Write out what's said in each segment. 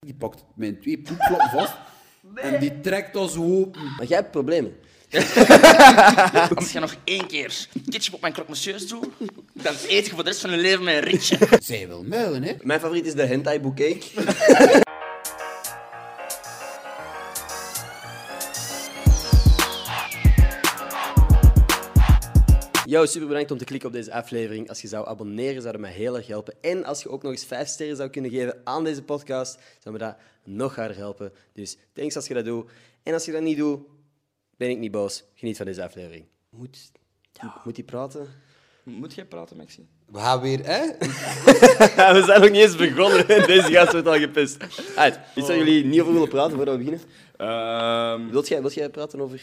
Die pakt mijn twee poepflappen vast en die trekt ons open. Maar jij hebt problemen. Als je nog één keer ketchup op mijn croque monsieur's doet, dan eet je voor de rest van je leven mijn rietje. Zij wil muilen, hè? Mijn favoriet is de hentai bouquet. Yo, super bedankt om te klikken op deze aflevering. Als je zou abonneren, zou dat mij heel erg helpen. En als je ook nog eens 5 sterren zou kunnen geven aan deze podcast, zou me dat nog harder helpen. Dus thanks als je dat doet. En als je dat niet doet, ben ik niet boos. Geniet van deze aflevering. Moet, moet die praten? Moet jij praten, Maxi? We gaan weer, hè? Ja, we zijn nog niet eens begonnen en deze gast wordt al gepist. Uit, iets waar jullie niet over willen praten voordat we beginnen? Wilt jij, wilt jij praten over...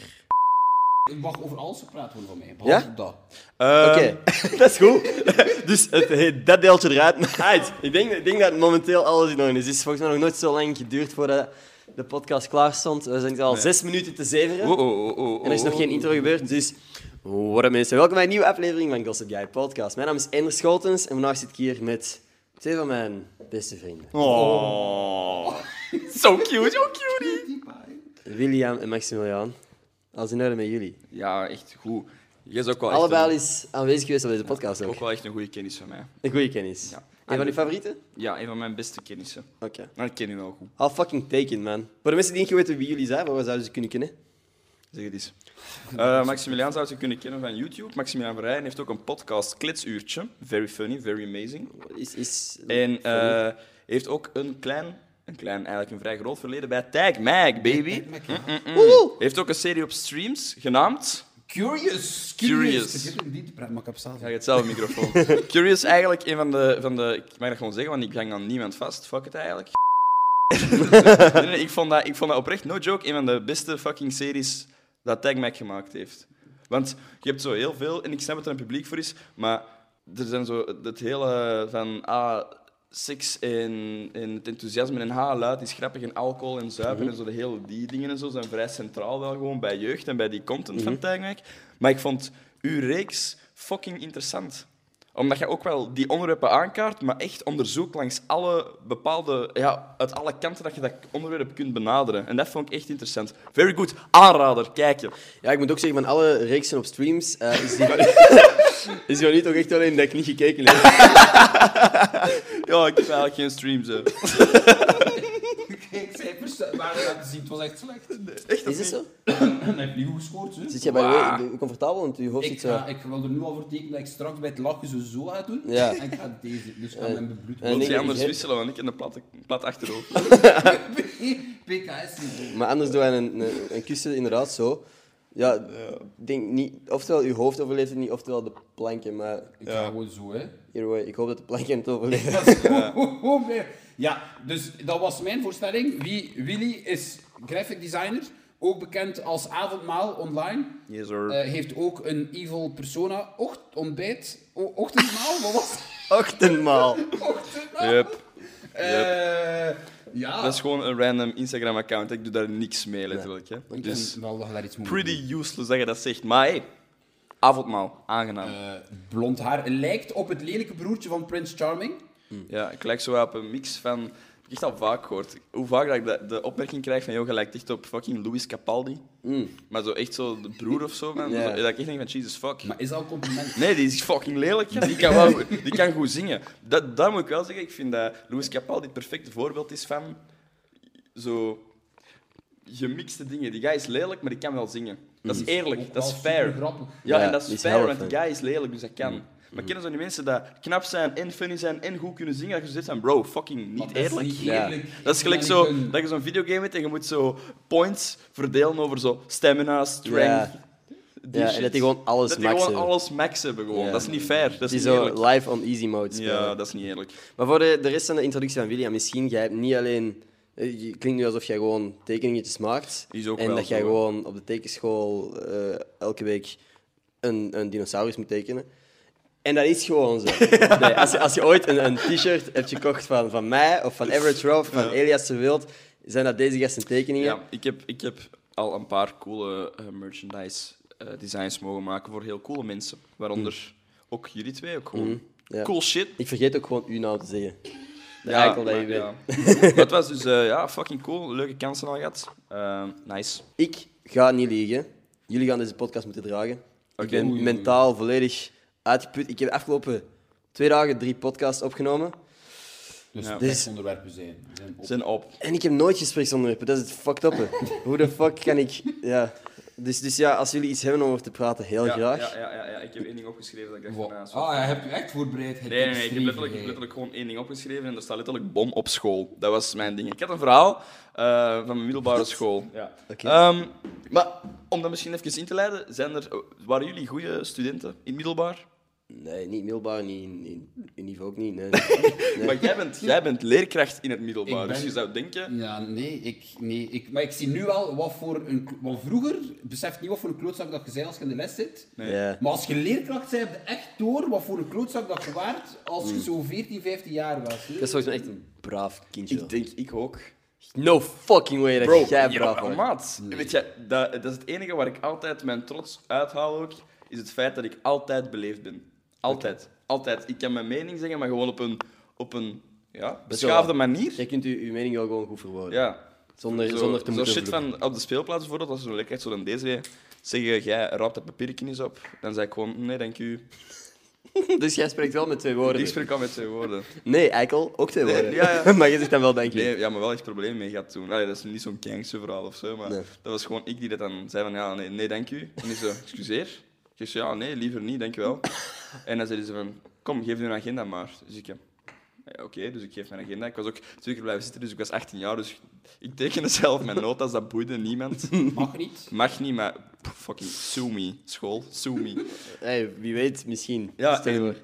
Je mag over alles praten worden van mij, behalve ja? dat. Oké, dat is goed. Ehm. dus het, heet dat deeltje eruit. Maar Uit, ik denk, ik denk dat momenteel alles in orde is. Het is volgens mij nog nooit zo lang geduurd voordat de podcast klaar stond. We zijn al zes minuten te zeveren. Oh, oh, oh, oh. En er is nog geen intro gebeurd, dus... What up mensen, welkom bij een nieuwe aflevering van Gossip Guy Podcast. Mijn naam is Ender Scholtens en vandaag zit ik hier met twee van mijn beste vrienden. Oh. Zo cute, zo cute. William en Maximiliaan. Als in orde met jullie. Ja, echt goed. Je is ook wel Allebei al echt is aanwezig geweest op deze podcast een, ook. ook wel echt een goede kennis van mij. Een goede kennis. Ja. Een van uw favorieten? Ja, een van mijn beste kennissen. Oké. Maar ik ken u wel goed. Al fucking taken, man. Voor de mensen die niet weten wie jullie zijn, waar zouden ze kunnen kennen? Zeg het eens. Eh, Maximiliaan zou je kunnen kennen van YouTube. Maximiliaan Verheyen heeft ook een podcast, Kletsuurtje. Very funny, very amazing. Is, is... En eh, heeft ook een klein, een klein, eigenlijk een vrij groot verleden bij Tag Mag, baby. Mm, Woehoe! Heeft ook een serie op streams genaamd. Curious. Curious. Ik heb niet te praten, maar ik heb zelf. Ja, je hebt zelf een microfoon. Curious eigenlijk een van de, van de... Ik mag dat gewoon zeggen, want ik hang aan niemand vast. Fuck het eigenlijk. nee, nee, ik, vond dat, ik vond dat oprecht, no joke, een van de beste fucking series dat Tag Mac gemaakt heeft. Want je hebt zo heel veel, en ik snap dat er een publiek voor is, maar er zijn zo het hele van ah, seks en, en het enthousiasme en ha, luid is grappig en alcohol en zuipen en zo, de hele die dingen en zo zijn vrij centraal wel gewoon bij jeugd en bij die content van Tag Mac. Maar ik vond uw reeks fucking interessant omdat je ook wel die onderwerpen aankaart, maar echt onderzoek langs alle bepaalde... Ja, uit alle kanten dat je dat onderwerp kunt benaderen. En dat vond ik echt interessant. Very good. Aanrader, kijken. Ja, ik moet ook zeggen, van alle reeksen op streams eh, is die van... is die van nu toch echt alleen dat ik niet gekeken heb. Ja, ik heb eigenlijk geen streams. Hè. Ik cijfers waren laten zien, het was echt slecht. Echt, Is dat zo? Hij heeft niet goed gescoord, hè? Zit jij bij je comfortabel, want je hoofd Ik, zit zo... ga- ik wil er nu al voor tekenen dat ik straks bij het lachen zo zo ga doen. Ja. Eh, En ik ga deze, dus ik ga mijn bebloed en Wil ik- jij anders ik- wisselen, want ik heb een plat, plat achterhoofd. PKS niet doen. Maar anders doe je een, een, een kussen inderdaad zo. Ja, ik denk niet... Oftewel, je hoofd overleeft het niet, oftewel de planken, maar... Ik ga gewoon zo, hè. Either way, ik hoop dat de planken het overleven. Oh, man. Ja, dus dat was mijn voorstelling. Wie, Willy is graphic designer, ook bekend als Avondmaal online. Yes, hoor. Eh, heeft ook een evil persona, ocht ontbijt, o- ochtendmaal, wat was het? Ochtendmaal. Ochtendmaal? Yep. Eh, ja. Dat is gewoon een random Instagram-account. Ik doe daar niks mee, letterlijk. Hè. Ik vind Dus wel dat je daar iets moet doen. pretty useless dat je dat zegt. Maar hey, avondmaal. Aangenaam. Eh, blond haar lijkt op het lelijke broertje van Prince Charming. Ja, ik lijk zo op een mix van. Ik heb echt al vaak gehoord. Hoe vaak dat ik de, de opmerking krijg van, joh, je lijkt echt op fucking Louis Capaldi. Maar zo echt zo de broer of zo. Man. Ja. Zo, dat ik echt denk van, Jesus fuck. Maar is dat een compliment? Nee, die is fucking lelijk. ja. Die kan, wel, goed- die kan goed zingen. Dat, dat moet ik wel zeggen. Ik vind dat Louis Capaldi het perfecte voorbeeld is van zo gemixte dingen. Die guy is lelijk, maar die kan wel zingen. Dat is eerlijk, Ook dat is al fair. supergrappig. Ja, Ja, en dat die is is Mm. fair, helft, want die hè. guy is lelijk, dus dat kan. Maar kennen zo die mensen dat knap zijn en funny zijn en goed kunnen zingen, dat je zo zit van bro, fucking Maar niet dat is eerlijk. niet Ja. eerlijk. Dat is gelijk En zo een- dat je zo'n videogame hebt en je moet zo points verdelen over zo stamina, strength. Ja. die Ja, en shit. dat die gewoon alles dat die max gewoon hebben. alles max hebben. Gewoon. Ja. Dat is niet fair. Dat is Die niet zo eerlijk. live on easy mode spelen. Ja, dat is niet eerlijk. Maar voor de, de rest van de introductie van William, misschien jij hebt niet alleen... eh, Je klinkt nu alsof jij gewoon tekeningetjes maakt. Is ook en wel dat jij zo, hè. gewoon op de tekenschool eh, elke week een, een dinosaurus moet tekenen. En dat is gewoon zo. Nee, als, je, als je ooit een, een t-shirt hebt gekocht van, van mij of van Average Rob, van Elias de Wild, zijn dat deze gasten tekeningen. Ja, ik, heb, ik heb al een paar coole eh, merchandise eh, designs mogen maken voor heel coole mensen. Waaronder ook jullie twee ook gewoon. Mm. Mm-hmm. ja. Cool shit. Ik vergeet ook gewoon uw naam te zeggen. De eikel dat je maar bent. ja. Maar het was dus eh, ja, fucking cool. Leuke kansen al gehad. Ehm, nice. Ik ga niet liegen. Jullie gaan deze podcast moeten dragen. Ik ben Oei, oei, oei. mentaal volledig uitgeput. Ik heb de afgelopen twee dagen drie podcasts opgenomen. Dus Ja. dit onderwerpen zijn. zijn op. Zijn op. En ik heb nooit gespreksonderwerpen. Dat is het fucked up. hè. Hoe de fuck kan ik... Ja. Dus, dus ja, als jullie iets hebben om over te praten, heel Ja, graag. Ja, ja, ja, ja, ik heb één ding opgeschreven dat ik dacht Wow. van... ah, zo. Ah, hij hebt u echt voorbereid. Hij Nee, nee, tips nee, ik heb drie letterlijk, ik heb gegeven. letterlijk gewoon één ding opgeschreven en er staat letterlijk bom op school. Dat was mijn ding. Ik had een verhaal eh, van mijn middelbare school. Ja. Oké. Ehm, maar om dat misschien even in te leiden, zijn er, waren jullie goede studenten in het middelbaar? Nee, niet middelbaar, niet in, in, in niveau ook niet. Nee. Maar jij bent, jij bent leerkracht in het middelbaar, Ik ben- dus je zou denken... Ja, nee, ik, nee ik, maar ik zie nu al wat voor een... Want vroeger beseft niet wat voor een klootzak dat je bent als je in de les zit. Ja. Maar als je leerkracht bent, heb je echt door wat voor een klootzak dat je waart als je zo 14, 15 jaar was. hè. Dat is volgens mij echt een braaf kindje. Ik denk, ik ook. No fucking way dat Bro, jij ja, braaf maar wordt. Oh, maat. Weet je, dat, dat is het enige waar ik altijd mijn trots uithaal ook, is het feit dat ik altijd beleefd ben. Altijd. Altijd. Ik kan mijn mening zeggen, maar gewoon op een, op een ja, beschaafde manier. Jij kunt uw, uw mening wel gewoon goed verwoorden. Ja. Zonder, Zo, zonder te zo moeten shit van op de speelplaats bijvoorbeeld, als er zo'n lekker zo dan deze deed, zeggen jij raapt dat papiertje eens op, dan zei ik gewoon nee, dank u. vloeken. Dus jij spreekt wel met twee Ik woorden. dus. spreek al met twee woorden. Nee, eikel, ook twee Nee, woorden. ja, ja. maar je zegt dan wel, denk je. Nee, ja, maar wel echt problemen mee gaat doen. Allee, dat is niet zo'n gangster verhaal of zo, maar Nee. dat was gewoon ik die dat dan zei van ja, nee, nee dank u. En die zo, excuseer. Ik zei ja, nee, liever niet, dank u wel. En dan zei ze van, kom, geef nu een agenda maar. Dus ik, ja, oké, dus ik geef mijn agenda. Ik was ook twee keer blijven zitten, dus ik was 18 jaar, dus ik tekende zelf mijn notas, dat boeide niemand. Mag niet. Mag niet, maar pff, fucking sue me, school, sue me. Hey, wie weet, misschien. Ja, Stel je en- voor.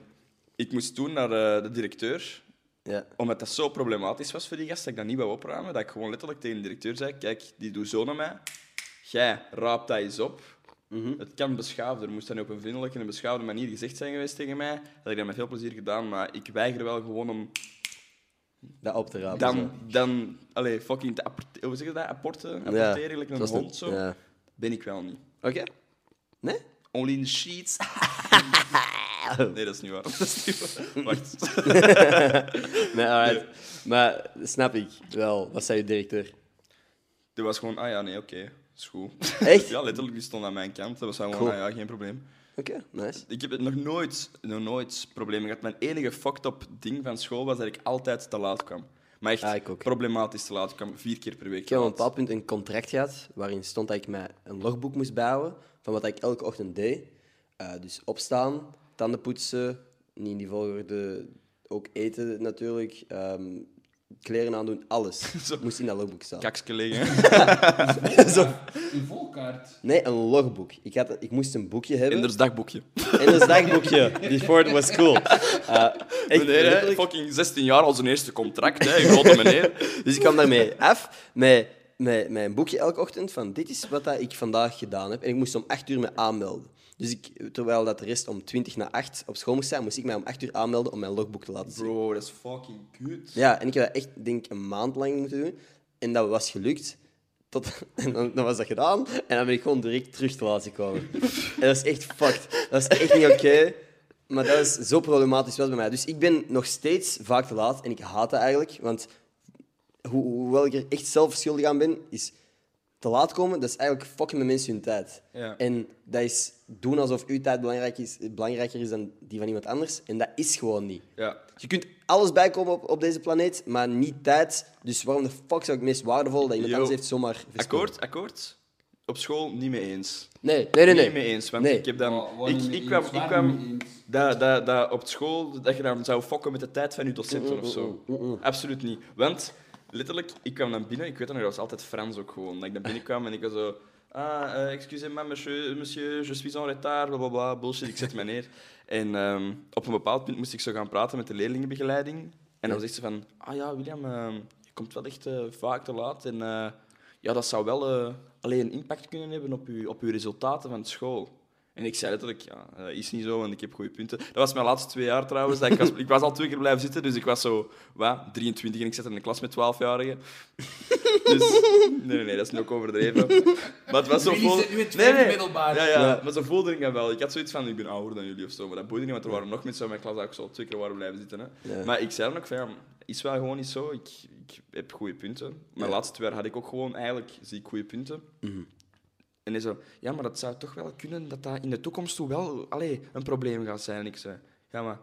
Ik moest toen naar eh, de directeur, Ja. omdat dat zo problematisch was voor die gast, dat ik dat niet wou opruimen, dat ik gewoon letterlijk tegen de directeur zei, kijk, die doet zo naar mij, jij raapt dat eens op. Het kan beschaafder, moest dan op een vriendelijke en beschaafde manier gezegd zijn geweest tegen mij, had ik dat met veel plezier gedaan, maar ik weiger wel gewoon om Dat op te rapen. dan, zo. dan allee, fucking te apporte- hoe zeg je dat, apporten, apporteren, like een dat is hond zo, ja. ben ik wel niet. Oké. Nee? Only in the sheets. nee, dat is niet waar. Dat is niet waar. Wacht. Nee, alright. Maar snap ik wel. Wat zei je directeur? Er was gewoon, ah ja, nee, oké, is goed. Echt? Ja, letterlijk, die stond aan mijn kant. Dat was gewoon, Cool. ah ja, geen probleem. Oké, nice. Ik heb nog nooit, nog nooit problemen gehad. Mijn enige fucked-up ding van school was dat ik altijd te laat kwam. Maar echt Ah, ik ook. problematisch te laat. Ik kwam vier keer per week Ik heb op een te laat. bepaald punt een contract gehad waarin stond dat ik mij een logboek moest bouwen van wat ik elke ochtend deed. Eh, dus opstaan, tanden poetsen, niet in die volgorde, ook eten natuurlijk, ehm, kleren aandoen, alles moest in dat logboek staan. Kaksken liggen. Zo. Een volkaart. Nee, een logboek. Ik, had, ik moest een boekje hebben. Inders dagboekje. En een dagboekje. Before it was cool. Eh, echt, Meneer, hè, letterlijk. fucking 16 jaar al zijn eerste contract, hè, grote meneer. Dus ik kwam daarmee af met, met, met een boekje elke ochtend van dit is wat dat ik vandaag gedaan heb. En ik moest om 8 uur me aanmelden. Dus ik, terwijl dat de rest om 20 na 8 op school moest zijn, moest ik mij om 8 uur aanmelden om mijn logboek te laten zien. Bro, dat is fucking kut. Ja, en ik heb dat echt, denk ik, een maand lang moeten doen. En dat was gelukt. Tot, en dan, dan was dat gedaan. En dan ben ik gewoon direct terug te laten komen. En dat is echt fucked. Dat is echt niet oké. Maar dat is zo problematisch wel bij mij. Dus ik ben nog steeds vaak te laat. En ik haat dat eigenlijk. Want ho- hoewel ik er echt zelf schuldig aan ben, is te laat komen, dat is eigenlijk fucking met mensen hun tijd. Ja. En dat is doen alsof uw tijd belangrijk is, belangrijker is dan die van iemand anders. En dat is gewoon niet. Ja. Dus Je kunt alles bijkomen op, op deze planeet, maar niet tijd. Dus waarom de fuck zou ik het meest waardevol dat iemand Yo. anders heeft zomaar verspild? Akkoord, akkoord. Op school niet mee eens. Nee, nee, nee. nee. Niet mee eens, want Nee. ik heb dan... Wa- waar ik, niet mee ik kwam... eens, Ik waar kwam niet mee eens. dat, dat, dat op school dat je dan zou fokken met de tijd van je docenten of zo. Absoluut niet. Want letterlijk, ik kwam dan binnen, ik weet dat nog, dat was altijd Frans ook gewoon. Dat ik dan binnenkwam en ik was zo. Ah, eh, excusez-moi, monsieur, monsieur, je suis en retard, blablabla, bullshit, ik zet mij neer. En ehm, op een bepaald punt moest ik zo gaan praten met de leerlingenbegeleiding. En dan zegt ze van, ah ja, William, ehm, je komt wel echt eh, vaak te laat. En eh, ja, dat zou wel eh, alleen een impact kunnen hebben op je op uw resultaten van school. En ik zei letterlijk, ja, dat is niet zo, want ik heb goede punten. Dat was mijn laatste twee jaar trouwens. Dat ik, was, ik was al twee keer blijven zitten, dus ik was zo, wat, 23 en ik zat in een klas met 12-jarigen. Dus, nee, nee, nee, dat is nog overdreven. Maar het was zo Jullie vol... zitten nu in het tweede middelbaar. Ja, ja, maar zo voelde ik dat wel. Ik had zoiets van, ik ben ouder dan jullie of zo, maar dat boeide niet, want er waren nog mensen in mijn klas die ook zo twee keer waren blijven zitten. Hè. Ja. Maar ik zei dan ook van, ja, is wel gewoon niet zo. Ik, ik heb goede punten. Mijn Ja. laatste twee jaar had ik ook gewoon eigenlijk zie ik goede punten. En hij zo, ja, maar dat zou toch wel kunnen dat dat in de toekomst toe wel allee, een probleem gaat zijn. En ik zei, ja, maar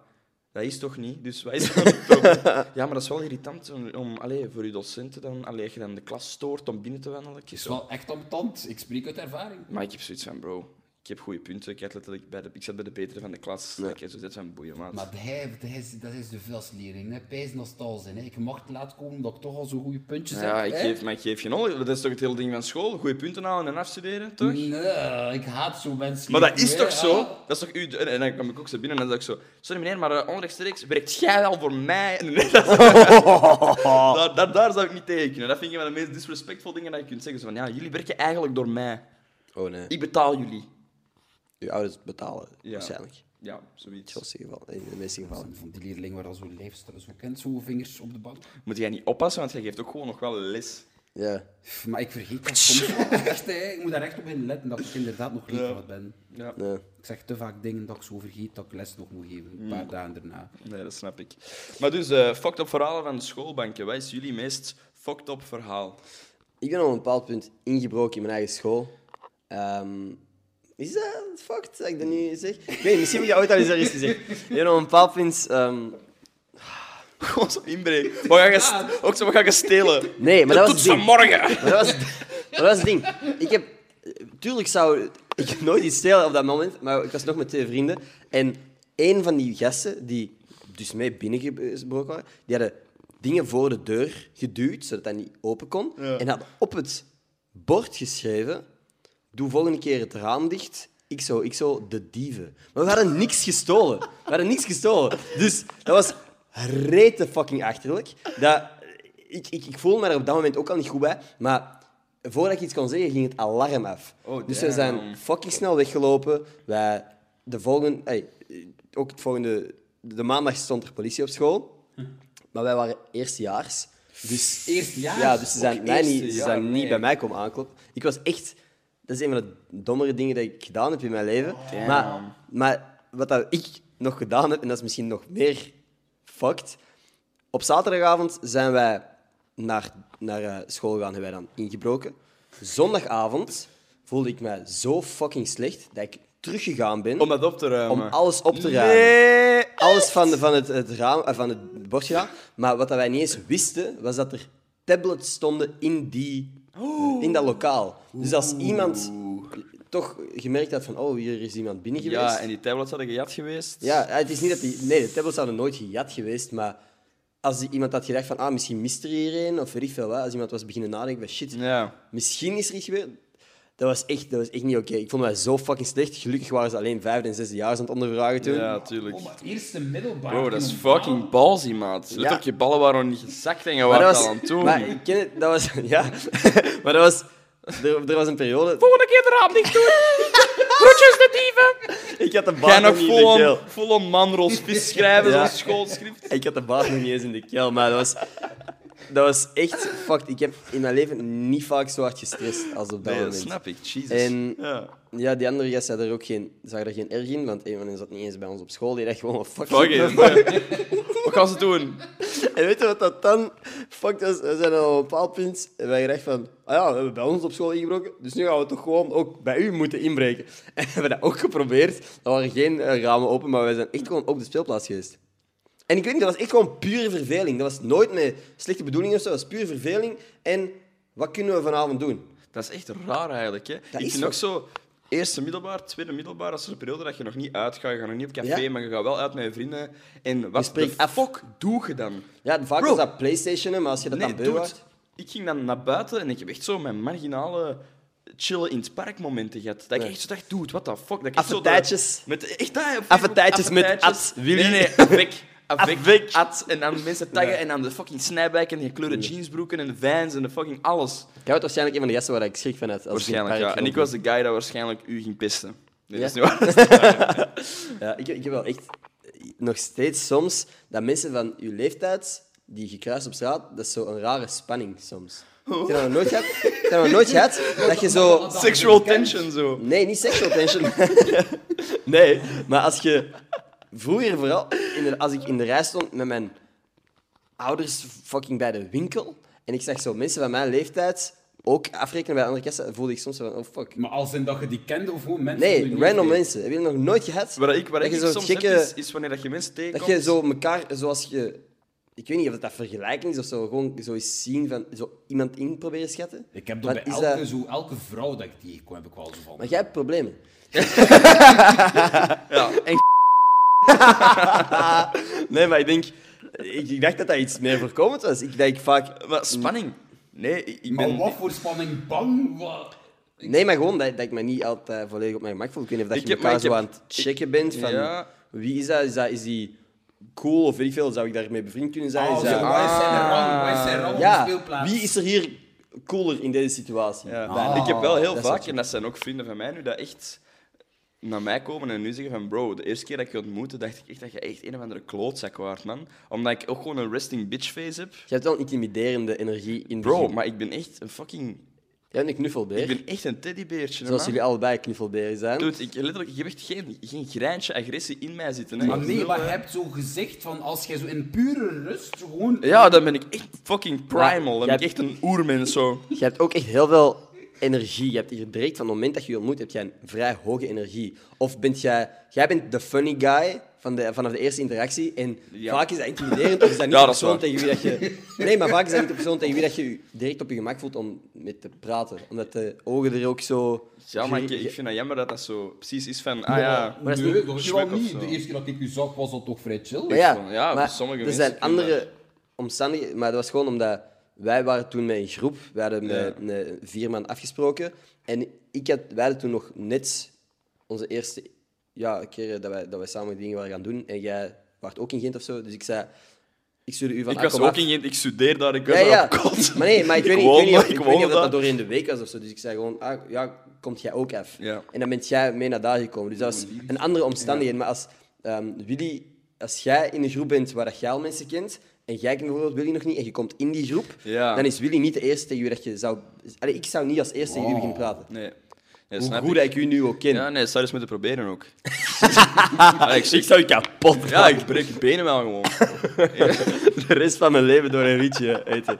dat is toch niet, dus wat is dan het probleem? Ja, maar dat is wel irritant om, om allee, voor je docenten dan, allee, als je dan de klas stoort om binnen te wandelen. Ik is zo, wel echt ambetant. Ik spreek uit ervaring. maar ik heb zoiets van, bro, ik heb goede punten. Ik, had letterlijk bij de, ik zat bij de betere van de klas. Ik heb zoiets van, boeien, maat. Maar hij, dat is, dat is de velslering. Hè. Pijzen als tal zijn. Hè. Ik mocht laat komen omdat ik toch al zo'n goede puntjes ja, heb. ik hè. geef, maar ik geef geen hol. Dat is toch het hele ding van school? Goede punten halen en afstuderen, Mm. toch? Nee, ik haat zo mensen. Maar dat die- is toch Ja. zo? Dat is toch u, en dan kwam ik ook zo binnen en dan zei ik zo... Sorry meneer, maar eh, onrechtstreeks werkt jij wel voor mij? En dat, daar, daar, daar zou ik niet tegen kunnen. Dat vind ik een van de meest disrespectful dingen dat je kunt zeggen. Zo van, ja, jullie werken eigenlijk door mij. Oh nee, Ik betaal jullie. je ouders betalen Ja. waarschijnlijk. In Ja, zoiets. de grootste geval- in de meeste gevallen. Van die leerling waar al zo'n lijf staat, zo kent, zo'n vingers op de bank. Moet jij niet oppassen, want jij geeft ook gewoon nog wel les. Ja. Pff, Maar ik vergeet dat soms wel echt, hè. Ik moet daar echt op in letten dat ik inderdaad nog niet wat ben. Ja. Nee. Ik zeg te vaak dingen dat ik zo vergeet dat ik les nog moet geven, een Mm. paar dagen daarna. Nee, dat snap ik. Maar dus, eh fucked up verhalen van de schoolbanken. Wat is jullie meest fucked up verhaal? Ik ben op een bepaald punt ingebroken in mijn eigen school. Ehm, is dat fucked dat ik dat nu zeg? Ik weet niet, misschien heb ik dat ooit al eens ergens gezegd. Ik ben op een bepaald punt... ehm, Gewoon zo inbreken. We gaan je st- ook zo, we gaan je stelen. Nee, maar De dat was toets het ding. van morgen. Maar dat was, maar dat was het ding. Ik heb... Tuurlijk zou... Ik heb nooit iets stelen op dat moment, maar ik was nog met twee vrienden. En één van die gasten, die dus mee binnengebroken waren, die hadden dingen voor de deur geduwd, zodat dat niet open kon. En had op het bord geschreven... Doe volgende keer het raam dicht. Ik zo, ik zo, de dieven. Maar we hadden niks gestolen. We hadden niks gestolen. Dus dat was rete fucking achterlijk. Dat, ik, ik, ik voelde me daar op dat moment ook al niet goed bij. Maar voordat ik iets kon zeggen, ging het alarm af. Oh, dus we zijn damn. fucking snel weggelopen. Wij, de volgende, ey, ook het volgende, de maandag stond er politie op school. Maar wij waren eerstejaars. Dus Eerstejaars? Ja, dus ze zijn, mij eerste niet, ze jaar, zijn niet nee. bij mij komen aankloppen. Ik was echt... Dat is een van de dommere dingen dat ik gedaan heb in mijn leven. maar, maar wat dat ik nog gedaan heb, en dat is misschien nog meer fucked... Op zaterdagavond zijn wij naar, naar eh, school gegaan, hebben wij dan ingebroken. Zondagavond voelde ik mij zo fucking slecht dat ik teruggegaan ben Om dat op te ruimen. om alles op te ruimen. Nee. Alles van, de- van, het, het raam, eh, van het bord gedaan. Maar wat dat wij niet eens wisten, was dat er tablets stonden in, die, Oh. in dat lokaal. Dus als iemand toch gemerkt had van, oh, hier is iemand binnen geweest. Ja, en die tablets hadden gejat geweest. Ja, eh, het is niet dat die... Nee, de tablets hadden nooit gejat geweest, maar als die- iemand had gedacht van, ah, misschien mist er hier een, of weet ik veel wat. Als iemand was beginnen nadenken van, shit, Ja. misschien is er iets gebeurd. Dat was echt, dat was echt niet oké. Ik vond mij zo fucking slecht. Gelukkig waren ze alleen vijfde en zesde jaar aan het ondervragen toen. Ja, tuurlijk. Oh, maar eerste middelbaar. Bro, dat is kunnen we fucking ballsy, maat. Let Ja. op, je ballen waren nog niet gezakt en je Maar waren dat het was, al aan toe. Maar ik ken het, dat was... Ja. maar dat was... Er, er was een periode... Volgende keer de raam dicht doen. Groetjes de dieven. Ik had de Jij baard nog nog niet in de vol keel. on, vol on manrolspis schrijven, Ja. zo'n schoolschrift. Ik had de baard nog niet eens in de keel, maar dat was... Dat was echt... Fucked. Ik heb in mijn leven niet vaak zo hard gestrest als op dat Nee, dat moment. snap ik. Jesus. En- Ja. Ja, die andere gast had er ook geen, zag er geen erg in, want een van hen zat niet eens bij ons op school. Die dacht gewoon, wat fuck. Fuck it. Wat gaan ze doen? En weet je wat dat dan fuck was? We zijn dan op een bepaald punt en wij dachten van, ah ja, we hebben bij ons op school ingebroken, dus nu gaan we toch gewoon ook bij u moeten inbreken. En we hebben dat ook geprobeerd. Er waren geen eh, ramen open, maar wij zijn echt gewoon op de speelplaats geweest. En ik weet niet, dat was echt gewoon pure verveling. Dat was nooit met slechte bedoelingen of zo, dat was pure verveling. En wat kunnen we vanavond doen? Dat is echt raar eigenlijk. Hè. is ik vind zo. ook zo, eerste middelbaar, tweede middelbaar, dat is een periode dat je nog niet uitgaat. Je gaat nog niet op café, Ja. maar je gaat wel uit met je vrienden. En wat spreekt de af. fuck doe je dan? Ja, vaak Bro. was dat Playstationen, maar als je dat nee, dan beu dude, wordt- Ik ging dan naar buiten en ik heb echt zo mijn marginale chillen in het park momenten gehad. Dat ik Ja. echt zo dacht, dude, what the fuck. Dat ik echt zo Affetijtjes. de- Met, echt dat, hè, op Affetijtjes Facebook, met affetijtjes. at Willy. Nee, nee, afwek. Afwek, at, en dan mensen taggen en dan de fucking snijbijk en de gekleurde jeansbroeken en de vans en de fucking alles. Jij wordt waarschijnlijk een van de gasten waar ik schrik van had. Als ik in het Waarschijnlijk, ja. park En ik was rondliep. de guy dat waarschijnlijk u ging pisten. Nee, Ja? dat is niet waar. Ja, ik, ik heb wel echt eh, nog steeds soms dat mensen van uw leeftijd die je kruist op straat, dat is zo'n rare spanning soms. Heb je dat nog nooit gehad? Heb je dat nog nooit gehad? Dat je zo... dan- Sexual tension zo. Nee, niet sexual tension. nee, maar als je... Vroeger vooral, in de- als ik in de rij stond met mijn ouders fucking bij de winkel. En ik zag zo mensen van mijn leeftijd ook afrekenen bij andere kassen. Voelde ik soms zo van, oh fuck. Maar als in dat je die kende of hoe mensen... die Nee, niet random weten. mensen. Heb je dat nog nooit gehad? Wat ik, wat Dat ik je zo'n soms gekke- heb, is, is wanneer dat je mensen Dat tegenkomt... je zo elkaar, zoals je... Ik weet niet of dat vergelijking is of zo. Gewoon zo eens zien van zo iemand in proberen schatten. Ik heb dat Maar bij is elke, dat- zo, elke vrouw dat ik tegenkwam, heb ik wel zo van. Maar jij hebt problemen. Ja, en Nee, maar ik denk... Ik, ik dacht dat dat iets meer voorkomend was. Ik denk vaak... maar spanning. Nee, ik ik Maar ben... wat voor spanning, bang, wat... Nee, maar gewoon dat, dat ik me niet altijd volledig op mijn gemak voel. Ik weet niet of dat Ik je heb- maar elkaar ik zo aan heb- het checken bent van... Ja. Wie is dat? Is, dat? is die cool of weet ik veel? Zou ik daarmee bevriend kunnen zijn? Oh, Is zo, dat- Ah. wij zijn er rang, wij zijn er rang op de ja, speelplaats. wie is er hier cooler in deze situatie? Ja. Ah, ik heb wel heel dat is vaak, wat en dat zijn ook vrienden van mij nu, dat echt naar mij komen en nu zeggen van bro, de eerste keer dat ik je ontmoette, dacht ik echt dat je echt een of andere klootzak waard, man. Omdat ik ook gewoon een resting bitch face heb. Je hebt wel een intimiderende energie in het Bro, begin. maar ik ben echt een fucking... Jij bent een knuffelbeer. Ik ben echt een teddybeertje, hè, Zoals man. jullie allebei knuffelberen zijn. Dude, ik, letterlijk, ik heb echt geen, geen greintje agressie in mij zitten. Hè. Maar Ik nee, bedoel, maar hè. je hebt zo gezegd van als jij zo in pure rust gewoon... Ja, dan ben ik echt fucking primal. Dan jij ben ik echt een oermens zo. Je hebt ook echt heel veel energie. Je hebt hier direct van het moment dat je je ontmoet, heb jij een vrij hoge energie. Of bent jij... Jij bent de funny guy van de, vanaf de eerste interactie. En Ja. vaak is dat intimiderend. Of is dat niet Ja, de dat is persoon waar. tegen wie dat je... Nee, maar vaak is dat niet de persoon tegen wie dat je je direct op je gemak voelt om mee te praten. Omdat de ogen er ook zo... Ja, maar ik, ge- ik vind dat jammer dat dat zo precies is van... Ah Maar ja, nee, dat is dat niet is wel schmek of niet. zo. De eerste keer dat ik u zag was dat toch vrij chill. Maar ja, van, ja, voor maar sommige er mensen zijn kunnen andere dat. omstandigheden. Maar dat was gewoon omdat wij waren toen met een groep. Wij hadden Ja. met een eh, vier man afgesproken. En ik had, wij hadden toen nog net onze eerste ja, keer eh, dat wij, dat wij samen dingen waren gaan doen. En jij was ook in Gent of zo. Dus ik zei, ik stuurde u van Ik was "Ah, kom ook af." in Gent, ik studeer daar, ik was Ja, daar ja. op kot. Maar nee, maar ik weet niet, ik woon weet niet, daar, of, ik ik weet niet woon of dat daar. doorheen de week was of zo. Dus ik zei gewoon, ah, ja, komt jij ook af? Ja. En dan bent jij mee naar daar gekomen. Dus dat was een andere omstandigheid. Maar als ehm, Willy, als jij in een groep bent waar dat jij al mensen kent, en jij kent bijvoorbeeld Willy nog niet, en je komt in die groep, Ja. dan is Willy niet de eerste tegen wie dat je zou... Allee, ik zou niet als eerste tegen u beginnen praten. Nee. nee Hoe snap goed ik. dat ik u nu ook ken. Ja, nee, zou je eens moeten proberen ook. ja, ik, zie- zou je kapot ja, ik breek je benen wel gewoon. de rest van mijn leven door een rietje eten.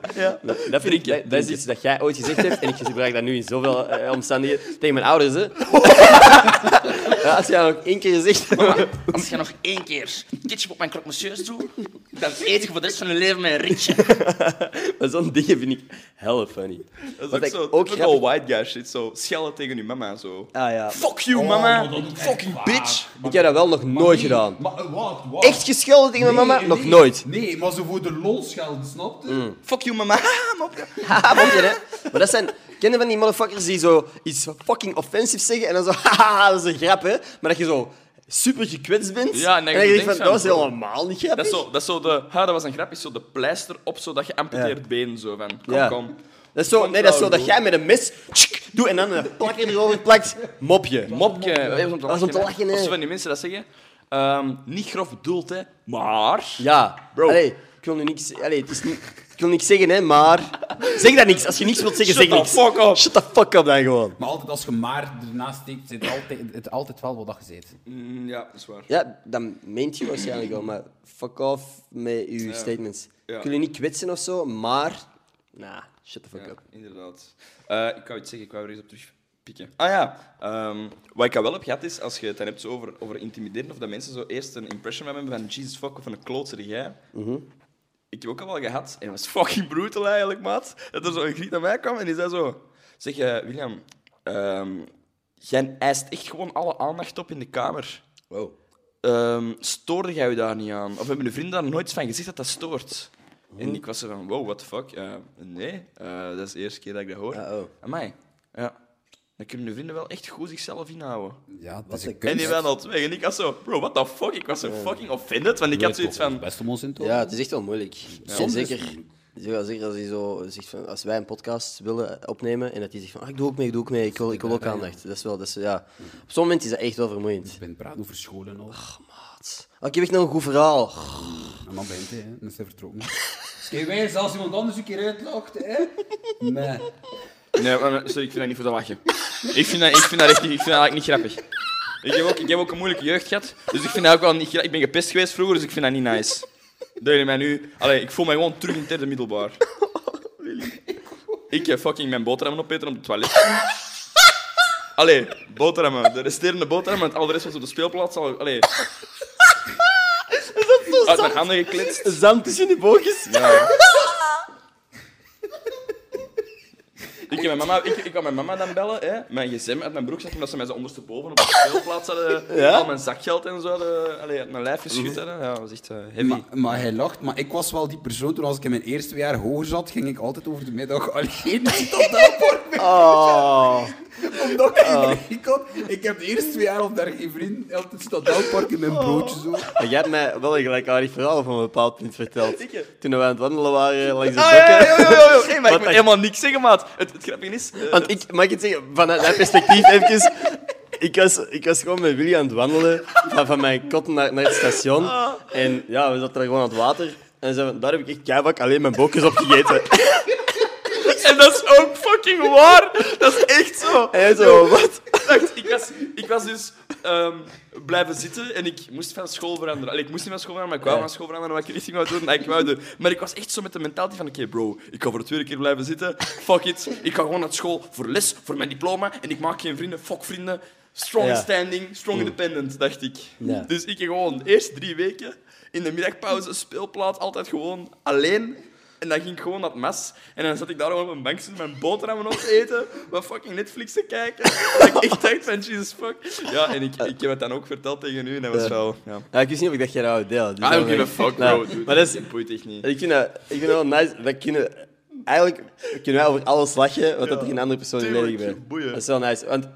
Dat, vind ik, dat, dat is iets dat jij ooit gezegd hebt en ik gebruik dat nu in zoveel eh, omstandigheden. Tegen mijn ouders, hè? ja, als jij dat nog één keer gezegd hebt. Als je nog één keer ketchup op mijn croque monsieur doet, dan eet ik voor de rest van je leven mijn rietje. Maar zo'n dingen vind ik hell funny. Dat Wat ik is ook zo. ook Ook wel grappig- white guy shit, zo. Schellen tegen je mama, zo. Ah ja. Fuck you, Oh, maar mama. dat you is fucking echt bitch. waar. Ah, Ik heb dat wel nog Maar nooit nee, gedaan. Maar eh, wat, wat? Echt gescholden tegen mijn Nee, mama? nee, Nog nooit. Nee, maar zo voor de lol schelden, snap je? Fuck you, mama. Ah, Mopka. Haha, mond je, Ah, hè? Maar dat zijn... Kennen van die motherfuckers die zo iets fucking offensiefs zeggen en dan zo... Haha, dat is een grap, hè? Maar dat je zo super gekwetst bent. Ja, en en dat dan je je denkt van... denkt Dat was van, bro, helemaal niet grappig. Dat is zo, dat is zo de... Ha, dat was een grap, is zo de pleister op, zodat je amputeert been, zo van... Kom, Ja. kom. Dat is zo, Komt nee, dat is zo wel dat goed. jij met een mes tsk, doet en dan een plakker erover plakt. Mopje. Mopje. Dat is om te Dat is om te lachen, hè. Als van die mensen dat zeggen... ehm, niet grof bedoeld, hè. Maar... Ja, Bro. Allee, ik wil nu niks... Allee, het is niet, ik wil niks zeggen, hè, maar... Zeg dat niks. Als je niks wilt zeggen, Shut zeg the niks. fuck up. Shut the fuck up dan gewoon. Maar altijd als je maar ernaast steekt, zit altijd, het altijd wel wat dat je zit. Mm, ja, dat is waar. Ja, dan meent je waarschijnlijk wel, maar fuck off met je statements. Ja. Ik wil je niet kwetsen of zo, maar... Nah, shut the fuck Ja, up. inderdaad. Eh, ik wou iets zeggen, ik wou er eens op terugpikken. Ah ja, ehm, wat ik al wel heb gehad is, als je het dan hebt zo over, over intimideren, of dat mensen zo eerst een impression van hebben van Jesus fuck, of een klootzak jij. Ik heb ook al wel gehad, en dat was fucking brutal eigenlijk, maat, dat er zo'n griet naar mij kwam en die zei zo... Zeg, eh, William, ehm, jij eist echt gewoon alle aandacht op in de kamer. Wow. Ehm, stoorde jij je daar niet aan? Of hebben de vrienden daar nooit van gezegd dat dat stoort? En ik was zo van, wow, what the fuck? Eh, nee, Eh, dat is de eerste keer dat ik dat hoor. Uh-oh. Amai. Ja. Dan kunnen de vrienden wel echt goed zichzelf inhouden. Ja, dat is een een En die waren al twee. En ik was zo, bro, what the fuck? Ik was zo fucking offended, want ik had zoiets van... Best om ons in te Ja, het is echt wel moeilijk. En Soms is het zeker, ja, zeker als, hij zo zegt van, als wij een podcast willen opnemen en dat hij zegt van ah, ik doe ook mee, ik doe ook mee, ik wil, ik wil ook aandacht. Dat is wel, dat is, ja. Op zo'n moment is dat echt wel vermoeiend. Ik ben praat over school en al. Oh, ik heb echt nog een goed verhaal. En dan bent hij, hè. Dan is hij vertrokken. Dus kijk, wij zelfs iemand anders een keer uitlacht, hè? Nee. Nee, maar, maar, sorry, ik vind dat niet voor te lachen. Ik vind dat, ik vind dat, echt, niet- ik vind dat eigenlijk niet grappig. Ik heb, ook, ik heb ook een moeilijke jeugd gehad, dus ik vind dat ook wel niet gra- Ik ben gepest geweest vroeger, dus ik vind dat niet nice. Dat jullie mij nu... Allee, ik voel mij gewoon terug in het derde middelbaar. Ik heb fucking mijn boterhammen opeten op het toilet. Allee, boterhammen. De resterende boterhammen, want al de rest was op de speelplaats. Al, allee. Is dat Uit mijn handen gekletst. Zand tussen die boogjes. Ja. Ik, heb mijn mama, ik, ik kan mijn mama dan bellen, hè. mijn gsm uit mijn broek zetten, omdat ze mij zo ondersteboven op de speelplaats hadden. Ja? Mhm. Al mijn zakgeld en zo hadden, allee, uit mijn lijf geschud hadden. Ja, dat was echt eh, heavy. Maar, maar hij lacht. Maar ik was wel die persoon toen als ik in mijn eerste jaar hoger zat, ging ik altijd over de middag alleen zitten op dat bord. Oh. Omdat ik geen drink had. Ik heb de eerste twee jaar al daar geen vriend. Altijd staat dat park in mijn broodje zo. Maar jij hebt mij wel een gelijkaardig verhaal van een bepaald punt verteld. Toen we aan het wandelen waren langs de Ah, bekken. ja, ja, ja, ja, ja. Hey, maar ik Wat moet echt- helemaal niks zeggen, maat. Het, het grappige is... eh, Want ik, mag ik het zeggen, vanuit mijn perspectief even... Ik was, ik was gewoon met Willy aan het wandelen, van, van mijn kot naar, naar het station. En ja, we zaten daar gewoon aan het water. En zei van, daar heb ik echt keivak alleen mijn bokjes op gegeten. En dat is ook fucking waar. Dat is echt zo. En hij zo, wat? Wacht, ik, was, ik was dus ehm, blijven zitten en ik moest van school veranderen. Allee, ik moest niet van school veranderen, maar ik wou Ja. van school veranderen wat ik richting wou doen. En ik wou doen. Maar ik was echt zo met de mentaliteit van, oké bro, ik ga voor de tweede keer blijven zitten. Fuck it. Ik ga gewoon naar school voor les, voor mijn diploma. En ik maak geen vrienden. Fuck vrienden. Strong Ja. standing, strong independent, dacht ik. Mm. Ja. Dus ik ging gewoon de eerste drie weken in de middagpauze speelplaats altijd gewoon alleen. En dan ging ik gewoon naar het mes. En dan zat ik daar gewoon op een bankje mijn boterhammen op te eten. Wat fucking Netflix te kijken. Dat ik echt dacht van, Jesus fuck. Ja, en ik, ik heb het dan ook verteld tegen u. En dat was Ja. wel... Ja. Ja, ik wist niet of ik dat jij dat wou delen. Dus I dan don't give a ben Ah, fuck, ik- bro. Nou, dude. Maar dat is, Dat boeit echt niet. ik vind dat, ik vind dat wel nice. Wij kunnen... Eigenlijk kunnen wij over alles lachen wat dat er een andere persoon in Tuurlijk, lelijk bent. boeien. Dat is wel nice. Want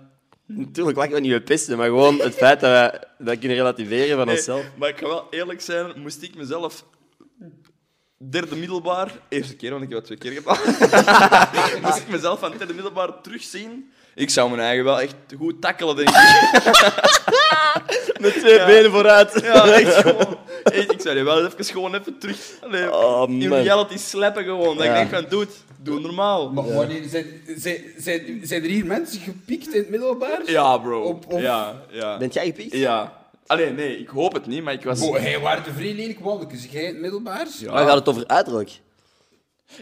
natuurlijk lachen we niet met pesten, maar gewoon het feit dat wij dat kunnen relativeren van Nee, onszelf. maar ik ga wel eerlijk zijn, moest ik mezelf derde middelbaar, eerste keer, want ik heb dat twee keer gedaan, moest ik mezelf van derde middelbaar terugzien, ik zou mijn eigen wel echt goed tackelen, denk ik. Met twee benen vooruit. Ja, echt gewoon. Echt, ik zou je wel even, gewoon even terug... Allee, Oh, in man. reality slappen gewoon. Dat Ja. ik denk van, doe het. Doe normaal. Maar wanneer, zijn, zijn, zijn, zijn er hier mensen gepiekt in het middelbaar? Ja, bro. Op- op- Ja, ja. Bent jij gepiekt? Ja. Allee, nee, ik hoop het niet, maar ik was... Oh, hij waren de vrij lelijk walletjes. Jij in het middelbaar? Ja. Waar gaat het over uiterlijk?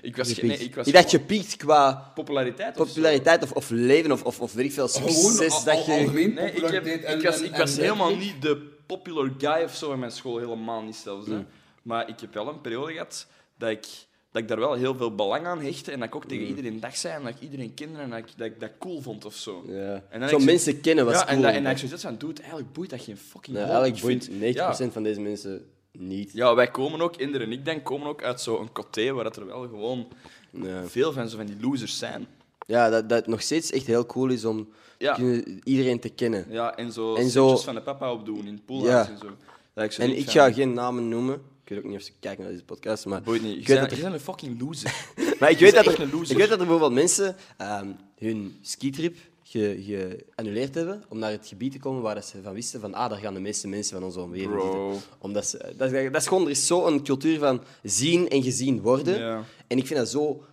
Ik was... ge- Nee, ik was ik dacht gepiekt qua populariteit of zo. populariteit of, of leven of, of, of weet ik veel, Gewoon succes. al- dat al- je... algemeen Nee, ik, heb, populariteit en- ik was, en- ik was en- helemaal niet de popular guy of zo in mijn school, helemaal niet zelfs. Hè. Hmm. Maar ik heb wel een periode gehad dat ik, dat ik daar wel heel veel belang aan hechtte en dat ik ook Hmm. tegen iedereen dag zei en dat ik iedereen kende en dat ik dat, ik dat cool vond of zo. Ja. En dan Zo ik zo- mensen kennen was ja, cool. en, dat, en dat ik zoiets had van, dude, eigenlijk boeit dat geen fucking Nou, hol. eigenlijk Ik boeit 90% vind- ja. van deze mensen niet. Ja, wij komen ook, Inder en ik denk, komen ook uit zo'n coté waar dat er wel gewoon Ja. veel van, zo van die losers zijn. Ja, dat, dat het nog steeds echt heel cool is om Ja. kunnen- iedereen te kennen. Ja, en zo, En en zo- van de papa opdoen in poolhuis Ja. en zo. Dat ik zo En denk ik van- ga geen namen noemen. Ik weet ook niet of ze kijken naar deze podcast, maar Boeit niet. ik Je weet bent dat er, een fucking loser. maar ik je weet bent dat er, echt een loser. ik weet dat er bijvoorbeeld mensen ehm, hun skitrip ge- geannuleerd hebben om naar het gebied te komen waar dat ze van wisten van ah, daar gaan de meeste mensen van onze omgeving Bro. zitten. Omdat ze, dat, dat is gewoon, er is zo'n cultuur van zien en gezien worden. Ja. En ik vind dat zo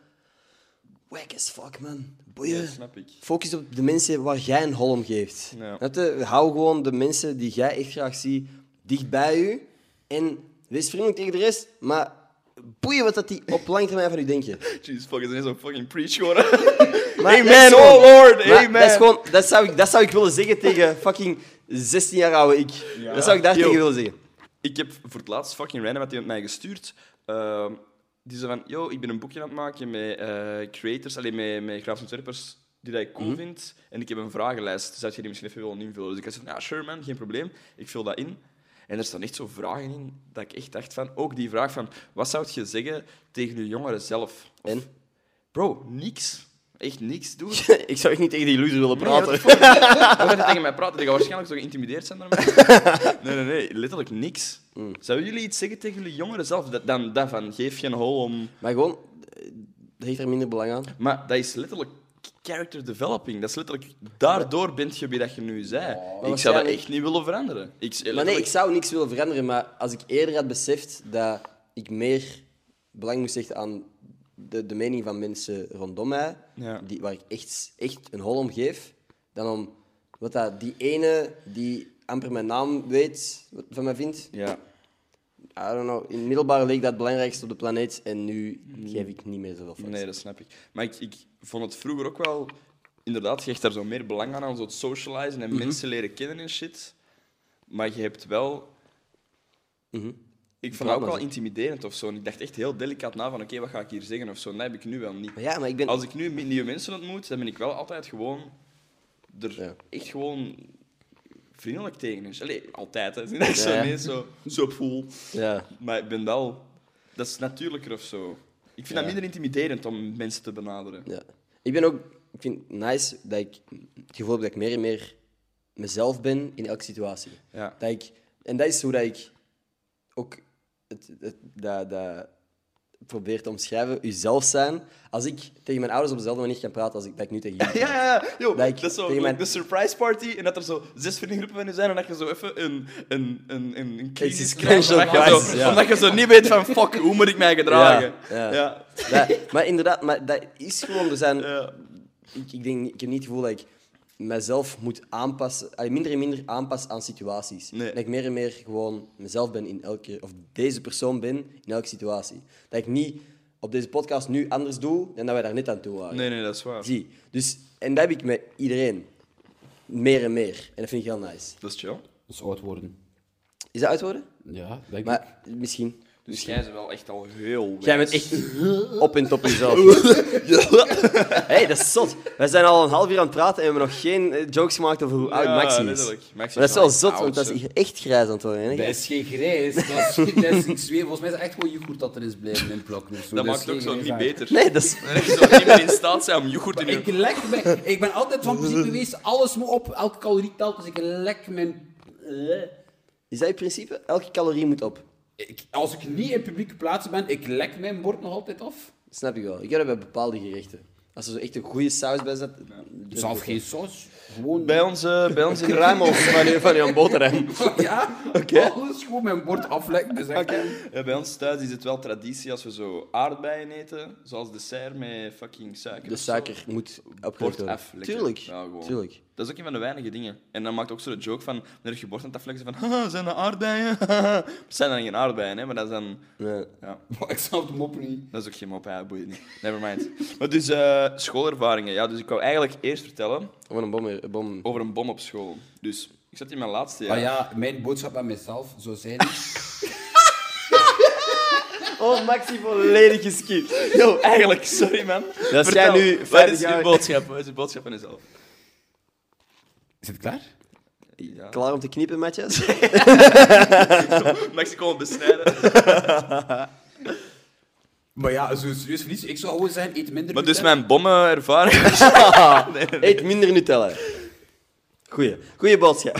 wack as fuck, man. Boeien. Ja, snap ik. Focus op de mensen waar jij een hol om geeft. Ja. Snap je? Hou gewoon de mensen die jij echt graag ziet dicht bij u. En wees vriendelijk tegen de rest, maar boeien wat dat die op lang termijn van u denken. Jesus fuck, is ineens een fucking preach geworden. Maar Amen, dat is gewoon- oh Lord, maar amen. Dat, is gewoon, dat, zou ik, dat zou ik willen zeggen tegen fucking 16 jaar oude ik. Dat zou ik daar Yo. tegen willen zeggen. ik heb voor het laatst fucking random wat iemand mij gestuurd. Ehm, die zei van, yo, ik ben een boekje aan het maken met eh, creators, alleen met, met grafisch ontwerpers die dat ik cool vind. En ik heb een vragenlijst, dus dat je die misschien even wil invullen. Dus ik zei van, ja, sure man, geen probleem. Ik vul dat in. En er staan echt zo vragen in dat ik echt dacht van, ook die vraag van, wat zou je zeggen tegen je jongeren zelf? Of- En? Bro, niks. Echt niks doen. ik zou echt niet tegen die loser willen Nee, praten. wat de fuck? Hoe gaat hij tegen mij praten? Die gaat waarschijnlijk zo geïntimideerd zijn Mm. door mij. Nee, nee, nee. Letterlijk niks. Zouden jullie iets zeggen tegen jullie jongeren zelf? Dat, dan dat van, geef geen hol om... maar gewoon, eh, dat heeft er minder belang aan. Maar dat is letterlijk character developing. Dat is letterlijk... Daardoor bent je wie dat je nu bent. ik zou dat waarschijnlijk- echt niet willen veranderen. Ik, Maar nee, ik letterlijk- zou niks willen veranderen, maar als ik eerder had beseft dat ik meer belang moest hechten aan de, de mening van mensen rondom mij, Ja. die, waar ik echt, echt een hol om geef, dan om wat dat, die ene die amper mijn naam weet wat van mij vindt, Ja. I don't know, in middelbare leek dat het belangrijkste op de planeet en nu geef ik niet meer zoveel fucks. Nee, dat snap ik. Maar ik, ik vond het vroeger ook wel... Inderdaad, je hecht daar zo meer belang aan, aan zo het socializen Mhm. en mensen leren kennen en shit. Maar je hebt wel... Mhm. Ik vond dat ook maar wel zo. intimiderend of zo. En ik dacht echt heel delicaat na van, oké, wat ga ik hier zeggen of zo. En dat heb ik nu wel niet. Maar ja, maar ik ben... Als ik nu nieuwe mensen ontmoet, dan ben ik wel altijd gewoon... Er Ja. echt gewoon vriendelijk tegen. is. Allee, altijd, hè. Het is niet echt zo, Ja. nee, zo, zo voel. Ja. Maar ik ben wel... Dat is natuurlijker of zo. Ik vind dat minder intimiderend om mensen te benaderen. Ja. Ik ben ook... Ik vind het nice dat ik het gevoel heb dat ik meer en meer mezelf ben in elke situatie. Ja. Dat ik, en dat is hoe dat ik ook het, het- dat, dat probeer te omschrijven. Uzelf zijn. Als ik tegen mijn ouders op dezelfde manier kan praten als ik, dat ik nu tegen jullie Ja, ja, ja. Yo, Dat dat, ik is zo tegen mijn- de surprise party. En dat er zo zes vriendengroepen van je zijn. En dat je zo even een, een, een, een, een crisis krijgt. existential Omdat je, zo, crisis, ja. omdat je zo niet weet van, fuck, hoe moet ik mij gedragen? Ja, ja. Ja. Dat- maar inderdaad, maar dat is gewoon. Er zijn, Ja. ik, ik, denk, ik heb niet het gevoel dat ik mezelf moet aanpassen, allee, minder en minder aanpas aan situaties. Nee. Dat ik meer en meer gewoon mezelf ben in elke, of deze persoon ben in elke situatie. Dat ik niet op deze podcast nu anders doe dan dat wij daar net aan toe waren. Nee, nee, dat is waar. Zie. Dus, en dat heb ik met iedereen. Meer en meer. En dat vind ik heel nice. Dat is chill. Dat is oud worden. Is dat uit worden? Ja, denk ik. Maar misschien. Dus jij bent wel echt al heel Jij bent echt op en top jezelf. Hé, hey, dat is zot. Wij zijn al een half uur aan het praten en we hebben nog geen eh, jokes gemaakt over hoe oud Ja, Maxi is. letterlijk. Maxi Maar is dat is wel wel zot, oud, want dat is echt grijs aan het worden. hè? Dat is geen grijs. Dat is, dat is, ik zweer, volgens mij is het echt gewoon yoghurt dat er is blijven in plakken. of zo. Dat is maakt het ook geen zo grijs niet haar. beter. Nee, dat is... Dan heb je zo niet meer in staat zijn om yoghurt in Maar je... ik lek mijn... Ik ben altijd van principe geweest, alles moet op, elke calorie telt, dus ik lek mijn... eh. Is dat je principe? Elke calorie moet op. Ik, als ik niet in publieke plaatsen ben, ik lek mijn bord nog altijd af. Snap ik wel. Ik heb dat bij bepaalde gerechten. Als er zo echt een goede saus bij zit... Zelf geen saus. Gewoon... Bij ons, eh, bij ons in de Ruim op van je, van je boterham. Ja, alles gewoon mijn bord aflekken. Dus echt, Ja, Eh, bij ons thuis is het wel traditie als we zo aardbeien eten, zoals dessert met fucking suiker. De of zo. suiker moet opgelegd Bord worden. af, lekker. Tuurlijk. Ja, gewoon. Tuurlijk. Dat is ook een van de weinige dingen. En dan maakt ook zo de joke van, dan heb je bord aan het afleggen, van, haha, zijn dat aardbeien? Het zijn dan geen aardbeien, hè, maar dat is dan... Ja. Ja, Maar ik snap de mop niet. dat is ook geen mop, hè, boeit niet. Nevermind. Maar dus, eh, schoolervaringen. Ja, dus ik wou eigenlijk eerst vertellen Wat een bom. Een bom. over een bom op school. Dus, ik zat in mijn laatste Ah, jaar. Maar ja, mijn boodschap aan mezelf zou zijn... Oh, Maxi volledig geskipt. Yo, eigenlijk, sorry man. Dat is Vertel, jij nu wat 50 is je jaar- boodschap? Wat is je boodschap aan jezelf? Is het klaar? Ja. Klaar om te knippen, Matjes? Mexico besnijden. Maar ja, zo serieus verlies. Ik zou gewoon zeggen, eet minder. Maar dus gluten. mijn bommenervaring. Eet minder Nutella. Goeie. Goeie boodschap.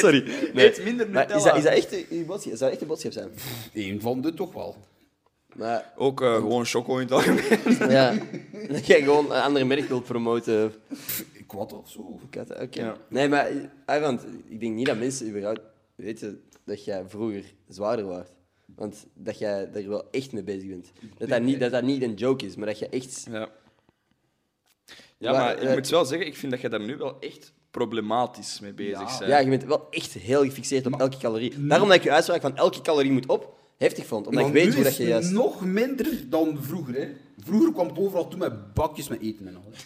Sorry. eet minder Maar Is Nutella. dat, is dat echt een- uw boodschap? Zou dat echt een boodschap zijn? Eén van de toch wel. Maar Ook eh, gewoon choco in het algemeen. ja, dat jij gewoon een andere merk wilt promoten. Kwad of zo. Kat, Oké. Ja. Nee, maar ah, want ik denk niet dat mensen überhaupt weten dat jij vroeger zwaarder was. Want dat jij er wel echt mee bezig bent. Dat dat niet, dat dat niet een joke is, maar dat je echt... Ja, ja Maar, maar, eh, ik moet wel zeggen, ik vind dat je daar nu wel echt problematisch mee bezig Ja. bent. Ja, je bent wel echt heel gefixeerd op elke calorie. Daarom dat ik je uitspraak van elke calorie moet op heftig vond. Omdat Maar ik weet nu hoe dat is je het juist... nog minder dan vroeger, hè. Vroeger kwam het overal toe met bakjes met eten en alles.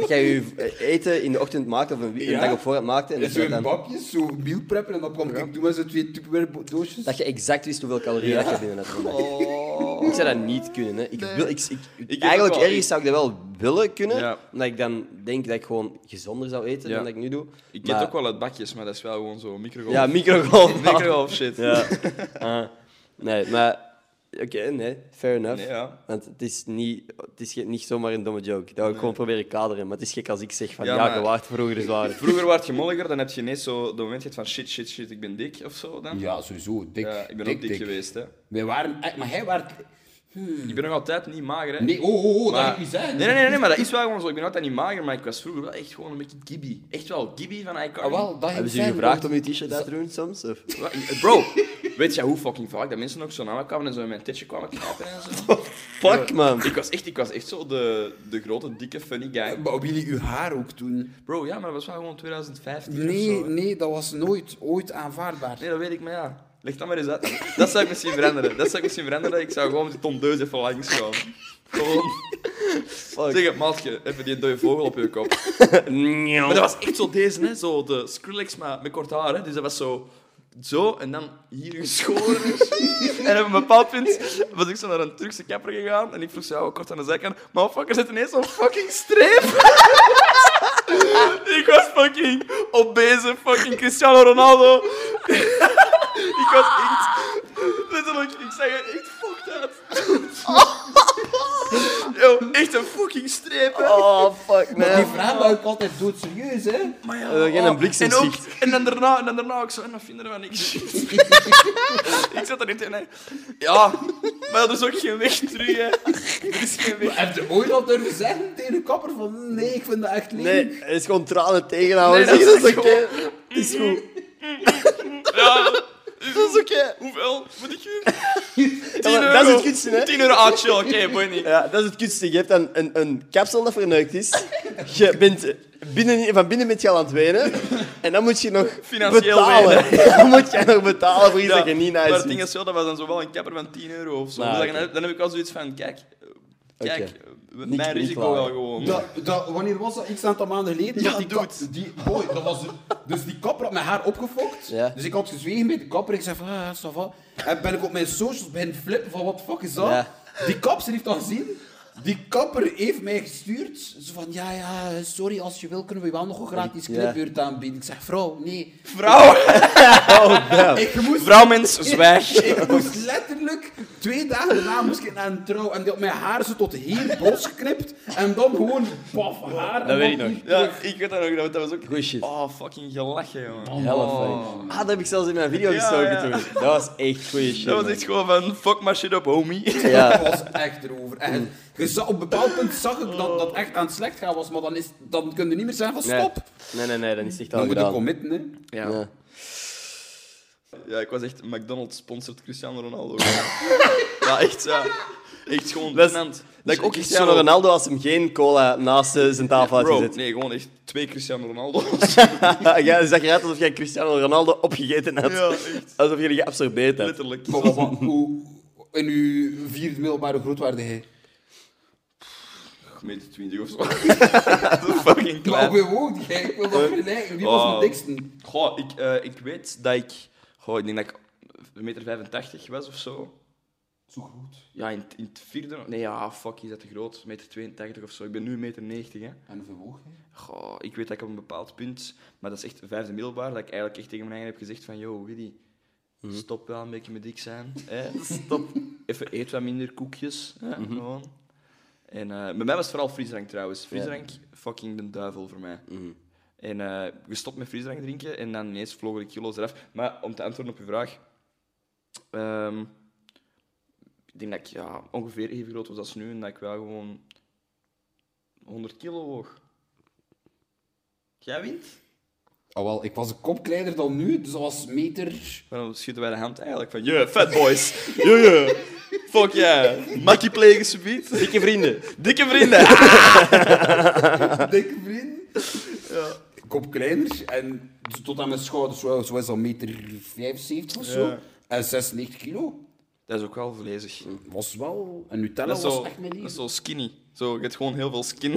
Dat jij je eh, eten in de ochtend maakte of een, wi- een Ja. dag op voorraad maakte. En dat, je Zo'n dat, dan- bakjes, zo'n meal preppen en dan kwam ik toen met zo'n twee tupperware doosjes. dat je exact wist hoeveel calorieën dat je binnen had. per dag. Ik zou dat niet kunnen. Hè. Ik wil, ik, ik, Oh. heb eigenlijk ook wel- ergens zou ik dat wel willen kunnen. Ja. Omdat ik dan denk dat ik gewoon gezonder zou eten Ja. dan dat ik nu doe. Ik Maar- ken ook wel uit bakjes, maar dat is wel gewoon zo microgolf. Ja, microgolf. microgolf shit. Ja. Ah. nee, maar... Oké, nee. Fair enough. Nee, ja. Want het is, niet, het is ge- niet zomaar een domme joke. Dat wil ik gewoon proberen kaderen. Maar het is gek als ik zeg van... Ja, Ja, je maar- waart vroeger zwaar. Vroeger werd je molliger, dan heb je ineens zo de moment gehad van shit, shit, shit, ik ben dik of zo dan. Ja, sowieso. Dik, Ja, ik ben ook dik, geweest, hè. Wij waren... echt- Maar hij werd... Ik ben nog altijd niet mager, hè. Nee, oh, oh, oh, dat Maar- heb ik niet zijn. Nee, nee, nee, nee, maar dat is wel gewoon zo. Ik ben altijd niet mager, maar ik was vroeger wel echt gewoon een beetje gibby. Echt wel gibby van iCarly. Ah, wel, dat Hebben heb ze je zijn, gevraagd om want- je t-shirt uit te doen soms? Of? Wat? Bro, weet jij hoe fucking vaak dat mensen ook zo naar me kwamen en zo in mijn tetje kwamen knijpen en zo? Fuck, man. Ik was echt, ik was echt zo de, de grote, dikke, funny guy. Maar hebben jullie uw haar ook doen? Bro, ja, maar dat was wel gewoon 2015 Nee, of zo. nee, dat was nooit ooit aanvaardbaar. Nee, dat weet ik, maar ja. Leg dat maar eens uit. Dat zou ik misschien veranderen. Dat zou ik misschien veranderen. Ik zou gewoon met die tondeus even langs gaan. Gewoon. Zeg het, maatje, even die dode vogel op je kop. Maar dat was echt zo deze, hè? zo de Skrillex, maar met kort haar. Hè? Dus dat was zo, zo en dan hier geschoren. en op een bepaald punt was ik zo naar een Turkse kapper gegaan en ik vroeg ze, ja, wat kort aan de zijkant. Maar fucker zit ineens zo'n fucking streep. ik was fucking obese, fucking Cristiano Ronaldo. ik was echt... Letterlijk, ik zag er echt fucked uit. Yo, echt een fucking streep, hè. Oh, fuck, Maar die man. vraag ook altijd doet serieus, hè? Maar ja, We hebben Eh, geen oh, een bliksemschicht. En, ook, en, dan daarna, en dan daarna ook zo, en dan vinden we niks. ik zat er niet in. hè. Ja, maar er is ook geen weg terug. Hè. Er is geen weg. Heb je ooit al durven zeggen tegen de kapper van nee, ik vind dat echt lelijk? Nee, het is gewoon tranen tegenhouden. Nee, Nee, dat dat is is oké. Het is goed. Ja, Dat is oké. hoeveel moet ik hier? Ja, 10 maar euro. dat is het kutste, hè? 10 euro, ah, chill, oké, boeit niet. Ja, dat is het kutste. Je hebt dan een, een kapsel dat verneukt is. Je bent binnen, van binnen met je al aan het wenen. En dan moet je nog Financieel betalen. Dan moet je nog betalen voor iets Ja, dat je niet maar nice het ding vindt. is wel, dat was dan zo wel een kapper van 10 euro of zo. Nou, Dus dan- oké. Dan heb ik wel zoiets van, kijk, eh, kijk, Oké. eh, Niet- mijn niet risico klagen. wel gewoon. Dat, dat, wanneer was dat? X aantal maanden geleden. Ja, dat die doe kap- die, boy, dat was, dus die kapper had mijn haar opgefokt. Ja. Dus ik had gezwegen bij de kapper. Ik zei van, ah, ça va. En ben ik op mijn socials beginnen flippen van, wat fuck is dat? Ja. Die kapster heeft dat gezien. Die kapper heeft mij gestuurd. Ze van, ja, ja, sorry, als je wil kunnen we je wel nog een gratis Ja. knipbeurt aanbieden. Ik zeg, vrouw, nee. Vrouw, Oh, Ik moest... vrouwmens, zwijg. Ik moest letterlijk twee dagen daarna moest ik naar een trouw en die had mijn haar zo tot hier bos geknipt en dan gewoon paf haar. en Dat weet dan ik nog. niet Ja, terug. ik weet dat nog, dat was ook... Goeie shit. Oh, Oh, fucking gelachen, jongen. Helft, hè. Ah, dat heb ik zelfs in mijn video Oh. Ja, gestoken ja. toen. Dat was echt goeie shit. Dat was man. echt gewoon van, fuck my shit up, homie. Ja. Dat was echt erover. En je zag- op een bepaald punt zag ik dat dat echt aan het slecht gaan was, maar dan, is, dan kun je niet meer zeggen van Nee. stop. Nee, nee, nee, dat is echt Dan al moet je gedaan. committen, hè. Ja. Ja, ik was echt McDonald's sponsored Cristiano Ronaldo. ja, echt, ja. Echt gewoon Dus Dat is- tenant. Dat ik ook Echt Cristiano zo- Ronaldo als hem geen cola naast eh, zijn tafel had Bro, gezet. nee, gewoon echt twee Cristiano Ronaldo's. Ah, Ja, het zag eruit alsof jij Cristiano Ronaldo opgegeten had. ja, echt. Alsof je die geabsorbeerd hebt. Letterlijk. Maar wat- wat- hoe, in uw vierde middelbare groot waarde hij. Meter 20 of zo. Zo fucking Maar klein. bewoog jij? Ik wil dat vergelijken. Wie was Oh. de dikste? Goh, ik, eh, ik weet dat ik... Goh, ik denk dat ik 1,85 meter 85 was of zo. Zo groot. Ja, in, in het vierde... Nee, ja, fuck, is dat te groot. 1,82 meter 82 of zo. Ik ben nu 1,90 meter 90, hè. En hoeveel woog jij? Goh, ik weet dat ik op een bepaald punt, maar dat is echt vijfde middelbaar, dat ik eigenlijk echt tegen mijn eigen heb gezegd van, yo, Willy, stop wel een beetje met dik zijn. Hè? Stop. Even eet wat minder koekjes. Hè? Gewoon. En eh, bij mij was het vooral frisdrank trouwens. Frisdrank, fucking de duivel voor mij. En eh gestopt met frisdrank drinken en dan ineens vlogen de kilo's eraf. Maar om te antwoorden op je vraag, ehm, ik denk dat ik ja, ongeveer even groot was als nu en dat ik wel gewoon 100 kilo woog. Jij wint? Oh, wel, ik was een kop kleiner dan nu, dus dat was meter... Waarom schieten wij de hand eigenlijk? Van, yeah, fat boys. Yeah, yeah. Fuck yeah. Makkie plegen subiet. Dikke vrienden. Dikke vrienden. Dikke vriend. Kop kleiner en dus tot aan mijn schouders, zo, zo is dat meter 75 of zo. Ja. En 96 kilo. Dat is ook wel vlezig. Was wel. En Nutella Dat is was zo, echt mijn Ah, dat leven. is zo skinny. Zo, je hebt gewoon heel veel skin.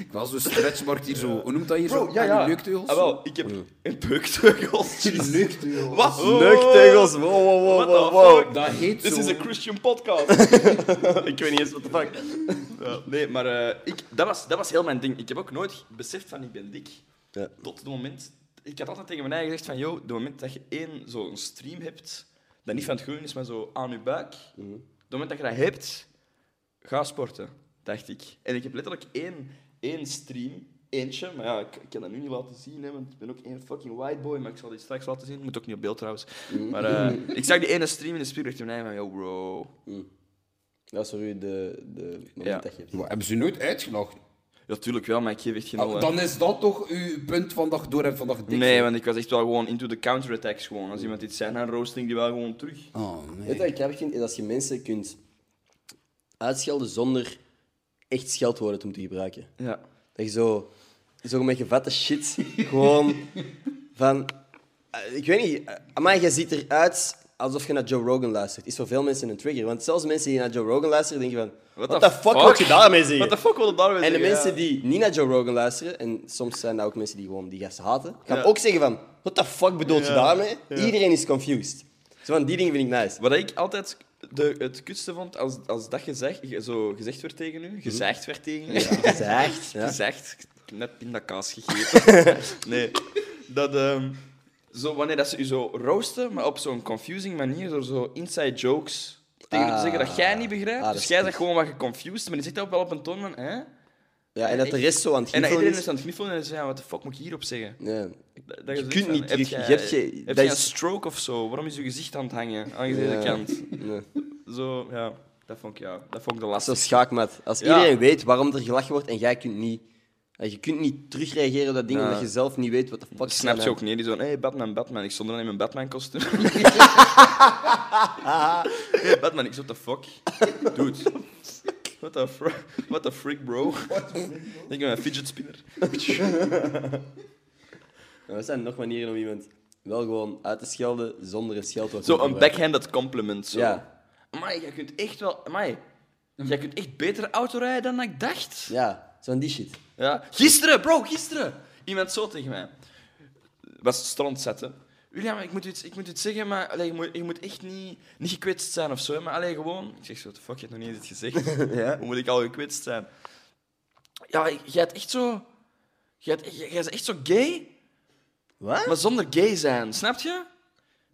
Ik was dus stretchmark hier zo. Hoe noemt dat hier zo? Die Neukteugels. Ah, wel, ik heb een beukteugels. Die Jezus. neukteugels. Wat? Leuktegels. Oh, Wow, wow, wow, What wow, the wow. fuck? Dat heet This zo. is a Christian podcast. ik weet niet eens wat de fuck. Ja, nee, maar eh, ik, dat, was, dat was heel mijn ding. Ik heb ook nooit beseft van ik ben dik. Ja. Tot het moment... Ik had altijd tegen mijn eigen gezegd van, joh, het moment dat je één zo'n stream hebt, dat niet van het groen is, maar zo aan je buik, op het moment dat je dat hebt, ga sporten, dacht ik. En ik heb letterlijk één, één stream eentje, maar ja, ik, ik kan dat nu niet laten zien, hè, want ik ben ook één fucking white boy, maar ik zal die straks laten zien. Moet ook niet op beeld trouwens. Mm. Maar eh, ik zag die ene stream in de spiegel en dacht ik van, yo bro. Dat is voor u de, de moment Ja. dat je hebt. Hebben ze nooit uitgelachen? Ja, tuurlijk wel, maar ik geef echt geen Ah, Nou, hol, hè. dan is dat toch uw punt vandaag door en vandaag dik. Nee, want ik was echt wel gewoon into the counterattacks gewoon. Als iemand iets zei, dan roasting die wel gewoon terug. Oh, nee. Weet je wat ik grappig vind? Is als je mensen kunt uitschelden zonder echt scheldwoorden te moeten gebruiken. Ja. Dat je zo, zo met gevatte shit gewoon van... eh, ik weet niet, eh, maar je ziet eruit alsof je naar Joe Rogan luistert. Is voor veel mensen een trigger. Want zelfs mensen die naar Joe Rogan luisteren, denken van... What, the fuck, wil je daarmee zeggen? Wat de fuck wil je daarmee En de zeggen? mensen Ja. die niet naar Joe Rogan luisteren, en soms zijn dat ook mensen die gewoon die gast haten, gaan Ja. ook zeggen van, what the fuck bedoelt je Ja. daarmee? Ja. Iedereen is confused. Zo van, die dingen vind ik nice. Wat ik altijd de, het kutste vond, als, als dat gezegd, ge- zo gezegd werd tegen u, gezegd werd tegen u, Dat is echt. Mhm. Ja. gezegd, ik heb net pindakaas gegeten. nee, dat... ehm, zo, wanneer dat ze u zo roosten, maar op zo'n confusing manier, door zo inside jokes tegen u te Ah. zeggen dat jij niet begrijpt. Ah, dat dus is jij goed. zegt gewoon wat geconfused, maar die zit dat ook wel op een toon van... Hè? Ja, en dat de rest zo aan het En giechelen dat iedereen is. is aan het kniffelen en ze zeggen, wat de fuck moet ik hierop zeggen? Ja. Dat- dat Je zoiets kunt van, niet heb terug- je jij- hebt geen- Heb dat jij een is- stroke of zo? Waarom is je gezicht aan het hangen? Aan je Ja. kant. Nee. Zo, ja. Dat vond ik, ja, dat vond ik de Zo lastigste. schaakmat. Als Ja. iedereen weet waarom er gelachen wordt en jij kunt niet... Je kunt niet terugreageren op dat ding, Nee. omdat je zelf niet weet wat de fuck... Dat snapt je zijn. ook niet. Die zo, hey, Batman, Batman. Ik stond er dan in mijn Batman-kostuum. hey, Batman, ik zo, what the fuck? Dude. What the, fr- what the freak, bro? Ik ben een fidget spinner. Maar Wat zijn nog manieren om iemand wel gewoon uit te schelden zonder een scheldwoord te Zo een gebruiken? backhanded compliment. Zo. Ja. Amai, jij kunt echt wel... Amai, jij kunt echt beter autorijden dan ik dacht. Ja, zo'n die shit. Ja. Gisteren, bro, gisteren. Iemand zo tegen mij. Was strand zetten. William, ik moet iets, ik moet iets zeggen, maar allee, je, moet, je moet echt niet, niet gekwetst zijn of zo. hè, Maar alleen gewoon. Ik zeg zo, "What the fuck, je hebt nog niet eens iets gezegd. Ja. Hoe moet ik al gekwetst zijn? Ja, ik- jij hebt echt zo. Jij, hebt, jij, jij bent echt zo gay, Wat? maar zonder gay zijn, snap je?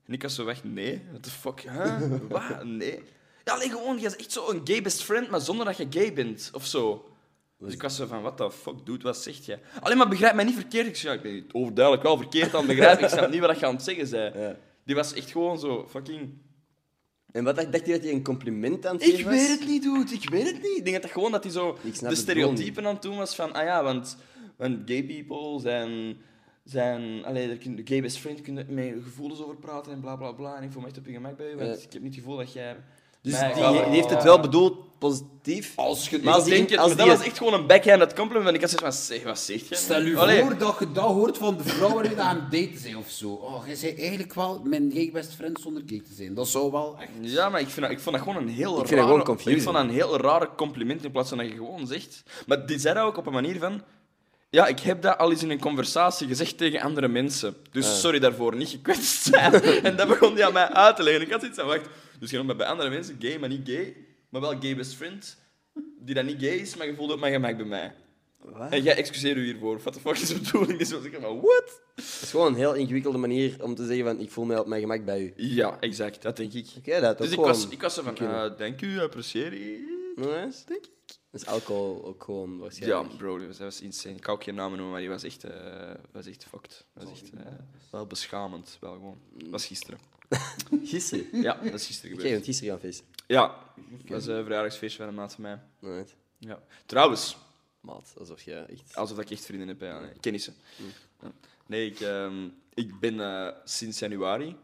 En ik was zo weg, nee, what the fuck, hè? Wat? Nee. Ja, alleen gewoon, jij bent echt zo een gay best friend, maar zonder dat je gay bent, of zo. Dus ik was zo van, what the fuck, dude, wat zegt jij? Alleen maar begrijp mij niet verkeerd. Ik zei, ja, ik ben het overduidelijk wel verkeerd aan het begrijpen. Ik snap niet wat je aan het zeggen bent. Ja. Die was echt gewoon zo fucking... En wat dacht dacht je dat je een compliment aan het Ik geven was? weet het niet, dude. Ik weet het niet. Ik denk dat dat gewoon dat hij zo Ik snap de het wel niet. stereotypen aan het doen was van... Ah ja, want, want gay people zijn... zijn allee, daar kun, gay best friend kunnen met gevoelens over praten en bla bla bla. En ik voel me echt op je gemak bij je, want Ja. ik heb niet het gevoel dat jij... Dus mij- Die, die heeft het wel bedoeld positief. Als je Maar als Ik die- denk het, maar als dat die- was echt gewoon een backhanded compliment. En ik had zoiets van, zeg, wat zegt jij? Stel u Allee. voor dat je dat hoort van de vrouwen die aan het daten zijn of zo. Oh, je bent eigenlijk wel mijn gay best friend zonder gay te zijn. Dat zou wel echt... Ja, maar ik, vind dat, ik vond dat gewoon een heel vind dat rare... gewoon confusing. Ik vond dat een heel rare compliment in plaats van dat je gewoon zegt... Maar die zei dat ook op een manier van... Ja, ik heb dat al eens in een conversatie gezegd tegen andere mensen. Dus Ah. sorry daarvoor, niet gekwetst zijn. en dat begon hij aan mij uit te leggen. Ik had iets van, wacht... Dus je noemt bij andere mensen gay, maar niet gay. Maar wel gay best friend. Die dan niet gay is, maar je voelt op mijn gemak bij mij. Ah. En jij excuseert u hiervoor. Wat de fuck is de bedoeling? Dus was ik van, what? Het is gewoon een heel ingewikkelde manier om te zeggen van ik voel mij op mijn gemak bij u. Oké, Ja, exact. Dat denk ik. dat had Dus ook ik gewoon... was, ik was zo van, kunnen. eh, dank u, apprecieer je. Nice. Denk Dus alcohol ook gewoon Ja, waarschijnlijk. bro, dat was, dat was insane. Ik kan ook geen namen noemen, maar die was echt, eh, was echt fucked. Dat was echt eh, wel beschamend, wel gewoon. Dat was gisteren. Gisteren. Mm. Oké, Ja, dat is gisteren gebeurd. want gisteren gaan feesten. Ja, dat was een verjaardagsfeestje van een maat van mij. Right. Ja. Trouwens, Maat, alsof je echt... alsof ik echt vrienden heb, hè. ja, nee, kennissen. Mm. Ja. Nee, ik, ehm, ik ben eh, sinds januari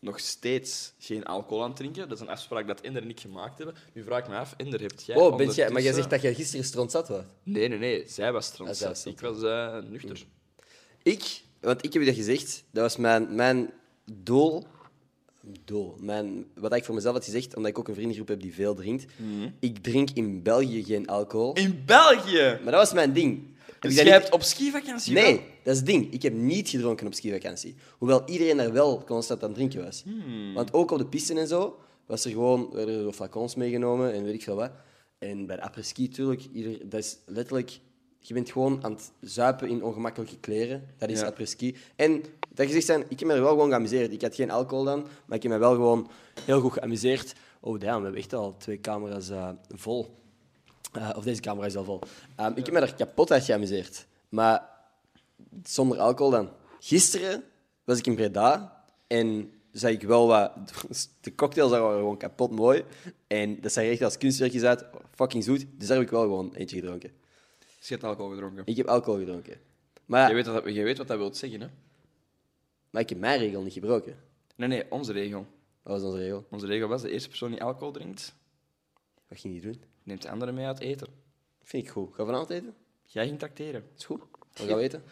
nog steeds geen alcohol aan het drinken. Dat is een afspraak dat Ender en ik gemaakt hebben. Nu vraag ik dus, me af, Ender, hebt jij Oh, bent jij... Maar jij ondertussen- zegt dat jij gisteren stront zat was. Nee, nee, nee. Zij was Ah, trans. zij was Mm. ik trans. was eh, nuchter. Ik, want ik heb je dat gezegd, dat was mijn, mijn doel. Doel. Mijn, wat ik voor mezelf had gezegd, omdat ik ook een vriendengroep heb die veel drinkt. Mhm. Ik drink in België geen alcohol. In België! Maar dat was mijn ding. Heb ik dat Dus jij niet- hebt op skivakantie Nee, wel- dat is het ding. Ik heb niet gedronken op skivakantie. Hoewel iedereen daar wel constant aan het drinken was. Hmm. Want ook op de pisten en zo was er gewoon, werden er zo flacons meegenomen en weet ik veel wat. En bij de après-ski natuurlijk, ieder, dat is letterlijk... Je bent gewoon aan het zuipen in ongemakkelijke kleren. Dat is Ja. après-ski. En dat gezegd zijn, ik heb me er wel gewoon geamuseerd. Ik had geen alcohol dan, maar ik heb me wel gewoon heel goed geamuseerd. Oh damn, we hebben echt al twee camera's eh, vol. Eh, of deze camera is al vol. Ehm, ik heb me daar kapot uit geamuseerd. Maar zonder alcohol dan. Gisteren was ik in Breda en zei ik wel wat... De cocktails daar waren gewoon kapot mooi. En dat zag er echt als kunstwerkjes uit. Fucking zoet. Dus daar heb ik wel gewoon eentje gedronken. Dus je hebt alcohol gedronken. Ik heb alcohol gedronken. Maar, Jij weet, wat dat, jij weet wat dat wil zeggen, hè? maar ik heb mijn regel niet gebroken. Nee, nee, onze regel. Dat was onze regel. Onze regel was: de eerste persoon die alcohol drinkt, Wat ging die doen? neemt de andere mee uit eten. Vind ik goed. Gaan we vanavond eten? Jij ging tracteren. Is goed. Wat gaan we eten?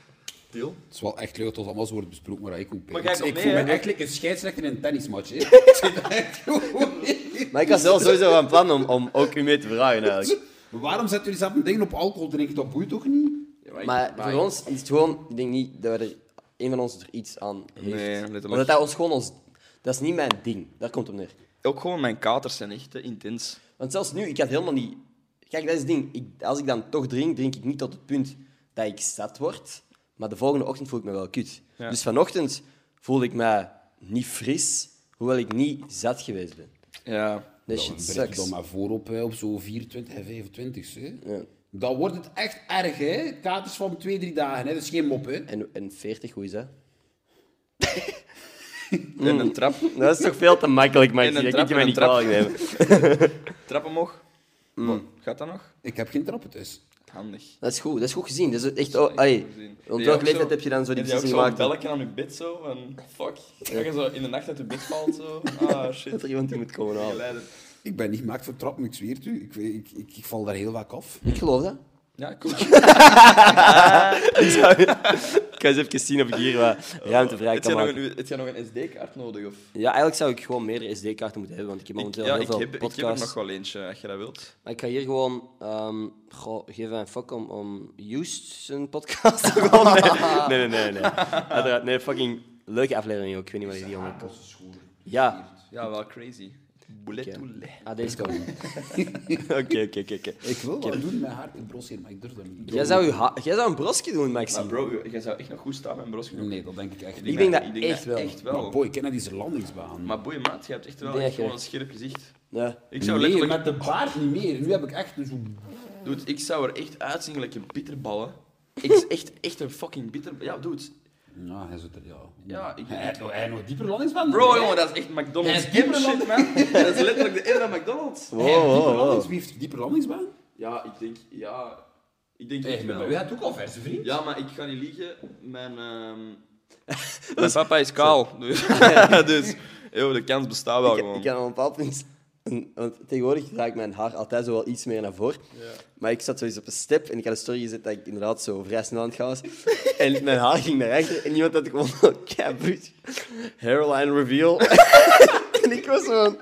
Deal. Het is wel echt leuk dat alles wordt besproken waar ik ook ben. Maar kijk ik op ik mee, voel me hè. eigenlijk een scheidsrechter in een tennismatch. hè. Ik zit echt gewoon in. Maar ik was wel sowieso van plan om, om ook u mee te vragen eigenlijk. Maar Waarom zetten jullie zelf een ding op alcohol drinken? Dat boeit toch niet? Maar voor ons is het gewoon, ik denk niet dat we er, een van ons er iets aan heeft. Nee, letterlijk. Omdat dat ons gewoon ons, dat is niet mijn ding. Daar komt het op neer. Ook gewoon mijn katers zijn echt te intens. Want zelfs nu, ik had helemaal niet. Kijk, dat is het ding. Ik, als ik dan toch drink, drink ik niet tot het punt dat ik zat word. Maar de volgende ochtend voel ik me wel kut. Ja. Dus vanochtend voelde ik me niet fris, hoewel ik niet zat geweest ben. Ja. Dat Dan shit breng je sucks. dan maar voor op, hè, op zo'n 24 en 25. Hè. Ja. Dan wordt het echt erg, hè? Katers van 2, 3 dagen, hè? dat is geen mop. Hè? En, en 40, hoe is dat? En Mm. een trap. Dat is toch veel te makkelijk, maar En een je trap, kunt je en mij een niet trap. kwalijk nemen. Trap omhoog. Mm. Bon, Gaat dat nog? Ik heb geen trappen thuis. Handig. Dat is goed, dat is goed gezien. Dat is echt... Oh, ai. Op welk welke leeftijd heb je dan zo die beslissing gemaakt? Heb je aan je bed zo? Van, fuck. Dat je zo in de nacht uit je bed valt zo. Ah, Dat shit. er iemand die moet komen halen. Geleider. Ik ben niet gemaakt voor trappen, ik zweer het u. Ik, weet- ik, ik, ik val daar heel vaak af. Ik geloof dat. Ja, cool. Ik, zou... ik ga eens even zien of ik hier wat ruimte vrij Heb kan jij nog maken. een, heb jij nog een SD-kaart nodig? Of? Ja, eigenlijk zou ik gewoon meerdere SD-kaarten moeten hebben, want ik heb Ik, momenteel ja, heel ik veel heb, ik podcasts. heb er nog wel eentje, als je dat wilt. Maar ik ga hier gewoon... ehm goh, geef mij een fuck om, om Just zijn podcast te gewoon... Nee, nee, nee. Nee, nee. Uiteraard, nee fucking leuke aflevering ook. Ik weet niet wat ik die onder... Ja. Ja, wel crazy. Boulet toulet. Ah, deze kan Oké, oké, oké, oké. Ik wil wat doen met haar in brosseer, maar ik durf dat niet. Jij zou, je ha- jij zou een brosje doen, Maxi. Maar bro, jij zou echt nog goed staan met een brosje. Nee, dat denk ik echt Ik niet. denk dat echt wel. Echt Maar wel. boy, ik ken dat die landingsbaan. Maar boeien maat, je hebt echt wel Nee, echt jij- gewoon een scherp gezicht. Ja. Ik zou nee, letterlijk... met de baard niet meer. Nu heb ik echt dus een... Dude, ik zou er echt uitzien gelijk een bitterballen. Ik is echt, echt een fucking bitterbal. Ja, dude. Ja, hij zit er, ja. Ja, ik- Hij heeft nog- hij heeft nog dieper landingsbaan. Bro, Nee. jongen, dat is echt McDonald's. Hij is dieper shit, dan- man. Dat is letterlijk de ene van McDonald's. Hij heeft Wow, dieper wow, wow. landings- Wie heeft dieper landingsbaan? Ja, ik denk... Ja, ik denk echt Tegen wel. mij. U had ook al verse vriend. Ja, maar ik ga niet liegen. Mijn, ehm, Mijn papa is kaal. Dus, dus yo, de kans bestaat wel Ik, gewoon. ik kan op een bepaald punt... een- Want tegenwoordig raakt mijn haar altijd zo wel iets meer naar voren. Maar ik zat zoiets op een step en ik had een story gezet dat ik inderdaad zo vrij snel aan het gaan was. En mijn haar ging naar achter en iemand had gewoon cabbage. Hairline reveal. en ik was gewoon...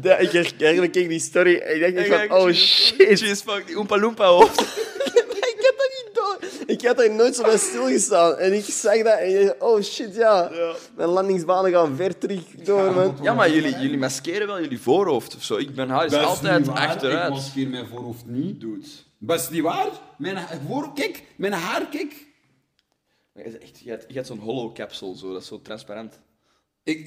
Dat, ik herkende keek die story en ik dacht echt van, oh shit. Jeez, fuck, die Oompa Loompa hoofd. ik heb dat niet door. Ik had er nooit zo bij stilgestaan. En ik zag dat en je oh shit, ja. Mijn landingsbanen gaan ver terug door, man. Ja, maar jullie, jullie maskeren wel jullie voorhoofd of zo. Ik, mijn haar is Dat is niet altijd waar. Ik achteruit. maskeer mijn voorhoofd niet. Dude. Dat is niet waar. Mijn ha- voor, kijk, mijn haar, kijk. Maar Je hebt echt- je hebt, je hebt zo'n hollow capsule, zo, dat is zo transparant. Ik,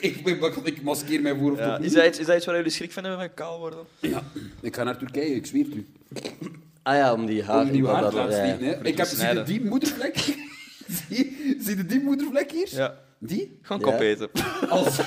ik, ben bang dat ik maskeer mijn voorhoofd Ja, ook is, niet. dat iets, is dat iets waar jullie schrik van hebben, van kaal worden? Ja. Ik ga naar Turkije, ik zweer het u. Ah ja, om die haar... Om die inderdaad, haar te ja, laten ja. steken, hè. Ik heb, zie je snijden. die moedervlek? zie, zie je die moedervlek hier? Ja. Die? Gewoon Ja. kop eten. Als,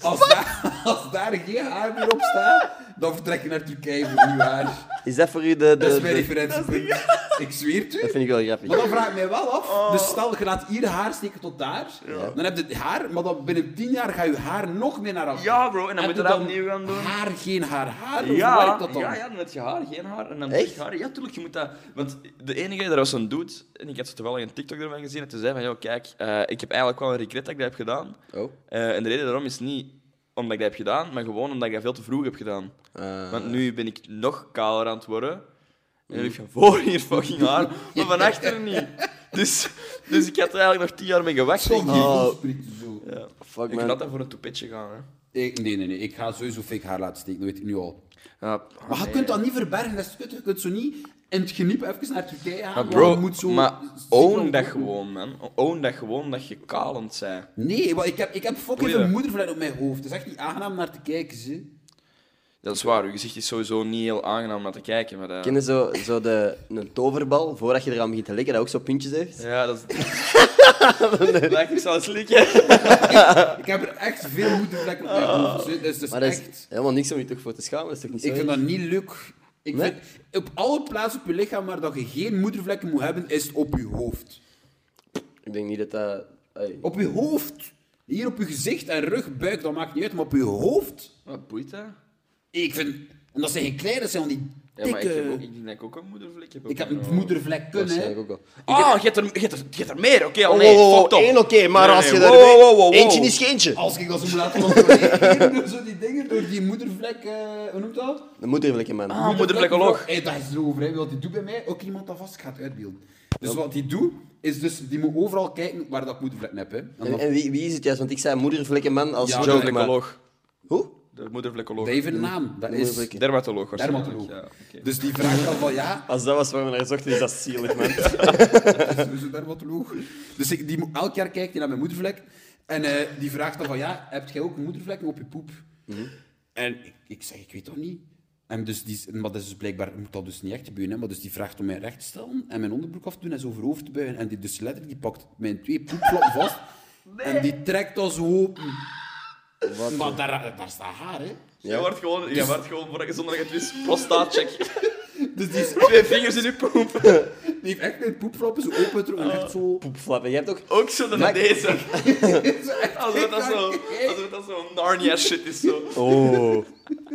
als, daar, als daar geen haar meer op staat, dan vertrek ik naar Turkije voor nieuw haar. Is dat voor u de... de, Dat is mijn de- referentiepunt. Ik zweer het u. dat vind ik wel grappig. Maar dan vraag ik mij wel af. Oh. Dus stel, je laat hier haar steken tot daar. Dan heb je het haar, maar dan binnen 10 jaar ga je haar nog meer naar af. Ja, bro, en dan moet je dat opnieuw gaan doen. Haar, geen haar, haar. Hoe Ja, werkt dat dan? ja, ja, dan heb je haar, geen haar. En dan Echt? moet je haar. Ja, tuurlijk, je moet dat. Want de enige, er was zo'n dude, en ik had zo toevallig een TikTok ervan gezien, en toen zei van, joh, kijk, eh, ik heb eigenlijk wel een regret dat ik dat heb gedaan. Oh. Eh, en de reden daarom is niet omdat ik dat heb gedaan, maar gewoon omdat ik dat veel te vroeg heb gedaan. Eh. Want nu ben ik nog kaler aan het worden. En dan heb ik van voor hier fucking haar, maar van achter niet. Dus, dus ik had er eigenlijk nog tien jaar mee gewacht. denk ik. Ah. Oh. Zo. Ja. Fuck, Ik man. laat dat voor een toepetje gaan, hè. Ik, nee, nee, nee. Ik ga sowieso fake haar laten steken. Dat weet ik nu al. Ja, Maar je kunt dat niet verbergen. Dat is kut. Je kunt zo niet in het geniep even naar Turkije gaan. Maar want Ah, bro, je moet zo maar ziek own dat worden. gewoon, man. Own dat gewoon dat je kalend bent. Nee, want ik heb, ik heb fucking Boeien. een moedervlek op mijn hoofd. Dat is echt niet aangenaam naar te kijken, ze. Dat is waar, uw gezicht is sowieso niet heel aangenaam om naar te kijken. Maar, eh, Ken je zo, zo de, een toverbal, voordat je eraan begint te likken, dat ook zo puntjes heeft? Ja, dat is... Lijkt me zelfs likken. Ik heb er echt veel moeite vlek op mijn hoofd. Dus, dus, dus Maar dat is echt... helemaal niks om je toch voor te schamen, dat is toch niet zo? Ik vind dat niet leuk. Ik Nee? vind, op alle plaatsen op je lichaam waar dat je geen moedervlekken moet hebben, is het op je hoofd. Ik denk niet dat dat... Ai. Op je hoofd. Hier op je gezicht en rug, buik, dat maakt niet uit, maar op je hoofd. Wat boeit dat? Ik vind... En dat zijn geen kleine, dat zijn al die Ja, maar ik, dikke... heb ik, ook, eh, ik denk dat ik ook een eh, moedervlik heb. heb een moedervlekken, hè. Waarschijnlijk ook wel. Ah, je hebt er, je hebt er, je hebt er meer. Oké, al Oh, nee, oh, oh, fuck top. één oké, maar Nee, als je nee, er... wow, wow, wow, wow. Eentje is geentje. Als ik dat zo moet laten lopen, door zo die dingen, door die moedervlek, eh, hoe noemt dat? Een moederlijke man. Ah, moedervlekoloog. Hé, dat is zo vrij. Wat die doet bij mij, ook iemand dat vast gaat uitbeelden. Dus wat die doet, is dus, die moet overal kijken waar dat moedervlekken heb. Hè. En En, dat- en wie, wie is het juist? Want ik zei moedervlijke man als Ja, joke, maar... Moedervlekoloog. Hoe? De moedervlekoloog. Dat heeft een naam. Dat is Moedervlekken. Dermatoloog waarschijnlijk. dermatoloog. Ja, oké. Dus die vraagt dan van ja, Als dat was waar we naar zochten, is dat zielig, man. dat is een dermatoloog. Dus ik, die, moet- elk jaar kijkt hij naar mijn moedervlek. En eh, die vraagt dan van ja, heb jij ook moedervlekken op je poep? Mhm. En ik, ik zeg, ik weet dat niet. En dus die, maar dat is dus blijkbaar, moet dat dus niet echt gebeuren. Hè? Maar dus die vraagt om mij recht te stellen en mijn onderbroek af te doen en zo voorover te buigen. En die dus letterlijk, die pakt mijn twee poepflappen vast en die trekt dat zo open. maar daar, daar staat haar, hè. Jij wordt gewoon, jij wordt gewoon voordat je zonder dat je het wist, prostaatcheck. Dus die, is- Twee vingers in je poep. die heeft echt mijn poepflappen zo open getrokken en Oh. echt zo... Poepflappen. Jij hebt ook... Ook zo naar Maar- deze. Alsof dat zo, alsof dat zo Narnia shit is zo. Oh.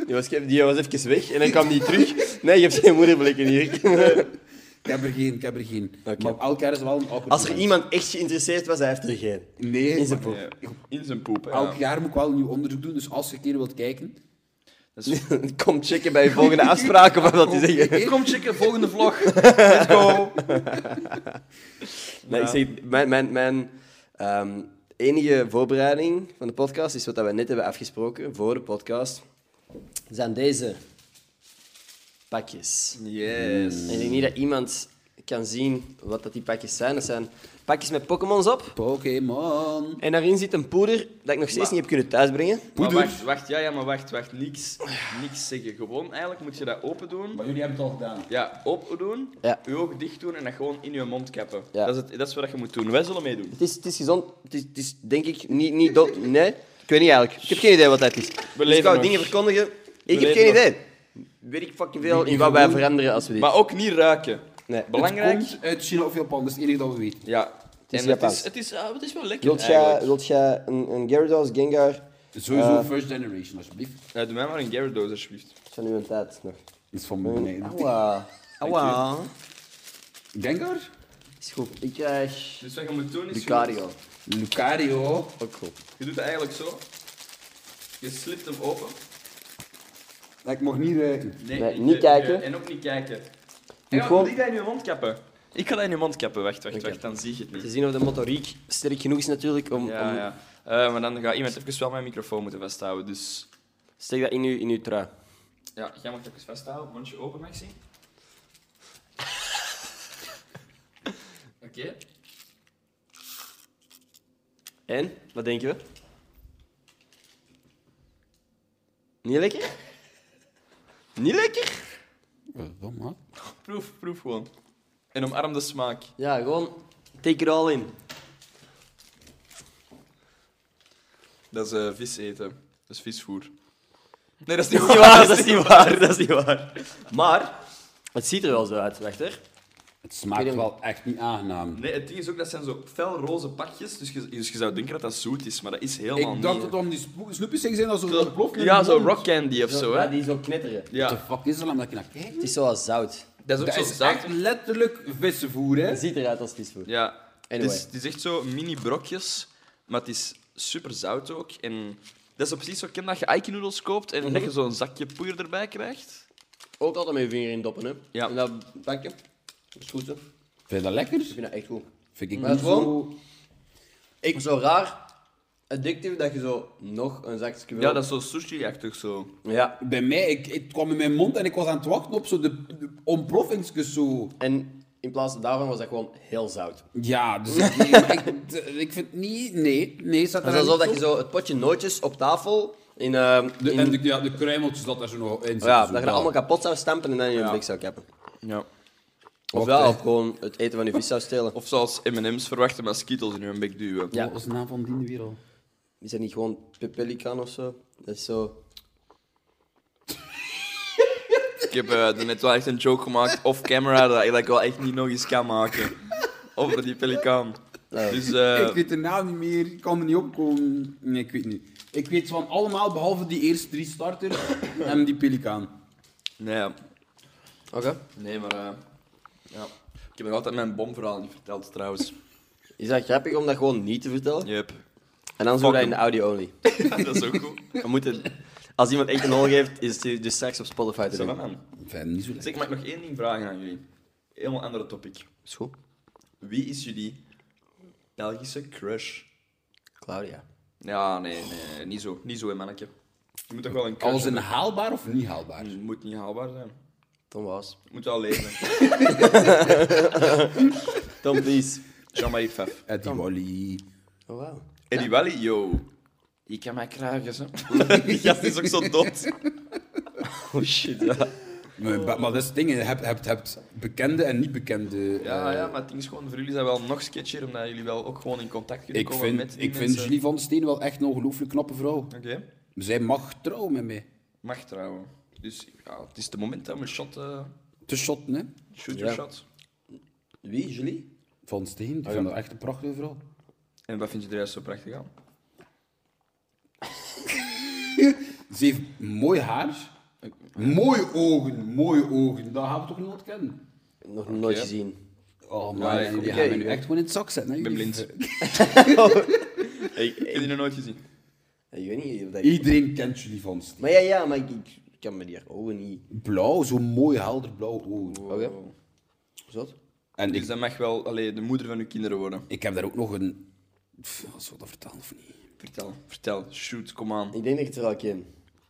Die was, die was even weg en dan kwam die terug. Nee, je hebt geen moederblikken hier. Ik heb er geen, ik heb er geen. Oké. Maar elk jaar is wel een awkward Als er moment. iemand echt geïnteresseerd was, hij heeft er geen. Nee, In zijn maar- poep. Ja, In zijn poep. hè, ja. elk jaar moet ik wel een nieuw onderzoek doen, dus als je een keer wilt kijken... Dat is- Kom checken bij je volgende afspraak of wat dat die zeggen. Oké. Kom checken, volgende vlog. Let's go. Nee, ik zeg, mijn mijn, mijn ehm, enige voorbereiding van de podcast is wat dat we net hebben afgesproken voor de podcast. Zijn deze pakjes. Yes. En ik denk niet dat iemand kan zien wat dat die pakjes zijn. Dat zijn pakjes met Pokémons op. Pokémon. En daarin zit een poeder dat ik nog steeds niet heb kunnen thuisbrengen. Maar Poeder. wacht, wacht, ja, ja, maar wacht, wacht. Niks, niks zeggen. Gewoon, eigenlijk moet je dat open doen. Maar jullie hebben het al gedaan. Ja, open doen, Ja. je ogen dicht doen en dat gewoon in je mond kappen. Ja. Dat, is het, dat is wat je moet doen. Wij zullen meedoen. Het is, het is gezond. Het is, het is denk ik niet, niet dood. Nee, ik weet niet eigenlijk. Ik heb geen idee wat dat is. dus ik leven wou nog. dingen verkondigen. Ik leven heb geen nog. idee. Weet ik fucking veel in wat wij veranderen als we dit... Maar ook niet ruiken. nee. Belangrijk. Het komt uit China of Japan, dat is het enige dat we weten. Ja. is en het Japans. is, het, is, ah, het is wel lekker Wilt jij, eigenlijk. wilt jij een, een Gyarados, Gengar? Sowieso first generation, alsjeblieft. Ja, doe mij maar een Gyarados, alsjeblieft. Het is van uw tijd nog. Dat is van mij. Auwa. Auwa. Gengar? Is goed. Ik krijg... Dus wat je moet doen is... Lucario. Lucario. Ook goed. Je, je doet het eigenlijk zo. Je slipt hem open. Ik mag niet eh, ruiken. Nee, Nee, je- niet je- kijken. en ook niet kijken. Moet En ja, gewoon- moet ik dat in je mond kappen? Ik ga dat in je mond kappen. Wacht, wacht, Oké. wacht. Dan zie je het Te niet. zien of de motoriek sterk genoeg is natuurlijk om... Ja, om... ja. Eh, maar dan gaat iemand even wel mijn microfoon moeten vasthouden. Dus Steek dat in uw, in uw trui. ja, jij mag even vasthouden. Mondje open, Maxi. Oké. En? Wat denken we? Niet lekker? Niet lekker? Wat, man? Proef, proef gewoon. En omarm de smaak. Ja, gewoon take it all in. Dat is eh, vis eten. Dat is visvoer. Nee, dat is niet Dat is niet waar, waar. dat is niet waar, dat is niet waar. Maar, het ziet er wel zo uit, wacht hè. Het smaakt wel echt niet aangenaam. Nee, het ding is ook, dat zijn zo felroze pakjes. Dus je, dus je zou denken dat dat zoet is, maar dat is helemaal Ik dacht niet. dat om die spo- snoepjes te zijn, dat ze dat ploffen. in Ja, de zo mond. rock candy of zo, Ja, hè. die is ook knetteren. Ja. What the fuck is dat, omdat je naar kijkt? Het is zoals zout. Dat is ook Dat zo is zout. echt letterlijk vissenvoer, hè? Het ziet eruit als visvoer. Ja. Anyway. Het, is, het is echt zo mini brokjes, maar het is super zout ook. En dat is op precies zo ken dat je Aiken noedels koopt en dat je zo'n zakje poeier erbij krijgt. Ook altijd met je vinger in doppen, hè. Ja. En dat pakken. Dat is goed, hè. Ik Vind je dat lekker? vind dat echt goed. Vind ik Maar niet gewoon- zo... Ik... Zo raar addictief dat je zo nog een zakje wil. Ja, dat is zo sushi-achtig zo. Ja. Bij mij, ik, het kwam in mijn mond en ik was aan het wachten op zo de, de ontploffingskus zo. En in plaats daarvan was dat gewoon heel zout. Ja, dus ik, nee, maar ik, ik vind het niet... Nee, nee, staat Het daar is alsof niet dat je op? zo het potje nootjes op tafel In, ehm, De, in- En de, ja, de kruimeltjes dat er zo nog in zitten. ja, zo Nou, dat je dat wel. allemaal kapot zou stampen en dan in je Ja. blik zou kappen. Ja. Ofwel, of gewoon het eten van je vis zou stelen. Of zoals M&M's verwachten, maar Skittles in hun bek duwen. Ja. Wat was de naam van die weer al? Is dat niet gewoon pe- pelikaan of zo? Dat is zo... Ik heb eh, er net wel echt een joke gemaakt off camera dat ik, dat ik wel echt niet nog eens kan maken. Over die pelikaan. Dus eh, Ik weet de naam niet meer, ik kan er niet opkomen. Nee, ik weet niet. Ik weet van allemaal, behalve die eerste drie starters en die pelikaan. nee, ja. Oké. nee, maar eh, ja. Ik heb nog altijd mijn bomverhaal niet verteld trouwens. Is dat grappig om dat gewoon niet te vertellen? Yep. En dan Fuck doen we dat in de hem. audio only. dat is ook goed. We moeten... Als iemand echt een hol geeft, is het dus straks op Spotify te Zo doen. van aan. Fijn, niet zo lekker. Zeg, mag ik nog één ding vragen aan jullie? Helemaal andere topic. Is goed. Wie is jullie Belgische crush? Claudia. Ja, nee, nee, niet zo. Niet zo, hè, mannetje. Je moet toch wel een crush Alles in hebben? haalbaar of niet haalbaar? Mm. Het moet niet haalbaar zijn. Tom was. Het moet wel leven. Tom, please. Jean-Marie Pfaff. Uit die Wally. Oh, wow. Eddie Wally, yo. Die kan mij kragen, zo. Die gast is ook zo dood. Oh, shit, ja. Maar, maar dat is het ding, je hebt, hebt, hebt bekende en niet bekende. Ja, eh, ja, maar het ding is gewoon, voor jullie zijn wel nog sketchier, omdat jullie wel ook gewoon in contact kunnen Ik komen met vind, die ik vind mensen. Julie van Steen wel echt een ongelooflijk knappe vrouw. Oké. Zij mag trouwen met mij. Mag trouwen. Dus ja, het is het moment dat we shot... eh, Te shotten, hè. shoot your Ja. shot. Wie? Julie? Van Steen, Ah, die vind dat echt een prachtige vrouw. En wat vind je er juist zo prachtig aan? Ze heeft mooi haar. Mooie ogen, mooie ogen. Dat gaan we toch niet ontkennen? Nog nooit gezien. Oh man, Ja, ik- jullie oké, gaan mij nu ik- echt gewoon in het zak zetten. Hè, Ik ben jullie. blind. Oh. Ik heb die nog nooit gezien. Ik weet niet of dat... Iedereen kent jullie van Steen. Maar ja, ja, maar ik, ik kan me die ogen niet... Blauw, zo'n mooi helder blauw ogen. Oké. Zot. En Dus ik, dat mag wel allee, de moeder van uw kinderen worden. ik heb daar ook nog een... Pff, Zal ik dat vertellen of niet? Vertel, vertel, shoot, kom aan. Ik denk dat ik het er al ken.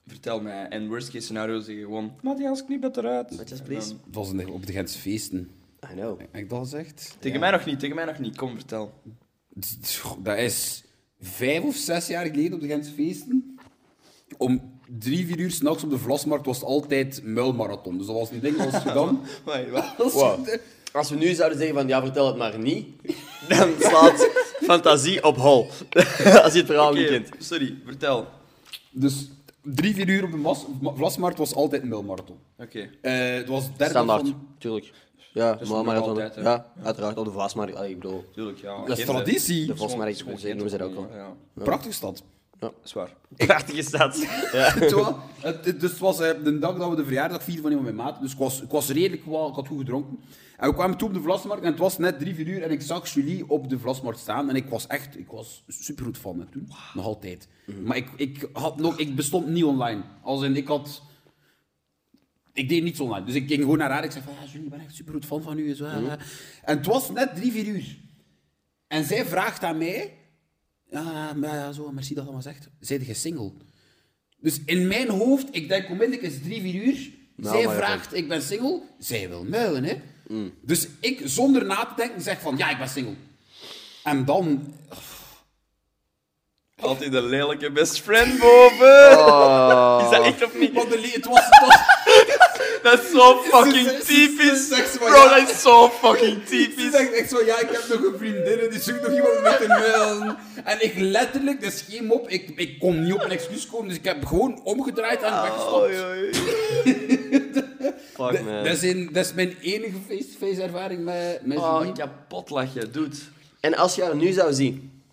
Vertel mij. En worst case scenario zeg je gewoon... Matthias, knip dat eruit. Matthias, En please. dan- Het was in de- op de Gentse feesten. I know. Heb ik dat gezegd? Tegen mij nog niet, tegen mij nog niet. Kom, vertel. Dat is vijf of zes jaar geleden op de Gentse feesten. Om drie, vier uur s'nachts op de Vlasmarkt was het altijd muilmarathon. Dus dat was niet ding als gedaan. Wait, wat? Wow. Als we nu zouden zeggen van ja, vertel het maar niet, dan slaat fantasie op hol. Als je het verhaal niet Oké, kent. sorry, vertel. Oké. Dus drie, vier uur op de mas- ma- Vlasmarkt was altijd een muilmarathon. Eh, het was het derde Standaard, van... tuurlijk. Ja, is maar nog marathon. altijd, hè. ja, uiteraard. Op de Vlasmarkt, allee, ik bedoel. Tuurlijk, ja. Dat is Gent, hè. traditie. De Vlasmarkt, Schoon- ze noemen ze dat ook Gent, al. Ja, Prachtige stad. zwaar. Prachtige stad. Ja. Terwijl, het, het- dus het was eh, de dag dat we de verjaardag vierden van een van mijn maten. Dus ik was, ik was redelijk wel, ik had goed gedronken. En we kwamen toe op de Vlasmarkt en het was net drie, vier uur. En ik zag Julie op de Vlasmarkt staan. En ik was echt, ik was supergoed van haar toen. Nog altijd. Maar ik, ik, had nog, ik bestond niet online. Als in, ik had... Ik deed niets online. Dus ik ging gewoon naar haar. Ik zei van, ja, Julie, ik ben echt supergoed fan van u. En, zo, ja, Mhm. ja. en het was net drie, vier uur. En zij vraagt aan mij... Ja, maar ja, zo, merci dat je dat maar zegt. Zijde je single? Dus in mijn hoofd, ik denk onmiddellijk is drie, vier uur. Nou, zij maar ja, Mm. vraagt, ik ben single. Zij wil muilen, hè. Dus ik, zonder na te denken, zeg van, ja, ik ben single. En dan... Altijd de lelijke best friend boven. Oh. Is dat echt of niet? Want de li- het was... het was- Dat is zo fucking Ze- ze- ze- ze typisch. zegt zo van, Bro, ja. dat is zo fucking Ze typisch. zegt echt zo, ja, ik heb nog een vriendin en die zoekt nog iemand met te muilen. En ik letterlijk, dat is geen mop, ik, ik kon niet op een excuus komen, dus ik heb gewoon omgedraaid en weggestopt. Oei, oei. Fuck man. Dat is, in- dat is mijn enige face-to-face ervaring met, met Julie. Oh, kapot lach je, dude. En als je haar nu zou zien,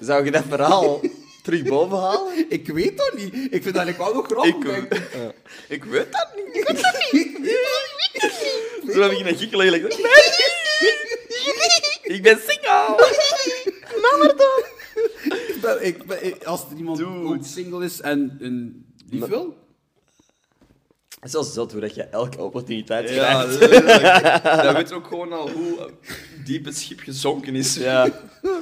zou je dat verhaal terug boven halen? Ik weet dat niet. Ik vind dat eigenlijk wel nog grappig. Ik, denk ik. eh, ik weet dat niet. Ik weet dat niet. Toen heb ik naar Gikkel lelijk. Nee, ik ben single. Ik ben- ik ben- ik- als er iemand Dude. ook single is en een lief Maar- wil... Het is wel zot hoe dat je elke opportuniteit Ja, krijgt. dat, dat- dat weet ook gewoon al hoe diep het schip gezonken is. Ja.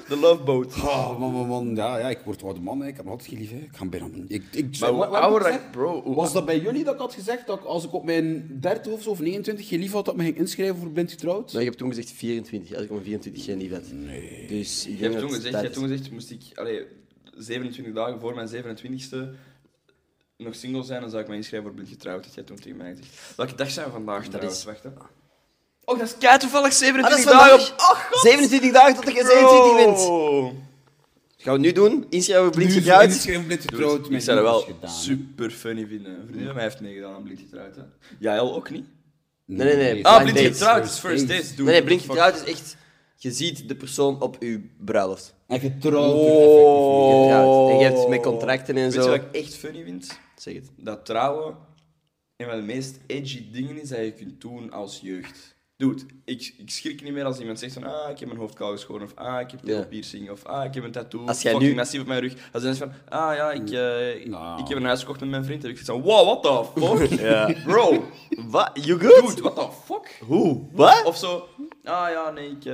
De love boat. Oh, man, man, man. Ja, ja, ik word oude man. hè. Ik heb nog altijd geen lief. hè. Ik ga bijna... Ik, ik, Maar hoe wat- wat heb ik ouder gezegd? ik, bro, hoe Was dat bij jullie dat ik had gezegd dat ik, als ik op mijn 30 of zo, of 29 geen lief had, dat ik me ging inschrijven voor blind getrouwd? Maar ik heb toen gezegd 24, als ik om 24 geen lief had. Nee. Dus ik Je denk hebt dat toen gezegd, dat je hebt is- toen gezegd moest ik allee, 27 dagen voor mijn 27ste nog single zijn, dan zou ik mij inschrijven voor blind getrouwd. Dat jij toen tegen mij zegt. Welke dag zijn we vandaag trouwens? is- Wacht, hè. Oh, dat is kei toevallig 27 dagen. Ah, Ah, vandaag. 27 dagen tot je 27 bent. Bro. Gaan we nu doen? Inschrijven voor Blind Nu Getrouwd. ingeschreven met Dude, getrouwd Ik met zou dat jongens wel gedaan. super funny vinden. Een vriendin van mij heeft meegedaan aan blind getrouwd. Hè. Jij al ook niet? Nee, nee, nee. Ah, Blind blind dates. getrouwd is first dates. Dude. Nee, nee, Blind Fuck. Getrouwd is echt... Je ziet de persoon op uw bruiloft. En getrouwd. Blind Oh. Getrouwd. En je hebt met contracten en Weet je zo. wat ik echt funny vind? Zeg het. dat trouwen een van de meest edgy dingen is dat je kunt doen als jeugd. Dude, ik, ik schrik niet meer als iemand zegt van ah, ik heb mijn hoofd kaal geschoren, of ah, ik heb Ja. een piercing, of ah, ik heb een tattoo, Als jij fucking nu- massief op mijn rug. Als mensen van ah ja, ik, eh, Nou. ik heb een huis gekocht met mijn vriend, heb ik zoiets van wow, what the fuck? Ja. Bro, Wat? You good? dude, what the fuck? Hoe? Wat? Of zo, ah ja, nee, ik, eh,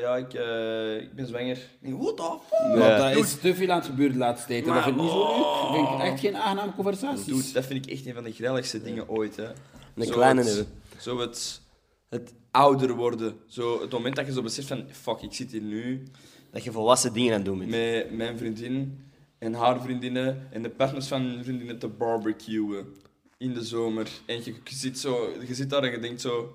ja, ik, eh, ik ben zwanger. Nee, what the fuck? Want Ja. dat is te veel aan het gebeuren de laatste tijd. En dat Maar- vind ik niet zo leuk. Dat vind ik echt geen aangename conversatie. Dude, dat vind ik echt een van de grilligste dingen ooit, hè. Een Zo kleine het- hebben. Zo het Het, ouder worden. Zo, het moment dat je zo beseft van, fuck, ik zit hier nu dat je volwassen dingen aan het doen bent. met mijn vriendin en haar vriendinnen en de partners van mijn vriendinnen te barbecuen in de zomer. En je, je zit, zo, je zit daar en je denkt zo,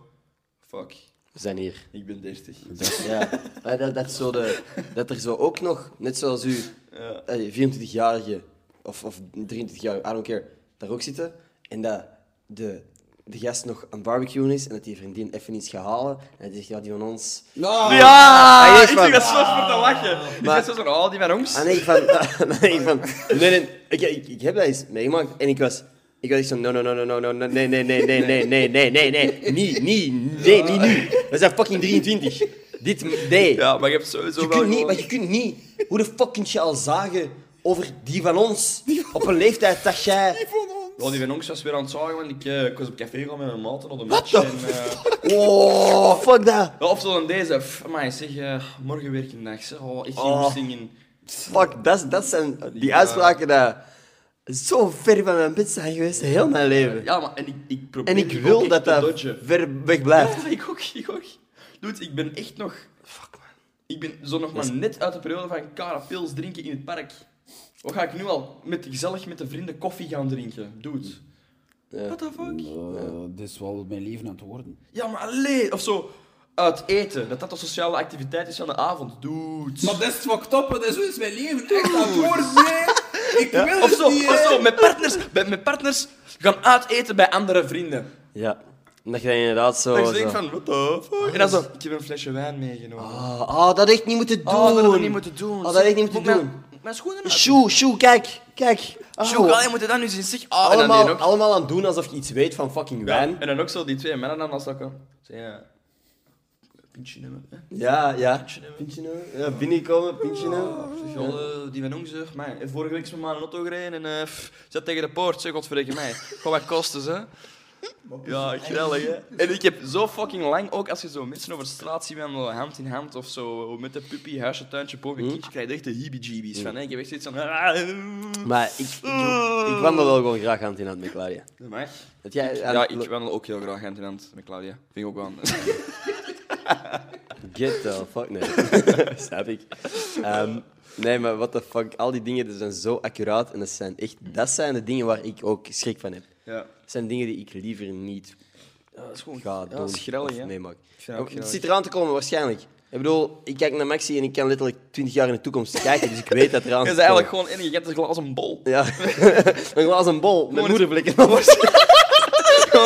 fuck, We zijn hier. ik ben Ah, 30. Ah, Ja. Maar dat, dat, is zo de, dat er zo ook nog, net zoals u, Ja. 24-jarige of, of 23-jarige, I don't care, daar ook zitten. En dat de, de gast nog aan het barbecuen is en dat die vriendin even iets gaat halen. En dat zegt, ja, die van ons. Nou, Ah, Ja, jezus, ik man. denk dat zo voor te lachen. Ik Ah, Maar- ben zo van, oh, die van ons. Ah nee, ik van, ah, nee, ik van, nee, nee, ik, ik, ik heb dat eens meegemaakt en ik was, ik was echt zo, no, no, no, no, no, no, no, nee, nee, nee, nee, nee, nee, nee, nee, nee, niet, niet, nee, niet nu. We zijn fucking 23. Dit, nee. Ja, maar je hebt sowieso Je wel kunt niet, gewoon- maar je kunt niet, hoe de fuck kun je al zagen over die van ons, op een leeftijd dat jij, Ja, Oh, die van ons was weer aan het zagen, want ik, eh, ik was op café gegaan met mijn maten op de match. en, eh, oh, fuck dat, ja, of zo dan deze, pff, amai, zeg, eh, morgen werk ik nachts. hè. Oh, echt geen Oh. oh. in. fuck, dat, dat zijn die Ja. uitspraken dat zo ver van mijn bed zijn geweest, heel mijn leven. Ja, maar en ik, ik probeer En ik die ook wil echt dat te dat dodgen. ver weg blijft. Ja, ik ook, ik ook. Dude, ik ben echt nog... Fuck, man. Ik ben zo nog maar net uit de periode van kara pils drinken in het park. Wat ga ik nu al met, gezellig met de vrienden koffie gaan drinken? Dude. Ja. What the fuck? eh, dit is wel mijn leven aan het worden. Ja, maar alleen... Of zo, uit eten. Dat dat de sociale activiteit is van de avond. Dude. Maar dat is fucked up, want dat is hoe is mijn leven echt aan het worden. hè. Ik wil of het zo, niet. of hè. zo, met partners, met, met partners gaan uiteten bij andere vrienden. Ja. En dat je dan inderdaad zo... Dat je Oh, zo- denkt van, what the fuck? En dan zo, ik heb een flesje wijn meegenomen. Ah, ah, dat echt niet moeten doen. Oh, dat hadden we niet moeten doen. Ah, dat had ik niet moeten Moet ik doen. Mijn, moet mijn schoenen uit. Sjoe, sjoe, kijk, kijk. Ah, Sjoe, allee, moet je dat nu zien? Zeg, ah, en dan allemaal, die ook. allemaal aan het doen alsof je iets weet van fucking Ja, wijn. En dan ook zo die twee mannen aan zakken. Zeg, ja. Pintje nemen. hè. Ja, ja. nemen. Pintje nemen. Ja, binnenkomen, pintje nou? nemen. Zeg, joh, eh, die van ons, zeg, mij. eh, Vorige week is mijn man een auto gereden en eh, pff, zat tegen de poort. Zeg, godverdikke mij. Gewoon wat kosten, ze. Ja, grellig, hè. En ik heb zo fucking lang, ook als je zo mensen over de straat ziet met een hand in hand of zo, met de puppy, huisje, tuintje, boven, Hm? kindje, krijg je echt de heebie-jeebies van. hè. Ik heb echt zoiets van... ah, Maar ik, ik, ik wandel wel gewoon graag hand in hand met Claudia. Dat mag. Dat jij, Ja, ik wandel ook heel graag hand in hand met Claudia. Vind ik ook wel. Get the fuck, nee. Snap ik. Ehm, nee, maar what the fuck. Al die dingen die zijn zo accuraat en dat zijn echt... Dat zijn de dingen waar ik ook schrik van heb. ja. Dat zijn dingen die ik liever niet dat is gewoon ga ja, doen dat is grellig, of hè. meemaak. vind dat ook Het grellig. zit eraan te komen, waarschijnlijk. Ik bedoel, ik kijk naar Maxi en ik kan letterlijk 20 jaar in de toekomst kijken, dus ik weet dat eraan Dat is zit eigenlijk gewoon in, je hebt een glas een bol. Ja, een glas een bol met Gewoon moederblikken. Gewoon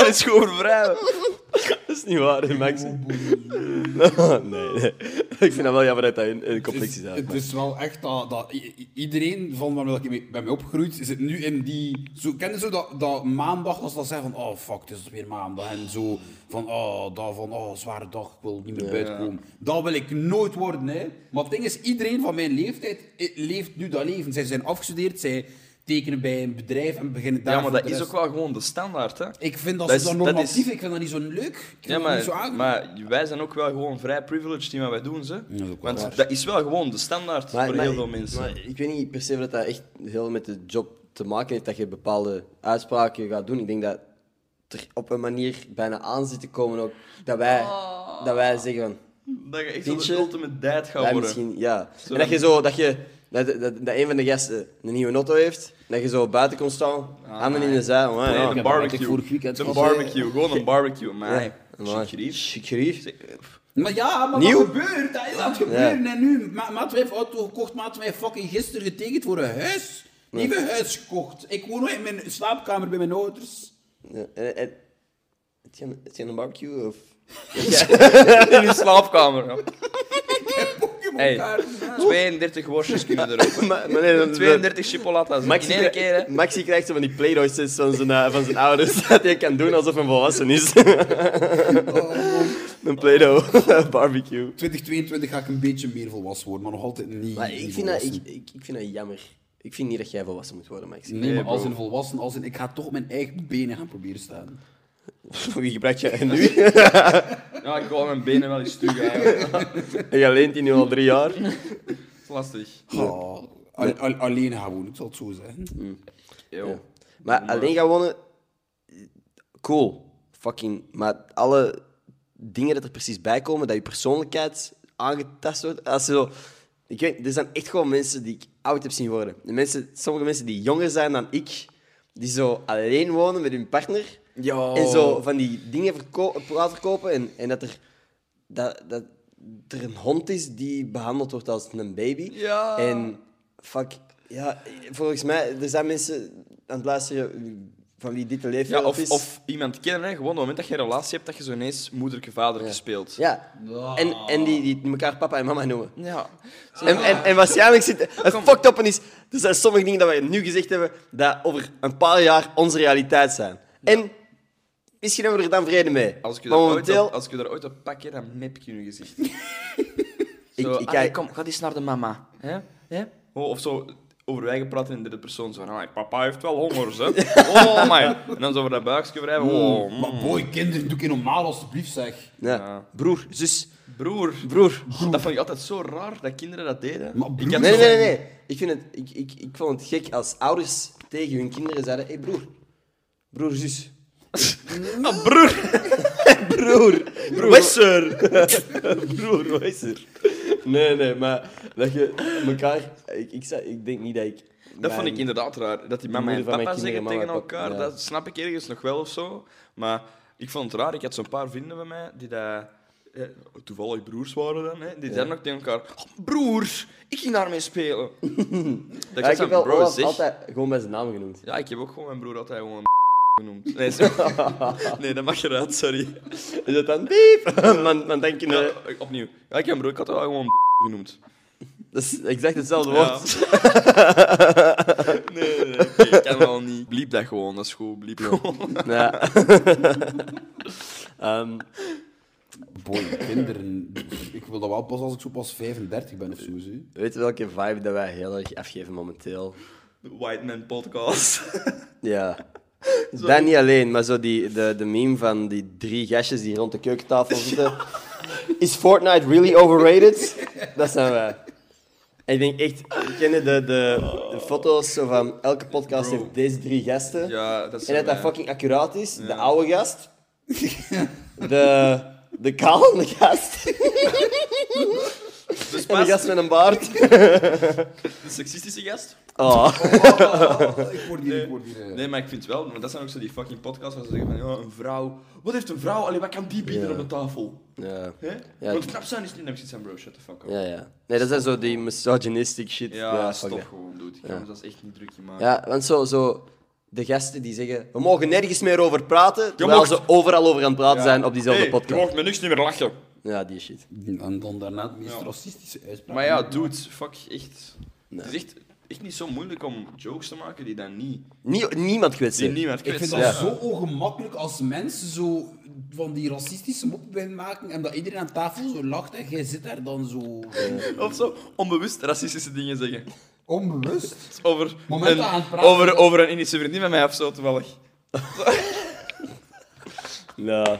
is gewoon vrij. Dat is niet waar, hè, Maxi. nee, nee. Ik vind dat wel jammer dat dat in, in Het complex is. is, eigenlijk. het is wel echt dat, dat i- i- iedereen van waar ik mee- bij mij opgegroeid zit nu in die. Zo, ken je zo dat, dat maandag als dat zeggen van oh fuck, het is weer maandag en zo van oh, dat van oh, zware dag, ik wil niet meer buiten komen. Dat wil ik nooit worden, hè. Maar het ding is, iedereen van mijn leeftijd i- leeft nu dat leven. Zij zijn afgestudeerd, zij tekenen bij een bedrijf en beginnen daar. Ja, maar voor dat de is ook rest. wel gewoon de standaard, hè. Ik vind dat, dat zo dat is- dat is- normatief, ik vind dat niet zo leuk. Ik vind Ja, dat niet zo maar, aangenaam. maar wij zijn ook wel gewoon vrij privileged in wat wij doen, ze. is ook wel Want waar. dat is wel gewoon de standaard Maar- voor maar- heel veel mensen. maar ik weet niet per se of dat, dat echt heel met de job te maken heeft dat je bepaalde uitspraken gaat doen. Ik denk dat er op een manier bijna aan zit te komen ook dat wij, dat wij zeggen van... dat je echt zo Vind je? de ultimate dad gaat Ja, worden. misschien, ja. Zo en dat je zo, dat je Dat, dat, dat een van de gasten een nieuwe auto heeft, dat je zo buiten komt staan, handen in de zij. Oh, Ah, Nee, ja. een dat had ik barbecue. vorig weekend Een al. barbecue, gewoon een barbecue, Ja. man. Amai. Chickerief. Chic gerief. Maar ja, maar Nieuw? wat gebeurt? Dat is aan het gebeuren. En nu, Ma- maat heeft auto gekocht, maat heeft fucking gisteren getekend voor een huis. Nieuwe huis gekocht. Ik woon nog in mijn slaapkamer bij mijn ouders. Ja, en- en- Het is het geen een barbecue of... In uw slaapkamer. ja. Pokémon Hey, kaarten, hè. 32 worstjes kunnen erop. Maar- maar nee, dat- 32 chipolatas. Maxi, In één keer, hè. krijgt- Maxi krijgt zo van die playdoys van zijn, eh, van zijn ouders, dat hij kan doen alsof hij volwassen is. een playdo barbecue. 2022 ga ik een beetje meer volwassen worden, maar nog altijd niet. Maar ik vind, dat, volwassen. ik, ik, ik vind dat jammer. Ik vind niet dat jij volwassen moet worden, Maxi. Nee, maar bro. als een volwassen, als een, ik ga toch op mijn eigen benen gaan proberen staan. Wie gebruikt jij nu? Ja, ik wou mijn benen wel eens stukken eigenlijk. Dat Je leent die nu al drie jaar. is lastig. Oh, al- al- alleen gaan wonen, ik zal het zo zeggen. Mm. Yo. Maar alleen gaan wonen, cool. Fucking. Maar alle dingen dat er precies bij komen, dat je persoonlijkheid aangetast wordt. Als je zo, ik weet, er zijn echt gewoon mensen die ik oud heb zien worden. De mensen, sommige mensen die jonger zijn dan ik, die zo alleen wonen met hun partner. Yo. En zo van die dingen verko- laten kopen en, en dat er. Dat, dat er een hond is die behandeld wordt als een baby. Ja. En fuck, ja, volgens mij, er zijn mensen aan het luisteren van wie dit de leeftijd Ja, of, is. of iemand kennen, hè. gewoon op het moment dat je een relatie hebt, dat je zo ineens moederlijke vaderlijke speelt. Ja, en, en die, die elkaar papa en mama noemen. Ja. En, en, en waarschijnlijk zit het fucked up en is. Er zijn sommige dingen dat wij nu gezegd hebben, dat over een paar jaar onze realiteit zijn. En misschien hebben we er dan vrede mee. Als ik je Maar daar ooit momenteel, op, als ik je daar ooit op pak, hè, dan mip ik je in je gezicht. ik, ik, allee, kijk- Ah, kom, ga eens naar de mama. Hè? Hè? Oh, of zo over wij gepraat in de derde persoon. Zo van, "Allee, papa heeft wel honger, hè. Oh, my. En dan zo over dat buikje wrijven. Hmm. Oh, mm. Maar boy, kinderen, doe ik normaal alstublieft zeg. ja. Ja. Broer, zus. broer. Broer. Dat vond ik altijd zo raar, dat kinderen dat deden. Maar broer- had Nee, zo- nee, nee. nee. Ik, vind het, ik, ik, ik vond het gek als ouders tegen hun kinderen zeiden: Hé hey, broer, broer, zus. Ah, broer. Broer, wijzer. broer, wijzer. Nee, nee, maar dat je elkaar. Ik, ik, zei- ik denk niet dat ik. Dat mijn- vond ik inderdaad raar. Dat die mama moeder en van mijn papa zeggen kinderen, mama en tegen papa, elkaar, ja. dat snap ik ergens nog wel of zo. Maar ik vond het raar. Ik had zo'n paar vrienden bij mij die dat... eh, Toevallig broers waren dan, hè? Die zeiden ook tegen elkaar... "Oh, broer, ik ging daarmee spelen. dat ik Ja, had ik zo'n heb wel bro, Olaf zeg. altijd gewoon bij zijn naam genoemd. Ja, ik heb ook gewoon mijn broer altijd gewoon een genoemd. Nee, sorry. nee, dat mag eruit, sorry. Is dat dan diep? dan, dan denk je. Ja, nee. opnieuw. Ja, ik heb mijn broer ik had wel gewoon genoemd. Dat is exact hetzelfde Ja. woord. nee, nee, nee, oké, ik kan wel niet. Bliep dat gewoon, dat is goed. Bliep gewoon. Ja. Ehm, Boy, kinderen, ik wil dat wel pas als ik zo pas 35 ben of zo. zo. weet je welke vibe dat wij heel erg afgeven momenteel? De White Man Podcast. Ja. Dat niet alleen, maar zo die, de, de meme van die drie gastjes die rond de keukentafel zitten. Is Fortnite really overrated? Dat zijn wij. En ik denk echt, we kennen de, de, de foto's zo van elke podcast heeft deze drie gasten. Ja, dat is eh, en dat dat mijn- fucking accuraat is. De oude gast. De, de kalende gast. Dus En de pas, gast met een baard. de seksistische gast? Oh. Oh, ik word hier, ik word hier. eh. Nee, maar ik vind het wel, want dat zijn ook zo die fucking podcasts waar ze zeggen van, ja, een vrouw, wat heeft een vrouw, alleen wat kan die bieden Ja. op een tafel? Ja. Hè? Ja. Want knap zijn is niet niks zijn bro, shut the fuck up. Ja, Ja, ja. Nee, dat zijn zo die misogynistic shit. fuck stop dat. gewoon, dude. Ik ga me dat echt niet druk maken. Ja, want zo, zo de gasten die zeggen, we mogen nergens meer over praten, terwijl mocht- ze overal over aan het praten zijn op diezelfde Hey, podcast. Je mocht me niks niet meer lachen. Ja, die shit. En dan daarna de meest Ja. racistische uitspraak. Maar ja, dude, fuck, echt. Het is echt, echt niet zo moeilijk om jokes te maken die dan niet, Nie- niemand kwetsen. die niemand ik vind kwetsen. dat Ja. zo ongemakkelijk als mensen zo van die racistische moppen beginnen maken en dat iedereen aan tafel zo lacht en jij zit daar dan zo Of zo, onbewust racistische dingen zeggen. Dus onbewust. Over Momenten een, aan het praten. over, over een Indische vriendin van mij of zo, toevallig. Nou,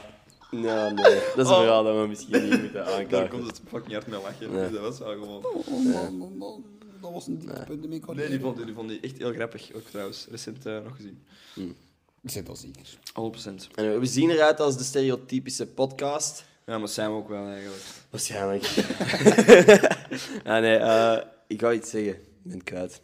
nou, nee. Dat is een Oh. verhaal dat we misschien niet moeten Daar aankijken. komt het fucking hard mee lachen. Ja. Dus dat was wel gewoon... Oh man, oh man, dat was een dieptepunt in mijn Nee, carrière. die vond, die vond die echt heel grappig, ook trouwens. Recent eh, nog gezien. Ik zit al zeker. 100%. En we zien eruit als de stereotypische podcast. Ja, maar Sam ook wel eigenlijk. Waarschijnlijk. ah nee, eh, ik wou iets zeggen. Ik ben het kwijt.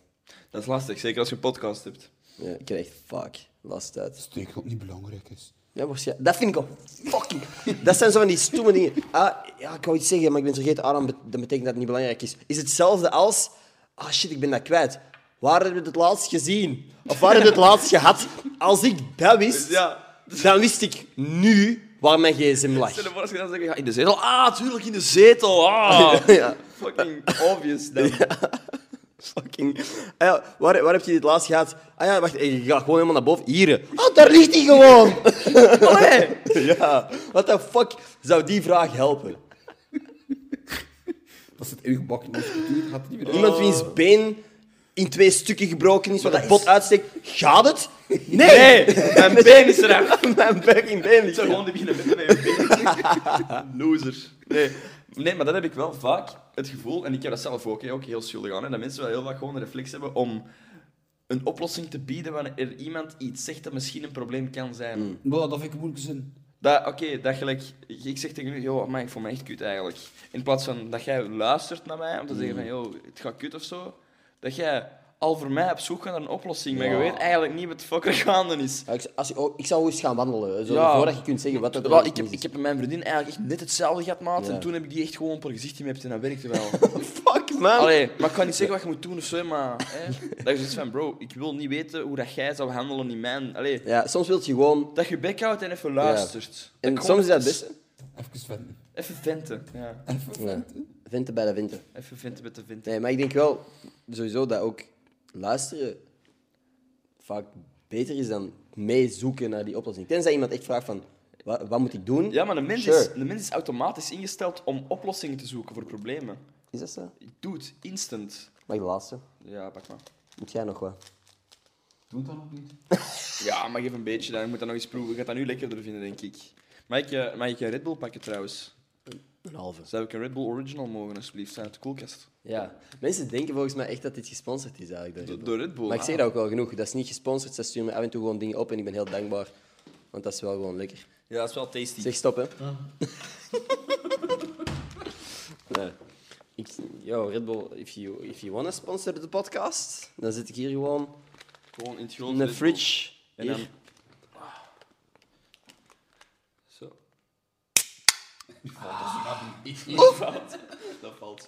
Dat is lastig, zeker als je een podcast hebt. Ja, ik krijg echt fuck last uit. Ik denk dat het niet belangrijk is. Ja, waarschijnlijk. Dat vind ik al fucking... Dat zijn zo van die stomme dingen. Ah, ja, ik wou iets zeggen, maar ik ben het vergeten. Ah, dan, bet- dan betekent dat het niet belangrijk is. Is hetzelfde als... Ah, shit, ik ben dat kwijt. Waar hebben we het laatst gezien? Of waar hebben we het laatst gehad? Als ik dat wist, Ja. dan wist ik nu waar mijn gsm lag. Stel je voor als je dan zegt, ja, in de zetel. Ah, tuurlijk, in de zetel. Ah. Ja. Fucking obvious dan. Fucking. Ah ja, waar, waar heb je dit laatst gehad? Ah ja, wacht, ik ga gewoon helemaal naar boven. Hier. Ah, daar ligt hij gewoon! Allee! Ja, what the fuck zou die vraag helpen? Dat is het ingebakken in onze cultuur. Gaat het niet meer Iemand wiens been in twee stukken gebroken is, wat een pot uitsteekt. Gaat het? Nee! mijn been is eraf. Mijn fucking been ligt Ik zou er. gewoon te beginnen met mijn been. Loser. Nee. nee, maar dat heb ik wel vaak, het gevoel, en ik heb dat zelf ook, hè, ook heel schuldig aan, hè, dat mensen wel heel vaak gewoon een reflex hebben om een oplossing te bieden wanneer iemand iets zegt dat misschien een probleem kan zijn. Hmm. Wow, dat vind ik een moeilijke zin. Dat, Oké, dat gelijk, ik zeg tegen u, joh, man, ik voel me echt kut eigenlijk. In plaats van dat jij luistert naar mij om te Hmm. zeggen van, joh, het gaat kut of zo, dat jij al voor mij op zoek gaat naar een oplossing, maar je weet eigenlijk niet wat de fuck er gaande is. Ja, ik, zou- als je, oh, ik zou eens gaan wandelen, zo, Ja. voordat je kunt zeggen wat dat Wel, ik, heb, ik heb met mijn vriendin eigenlijk echt net hetzelfde gehad, maat. Ja. En toen heb ik die echt gewoon per gezicht gemept en dat werkte wel. Fuck, man! Allee, maar ik kan niet zeggen wat je moet doen of zo, maar... Hè, dat je zoiets van, bro, ik wil niet weten hoe dat jij zou handelen in mijn... Allee, Ja, soms wil je gewoon... dat je bek houdt en even luistert. En Dat soms is dat het gewoon beste. Even venten. Even venten, ja. Ja. Venten bij de winter. Even venten met de venten. Nee, maar ik denk wel sowieso dat ook luisteren vaak beter is dan meezoeken naar die oplossing. Tenzij iemand echt vraagt van, wat, wat moet ik doen? Ja, maar de mens, Sure. is, de mens is automatisch ingesteld om oplossingen te zoeken voor problemen. Is dat zo? Ik doe het instant. Mag ik de laatste? Ja, pak maar. Moet jij nog wat? Doe dat nog niet. Ja, maar geef een beetje dan. Ik moet dat nog eens proeven. Ik ga dat nu lekkerder vinden, denk ik. Mag ik, eh, mag ik een Red Bull pakken, trouwens? Een halve. Zou ik een Red Bull Original mogen, alsjeblieft? Zijn uit de koelkast. Ja. Mensen denken volgens mij echt dat dit gesponsord is eigenlijk. door Red Bull. door Red Bull, Maar ik ah. zeg dat ook wel genoeg. Dat is niet gesponsord. Ze sturen me af en toe gewoon dingen op en ik ben heel dankbaar. Want dat is wel gewoon lekker. Ja, dat is wel tasty. Zeg stop, hè. nee. Ik, yo, Red Bull, if you, if you wanna sponsor de podcast, dan zit ik hier gewoon Gewoon in het grote in de Red Bull. fridge. En dan... Hier. Zo. Dat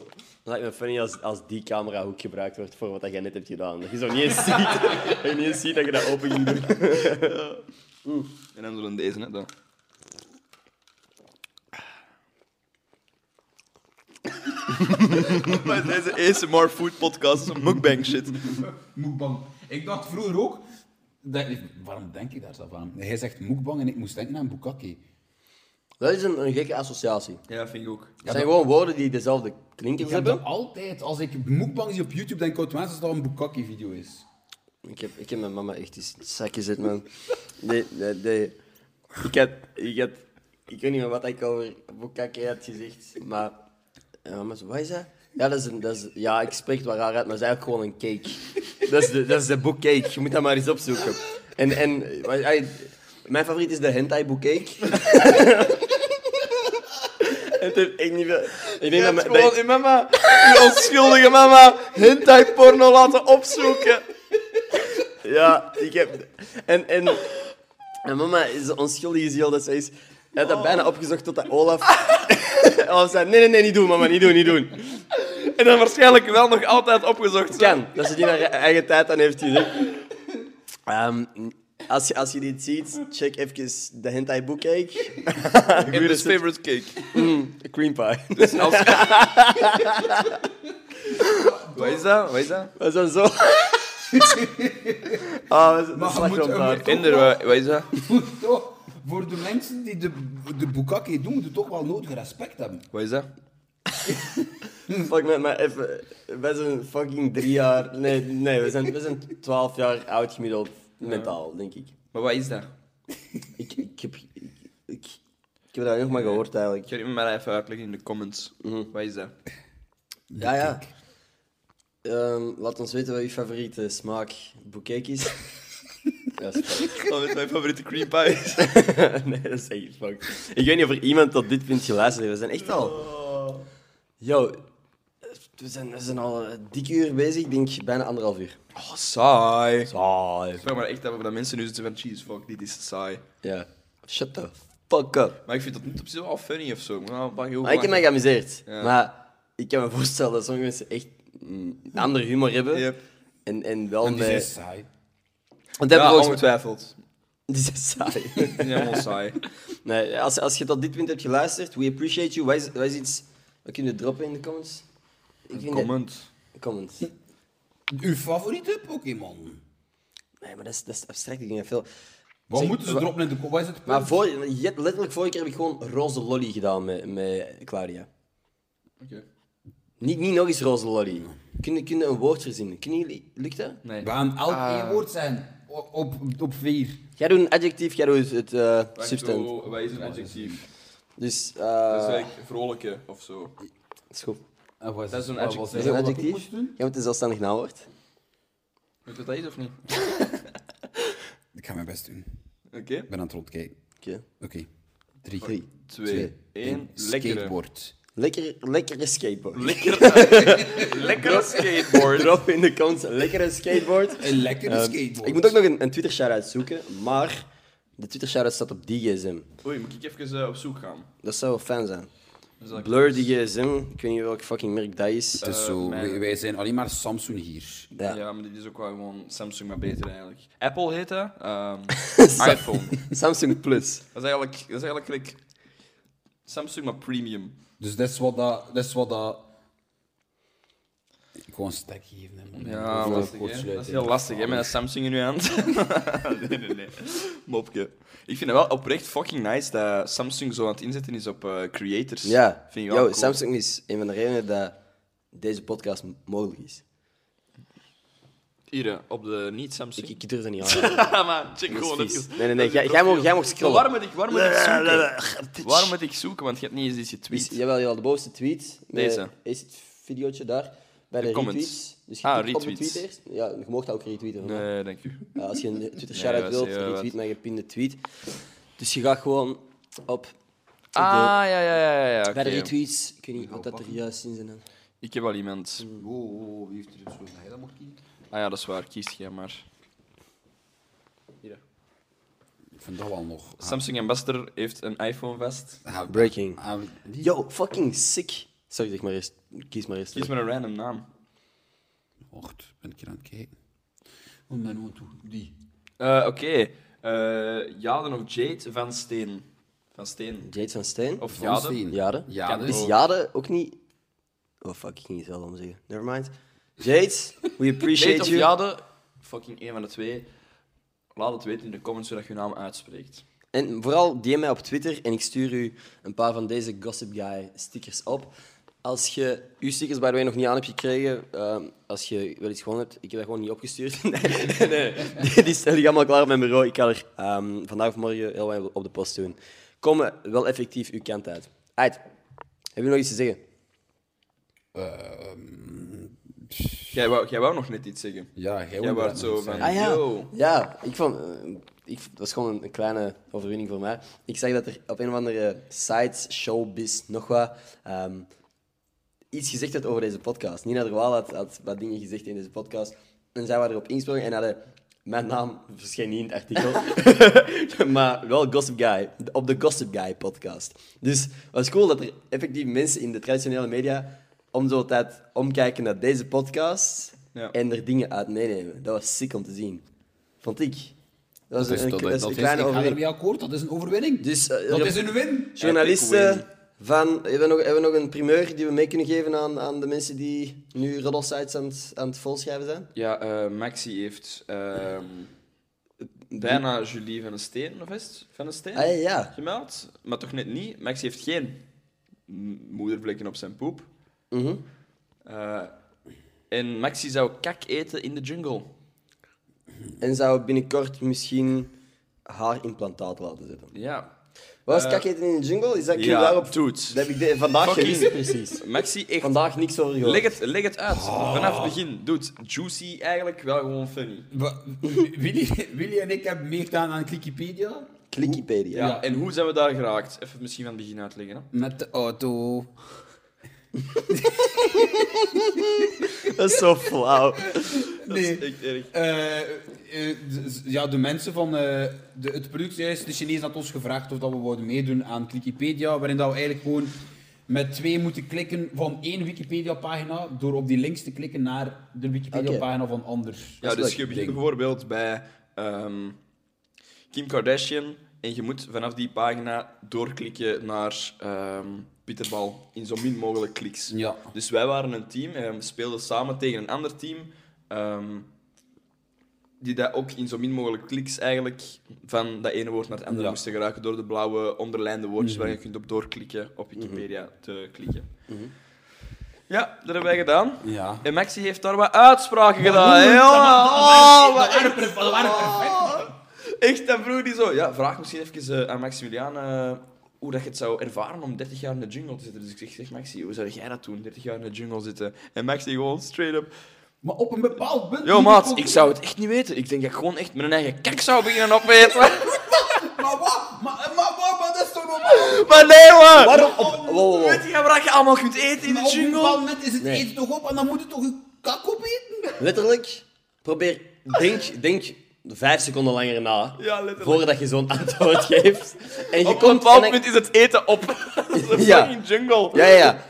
lijkt me funny als, als die camerahoek gebruikt wordt voor wat dat jij net hebt gedaan. Dat je zo niet eens ziet, dat je niet eens ziet dat je dat open ging doen. En dan doen we deze, hè. Dan. Maar deze ASMR food podcast is een mukbang shit. Moekbang. Ik dacht vroeger ook... Dat, waarom denk ik daar zelf aan? Hij zegt moekbang en ik moest denken aan boekakje. Dat is een, een gekke associatie. Het Ja, dat vind ik ook. zijn gewoon woorden die dezelfde Ik klinkers heb hebben. dat altijd. Als ik mukbang zie op YouTube, denk ik automatisch dat dat een boekakje-video is. Ik heb, ik heb mijn mama echt eens in het zak gezet, man. Nee, nee, nee. Ik had, ik had... Ik weet niet meer wat ik over Bukake had gezegd, maar... En mama zei, wat is dat? Ja, dat is een, dat is, ja, ik spreek het wel raar uit, maar dat is eigenlijk gewoon een cake. Dat is de, dat is de boekcake. Je moet dat maar eens opzoeken. En, en maar, hij- mijn favoriet is de hentai boekcake. Het heeft echt niet veel... Ik denk dat, mijn- dat, Gewoon, uw mama, uw onschuldige mama, hentai porno laten opzoeken. Ja, ik heb. En, en, en mama is onschuldig is heel dat ze is. Hij had dat bijna opgezocht tot dat Olaf. Olaf zei: Nee, nee, nee, niet doen, mama, niet doen, niet doen. En dan waarschijnlijk wel nog altijd opgezocht. zo. Kan, dat ze die naar eigen tijd aan heeft gezegd. Ehm, als, je, als je dit ziet, check even de hentai boekcake. In his favorite cake. Cream pie. Wat is dat? Wat is dat? Dat is dan zo. Ah, dat Maar is- dat is je moet- slagroomtaart. je Kinder, wa- wat is dat? moet toch, voor de mensen die de, de boekakje doen, moet je toch wel nodig respect hebben. Wat is dat? Fuck met mij even. Wij zijn fucking drie jaar. Nee, nee we, zijn, we zijn twaalf jaar oud gemiddeld mentaal, denk ik. Maar wat is dat? Ik, ik, heb, ik, ik, ik heb dat nog maar gehoord Ik eigenlijk. ga iemand maar even uitleggen in de comments. Mhm. Wat is dat? Ja, ja. Ehm, laat ons weten wat uw favoriete smaak boekcake is. ja, is fuck. Dat is mijn favoriete cream pie. is. nee, dat is echt fuck. Ik weet niet of er iemand tot dit punt geluisterd heeft. We zijn echt al... Yo, We zijn, we zijn al eh, dik uur bezig, ik denk bijna anderhalf uur. Oh, saai. Saai. Ik vraag me echt af of dat mensen nu zitten van, jeez, fuck, dit is saai. Ja. Shut the fuck up. Maar ik vind dat niet op zich wel funny of zo. Ik moet wel een paar keer Maar ik heb mij lachen. geamuseerd. Ja. Maar ik kan me voorstellen dat sommige mensen echt mm, een andere humor hebben. Yep. En, en wel Want die bij... zijn saai. Want dat Ja, hebben we volgens ongetwijfeld. mij... Die zijn saai. Helemaal saai. nee, als, als je tot dit punt hebt geluisterd, we appreciate you. Wat is, wat is iets... Wat kun je droppen in de comments? Ik vind dat- Comment. Comments. Uw favoriete Pokémon? Nee, maar dat is, dat is abstract. Ik denk dat veel... Wat Zeg, moeten ze wa- droppen in de kop? Wat is het? Maar voor, je- letterlijk vorige keer heb ik gewoon roze lolly gedaan met, met Claudia. Oké. Niet, niet nog eens roze lolly. Kunnen kun je een woord verzinnen? Kunnen jullie, lukt dat? Nee. We gaan elk Ah. één woord zijn. O- Op, op vier. Jij doet een adjectief, jij doet het eh substand. Wat is een adjectief? Dus, eh, Dat is dat eigenlijk vrolijke of zo. is goed. En wat is, Dat is een wat was Dat adjectief. is het een wat ik adjectief. moest doen? Jij moet een zelfstandig naamwoord. Weet je wat dat is of niet? Ik ga mijn best doen. Oké. Ik ben aan het rondkijken. Oké. Oké. Drie. Drie. Twee. één. Lekkere. Skateboard. Lekker, lekkere skateboard. Lekker. Lekkere skateboard. Drop in de comments, lekkere skateboard. Een lekkere Ehm, skateboard. ik moet ook nog een, een Twitter shout-out zoeken, maar de Twitter shout-out staat op die gsm. Oei, moet ik even eh, op zoek gaan? Dat zou fijn zijn. Dan zal ik- Blur die gsm, ik weet niet welk fucking merk dat is. Het is zo, mijn- wij, wij zijn alleen maar Samsung hier. Ja. Ja, maar dit is ook wel gewoon Samsung, maar beter eigenlijk. Apple heet dat. ehm, iPhone. Eh, Samsung Plus. Dat is eigenlijk, dat is eigenlijk gelijk Samsung, maar premium. Dus dat is wat dat... Dat is wat dat... Ik wou een stek geven. Hè, man. Of, eh, Ja, Ah, lastig, hè? kortsluiting. Dat is heel lastig, hè, met een Samsung in je hand. nee, nee, nee. Mopje. Ik vind het wel oprecht fucking nice dat Samsung zo aan het inzetten is op eh, creators. Ja. Vind ik Yo, wel cool. Samsung is een van de redenen dat deze podcast m- mogelijk is. Hier, hè, op de niet-Samsung. Ik, ik durf dat niet aan. maar check gewoon Dat is het vies. Nee, nee, nee. Jij, jij, mag, jij mag Maar scrollen. waar moet ik, waar moet ik zoeken? Waar moet ik zoeken? Want je hebt niet eens iets Is, getweet. Dus, jawel, jawel, de bovenste tweet. met- Deze. Is het videootje daar? Bij de, comments. retweets. Dus je Ah, klikt op de retweets. tweet eerst. Ja, je mag dat ook retweeten. hoor. Nee, Eh, dank u. Ja, als je een Twitter dat shout-out is wilt, heel wat. retweet mijn gepinde tweet. Dus je gaat gewoon op de- Ah, ja, ja, ja. ja bij de oké. retweets. Ik weet niet wat dat er juist in zijn. hè. Ik heb al iemand. Wow, wow, wow, wie heeft er zo dat hij dat moet kiezen? Ah ja, dat is waar. Kies jij maar. Ik vind dat wel nog... Samsung Ambassador heeft een iPhone vast. Ah, Breaking. ah, die- Yo, fucking sick. Sorry, zeg maar eerst. Kies maar eerst. Kies maar een random naam. Wacht, ben ik hier aan het kijken. Oh, mijn oom toe. Die. Eh, Oké. Eh, Jaden of Jade van Steen. Van Steen. Jade van Steen. Of Van Jaden. Steen. Jade. Jade. Is Jade ook niet... Oh fuck, ik ging het wel om zeggen. Never mind. Jade, we appreciate Jade of you. Jade. Fucking één van de twee. Laat het weten in de comments zodat je naam uitspreekt. En vooral DM mij op Twitter en ik stuur u een paar van deze Gossip Guy stickers op. Als je uw stickers by the way nog niet aan hebt gekregen, ehm, als je wel iets gewonnen hebt, ik heb dat gewoon niet opgestuurd. nee, nee, nee. Die, die stel ik allemaal klaar op mijn bureau. Ik ga er ehm, vandaag of morgen heel weinig op de post doen. Kom wel effectief uw kant uit. Uit. Heb je nog iets te zeggen? Jij wou, jij wou nog net iets zeggen. ehm, Ja, jij Jij wordt wordt zo van. Ah ja. Yo. Ja, ik vond... eh, ik, het was gewoon een, een kleine overwinning voor mij. Ik zag dat er op een of andere sites, showbiz, nog wat... ehm, iets gezegd had over deze podcast. Nina de Waal had, had wat dingen gezegd in deze podcast. En zij waren erop ingesprongen en hadden... Mijn naam verscheen niet in het artikel. maar wel Gossip Guy. Op de Gossip Guy podcast. Dus het was cool dat er effectief mensen in de traditionele media... om zo'n tijd omkijken naar deze podcast... Ja. en er dingen uit meenemen. Dat was sick om te zien. Vond ik. Dat was Dat is, een, dat, dat is een dat is, ik kleine ga overwinning. ermee akkoord, dat is een overwinning. Dus eh, dat ja, is een win. journalisten Epic van... Hebben we, nog, hebben we nog een primeur die we mee kunnen geven aan, aan de mensen die nu roddelsites aan het, aan het volschrijven zijn? Ja, eh, Maxi heeft. ehm, bijna Julie van een Steen, of is het? Van een Steen? Ah, ja, ja. gemeld, maar toch net niet. Max heeft geen m- moedervlekken op zijn poep. Mhm. Eh, en Maxi zou kak eten in de jungle. En zou binnenkort misschien haar implantaat laten zetten. Ja. Wat is Eh, kak eten in de jungle? Is dat ik ja, daarop... toets. Dat heb ik de- vandaag Fucking- gelezen, precies. Maxi, echt. Vandaag niks over gehoord. Oh. Leg het, leg het uit. Vanaf het begin. Doet juicy eigenlijk wel gewoon funny. Wa- Willy, Willy en ik hebben meer gedaan aan Wikipedia. Wikipedia. Ja. En hoe zijn we daar geraakt? Even misschien van het begin uitleggen. Hè? Met de auto. Dat is zo flauw. Nee. Echt erg. Eh, eh, d- z- ja, de mensen van eh, de, het productiehuis, de Chinees, had ons gevraagd of dat we wouden meedoen aan Wikipedia, waarin dat we eigenlijk gewoon met twee moeten klikken van één Wikipedia-pagina door op die links te klikken naar de Wikipedia-pagina van anders. Ja, dus je Ding. begint bijvoorbeeld bij ehm, Kim Kardashian en je moet vanaf die pagina doorklikken naar ehm, Pieterbal in zo min mogelijk kliks. Ja. Dus wij waren een team en we speelden samen tegen een ander team. ehm, die dat ook in zo min mogelijk kliks eigenlijk van dat ene woord naar het andere Ja. Mhm. moesten geraken door de blauwe onderlijnde woordjes waar je kunt op doorklikken, op Wikipedia te klikken. Ja, dat hebben wij gedaan. Ja. En Maxi heeft daar wat uitspraken gedaan. hè, jongen. Oh, Ah, wat echt- Echt, dat broer die zo. Ja, vraag misschien even eh, aan Maximiliaan eh, hoe dat je het zou ervaren om 30 jaar in de jungle te zitten. Dus ik zeg, zeg Maxi, hoe zou jij dat doen, 30 jaar in de jungle zitten? En Maxi gewoon straight up. Maar op een bepaald punt... Yo maat, ik zou het echt niet weten. Ik denk dat ik gewoon echt mijn eigen kak zou beginnen opeten. Maar wat? Maar, maar, maar, maar dat is toch normaal? maar nee man! Oh, Waarom? Op, wow, wow, wow. Weet je wat je allemaal kunt eten in Maar de op een bepaald jungle? moment is het Nee. eten toch op en dan moet je toch je kak opeten? Letterlijk, probeer, denk, denk vijf seconden langer na. Ja, letterlijk. Voordat je zo'n antwoord geeft. En je Op een komt en bepaald dan- moment is het eten op. Dat is een Ja. fucking jungle. Ja, ja, ja.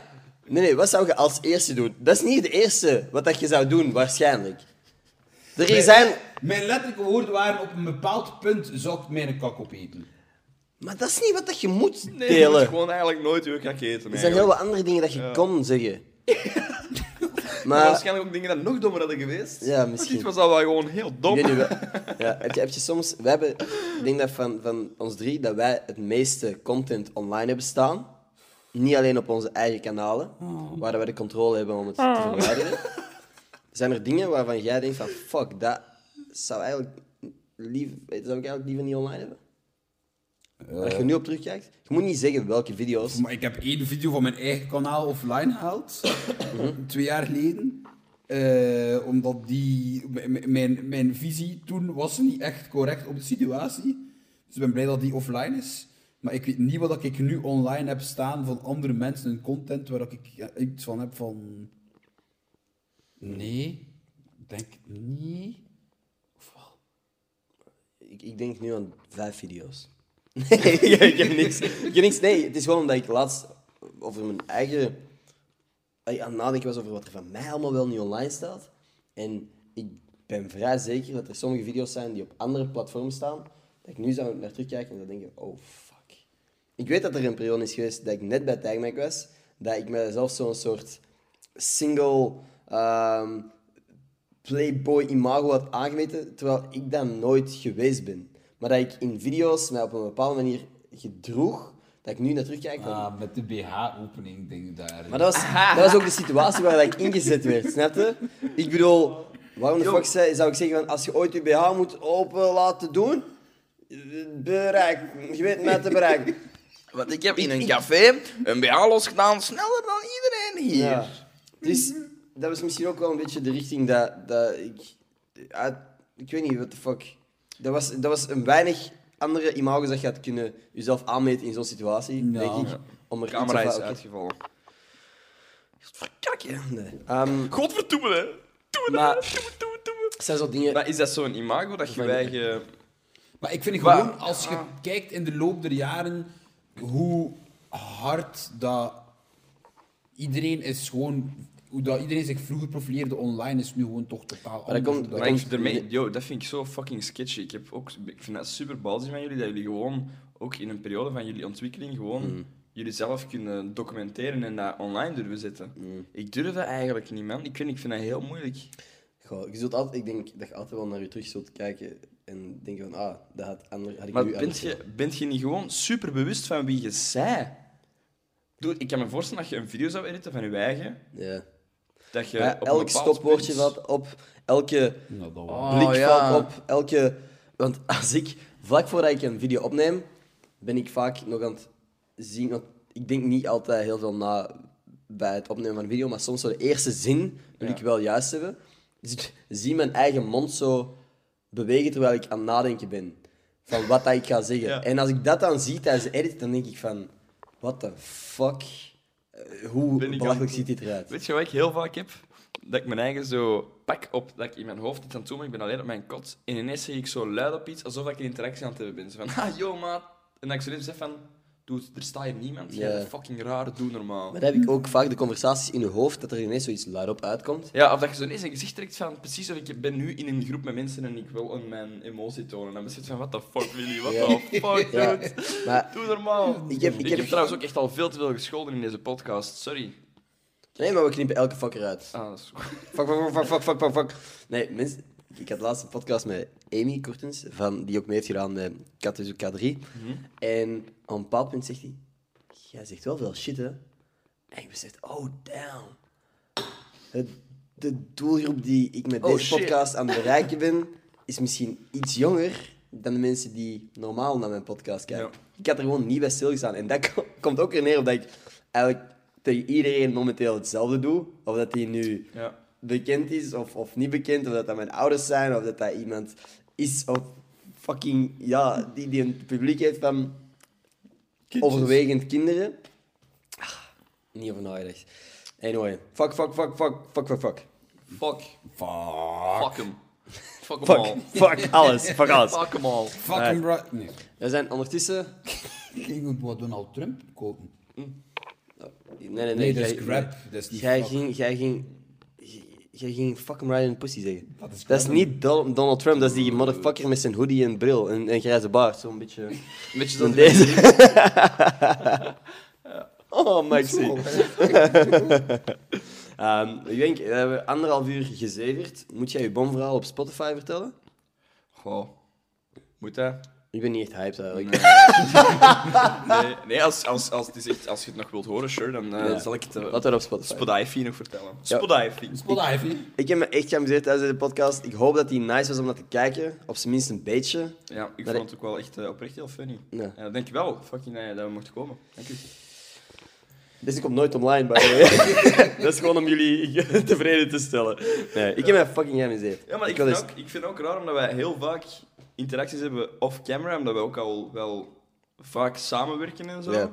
Nee, nee, wat zou je als eerste doen? Dat is niet het eerste wat dat je zou doen, waarschijnlijk. Er zijn... Mijn letterlijke woorden waren op een bepaald punt zou ik mijn kak opeten. Maar dat is niet wat dat je moet Nee, je delen. moet gewoon eigenlijk nooit je kak eten. Er zijn eigenlijk. heel wat andere dingen dat je kon zeggen. Maar maar... waarschijnlijk ook dingen dat nog dommer hadden geweest. Ja, misschien. Dit was al wel gewoon heel dom. Ik weet niet wel. Ja, heb je, heb je soms... We hebben... Ik denk dat van, van ons drie, dat wij het meeste content online hebben staan. Niet alleen op onze eigen kanalen, waar wij de controle hebben om het te verwijderen. Zijn er dingen waarvan jij denkt van, fuck, dat zou, eigenlijk lief, dat zou ik eigenlijk liever niet online hebben? Als je nu op terugkijkt, je moet niet zeggen welke video's. Maar ik heb één video van mijn eigen kanaal offline gehaald. twee jaar geleden. Eh, omdat die, m- m- mijn, mijn visie toen was niet echt correct op de situatie. Dus ik ben blij dat die offline is. Maar ik weet niet wat ik nu online heb staan van andere mensen en content waar ik ja, iets van heb van... Nee, ik denk het niet. Ik, ik denk nu aan vijf video's. Nee, ik heb niks. Ik heb niks. Nee, het is gewoon omdat ik laatst over mijn eigen... dat ik aan het nadenken was over wat er van mij allemaal wel niet online staat. En ik ben vrij zeker dat er sommige video's zijn die op andere platformen staan, dat ik nu zou naar terugkijken en zou denken, oh fuck. Ik weet dat er een periode is geweest dat ik net bij Tijgmaak was, dat ik mezelf zo'n soort single... ehm, playboy imago had aangemeten, terwijl ik dat nooit geweest ben. Maar dat ik in video's mij op een bepaalde manier gedroeg, dat ik nu naar terugkijk. van- Ah, met de BH-opening ding daar. Maar dat was, dat was ook de situatie waar dat ik ingezet werd, snap je? Ik bedoel, waarom de fuck zei- zou ik zeggen, van, als je ooit je BH moet open laten doen, bereik, je weet mij te bereiken. Want ik heb in een café een BH losgedaan, sneller dan iedereen hier. Ja. Dus dat was misschien ook wel een beetje de richting dat, dat ik. uit- ik weet niet, what the fuck. Dat was, dat was een weinig andere imago's dat je had kunnen jezelf aanmeten in zo'n situatie, Ja. denk ik. Ja. Om er De camera iets is of- oké. uitgevallen. Verkakje. Nee. Ehm, Godverdomme, hè. Doe het, Maar- doe het, doe het, doe het. het zijn zo dingen. Maar is dat zo'n imago dat je Van- bij je... Maar ik vind Maar- gewoon, als je kijkt in de loop der jaren, hoe hard dat iedereen is gewoon... Hoe dat iedereen zich vroeger profileerde online, is nu gewoon toch totaal anders. komt- Dat- Maar ik, komt- ermee, yo, dat vind ik zo fucking sketchy. Ik, heb ook, ik vind dat super balzig van jullie, dat jullie gewoon, ook in een periode van jullie ontwikkeling, gewoon jullie zelf kunnen documenteren en dat online durven zetten. Ik durf dat eigenlijk niet, man. Ik, vind, ik vind dat heel moeilijk. Goh, je zult altijd, ik denk dat je altijd wel naar je terug zult kijken en denken van, ah, dat had, ander, had ik Maar nu bent anders je, gedaan. bent je niet gewoon super bewust van wie je zij? Doe, ik kan me voorstellen dat je een video zou editen van je eigen. Ja. Dat je Ja, op een elk bepaald stopwoordje punt- valt op, elke Nou, dat wel. Oh, blik ja. valt op, elke... Want als ik, vlak voordat ik een video opneem, ben ik vaak nog aan het zien... Want ik denk niet altijd heel veel na bij het opnemen van een video, maar soms zo de eerste zin wil ik wel juist hebben. Dus ik zie mijn eigen mond zo bewegen terwijl ik aan het nadenken ben. Van wat dat ik ga zeggen. Ja. En als ik dat dan zie tijdens de edit, dan denk ik van... What the fuck eh, hoe Ben ik belachelijk aan- ziet dit eruit? Weet je wat ik heel vaak heb? Dat ik mijn eigen zo pak op, dat ik in mijn hoofd iets aan het doen ben, ik ben alleen op mijn kot. En ineens zie ik zo luid op iets, alsof ik een interactie aan het hebben ben. Zo van, ah, yo, maat. En dat ik zo ineens zeg van, dude, er staat hier niemand. Jij Ja. bent fucking raar, doe normaal. Maar dan heb ik ook vaak de conversaties in je hoofd dat er ineens zoiets luidop uitkomt. Ja, of dat je zo ineens een gezicht trekt van, precies, of ik ben nu in een groep met mensen en ik wil een mijn emotie tonen. En dan besef je van, what the fuck, Willy, what the fuck, Ja. dude. Maar Doe normaal. Ik heb- ik heb- trouwens ook echt al veel te veel gescholden in deze podcast, sorry. Nee, maar we knippen elke fucker uit. Ah, dat is Fuck, fuck, fuck, fuck, fuck, fuck, fuck. Nee, mensen, ik had laatst een podcast met Amy Kortens, van, die ook mee heeft gedaan met Kat is ook K3. Mhm. En op een bepaald punt zegt hij, jij zegt wel veel shit, hè? En ik besef, oh, damn. Het, de doelgroep die ik met Oh, deze shit. podcast aan het bereiken ben, is misschien iets jonger dan de mensen die normaal naar mijn podcast kijken. Ja. Ik had er gewoon niet bij stilgestaan. En dat ko- komt ook weer neer op dat ik eigenlijk tegen iedereen momenteel hetzelfde doe. Of dat die nu Ja. bekend is of, of niet bekend. Of dat dat mijn ouders zijn. Of dat dat iemand is of fucking... Ja, die, die een publiek heeft van overwegend kinderen. Ah, niet over nagedacht. Anyway. Fuck, fuck, fuck, fuck, fuck, fuck, fuck. Fuck. Fuck. Fuck hem. Fuck, Fuck hem Oh. al. fuck alles, fuck alles. Fuck hem al. Fucking bro. Nee. We zijn ondertussen... Ik moet wat Donald Trump kopen. Nee, nee, nee. Nee, dat jij- is crap. Dat is niet Jij fuck. ging, jij ging, jij- jij ging fuck him right in the pussy zeggen. Dat is Dat is crap. niet Don- Donald Trump, dat is die motherfucker met zijn hoodie en bril en, en grijze baard, zo'n beetje. Weet je Zo'n dat deze... deze. Oh, Maxi. Ehm ik denk, we hebben anderhalf uur gezeverd. Moet jij je bomverhaal op Spotify vertellen? Goh. Moet dat? Ik ben niet echt hyped eigenlijk. Nee, nee als, als, als, het is echt, als je het nog wilt horen, sure, dan eh, Ja. zal ik het... eh, Wat er op Spotify? Spotify nog vertellen. Spotify. Spot Ivy. Ik heb me echt geamuseerd tijdens de podcast. Ik hoop dat die nice was om naar te kijken. Op zijn minst een beetje. Ja, ik Maar vond het ook wel echt eh, oprecht heel funny. Ja. Ja, denk je wel. Fucking eh, dat we mochten komen. Dank u. Deze komt nooit online, by the way. Dat is gewoon om jullie tevreden te stellen. Nee, ik heb me fucking geamuseerd. Ja, maar ik, wil vind eens- ook, ik vind het ook raar omdat wij heel vaak interacties hebben off-camera, omdat wij ook al wel vaak samenwerken en zo. Ja.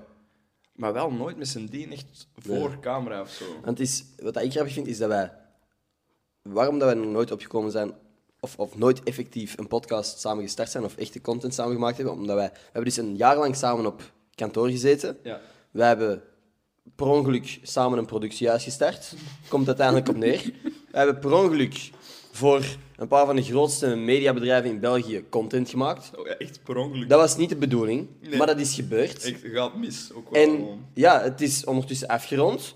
Maar wel nooit met z'n dien echt voor Nee. camera of zo. Want het is, wat ik grappig vind, is dat wij... Waarom dat wij nog nooit opgekomen zijn, of, of nooit effectief een podcast samen gestart zijn, of echte content samen gemaakt hebben, omdat wij... We hebben dus een jaar lang samen op kantoor gezeten. Ja. Wij hebben per ongeluk samen een productiehuis gestart. Komt uiteindelijk op neer. We hebben per ongeluk voor een paar van de grootste mediabedrijven in België content gemaakt. Oh, ja, echt per ongeluk. Dat was niet de bedoeling, maar dat is gebeurd. Echt, gaat mis. Ook wel En gewoon. ja, het is ondertussen afgerond.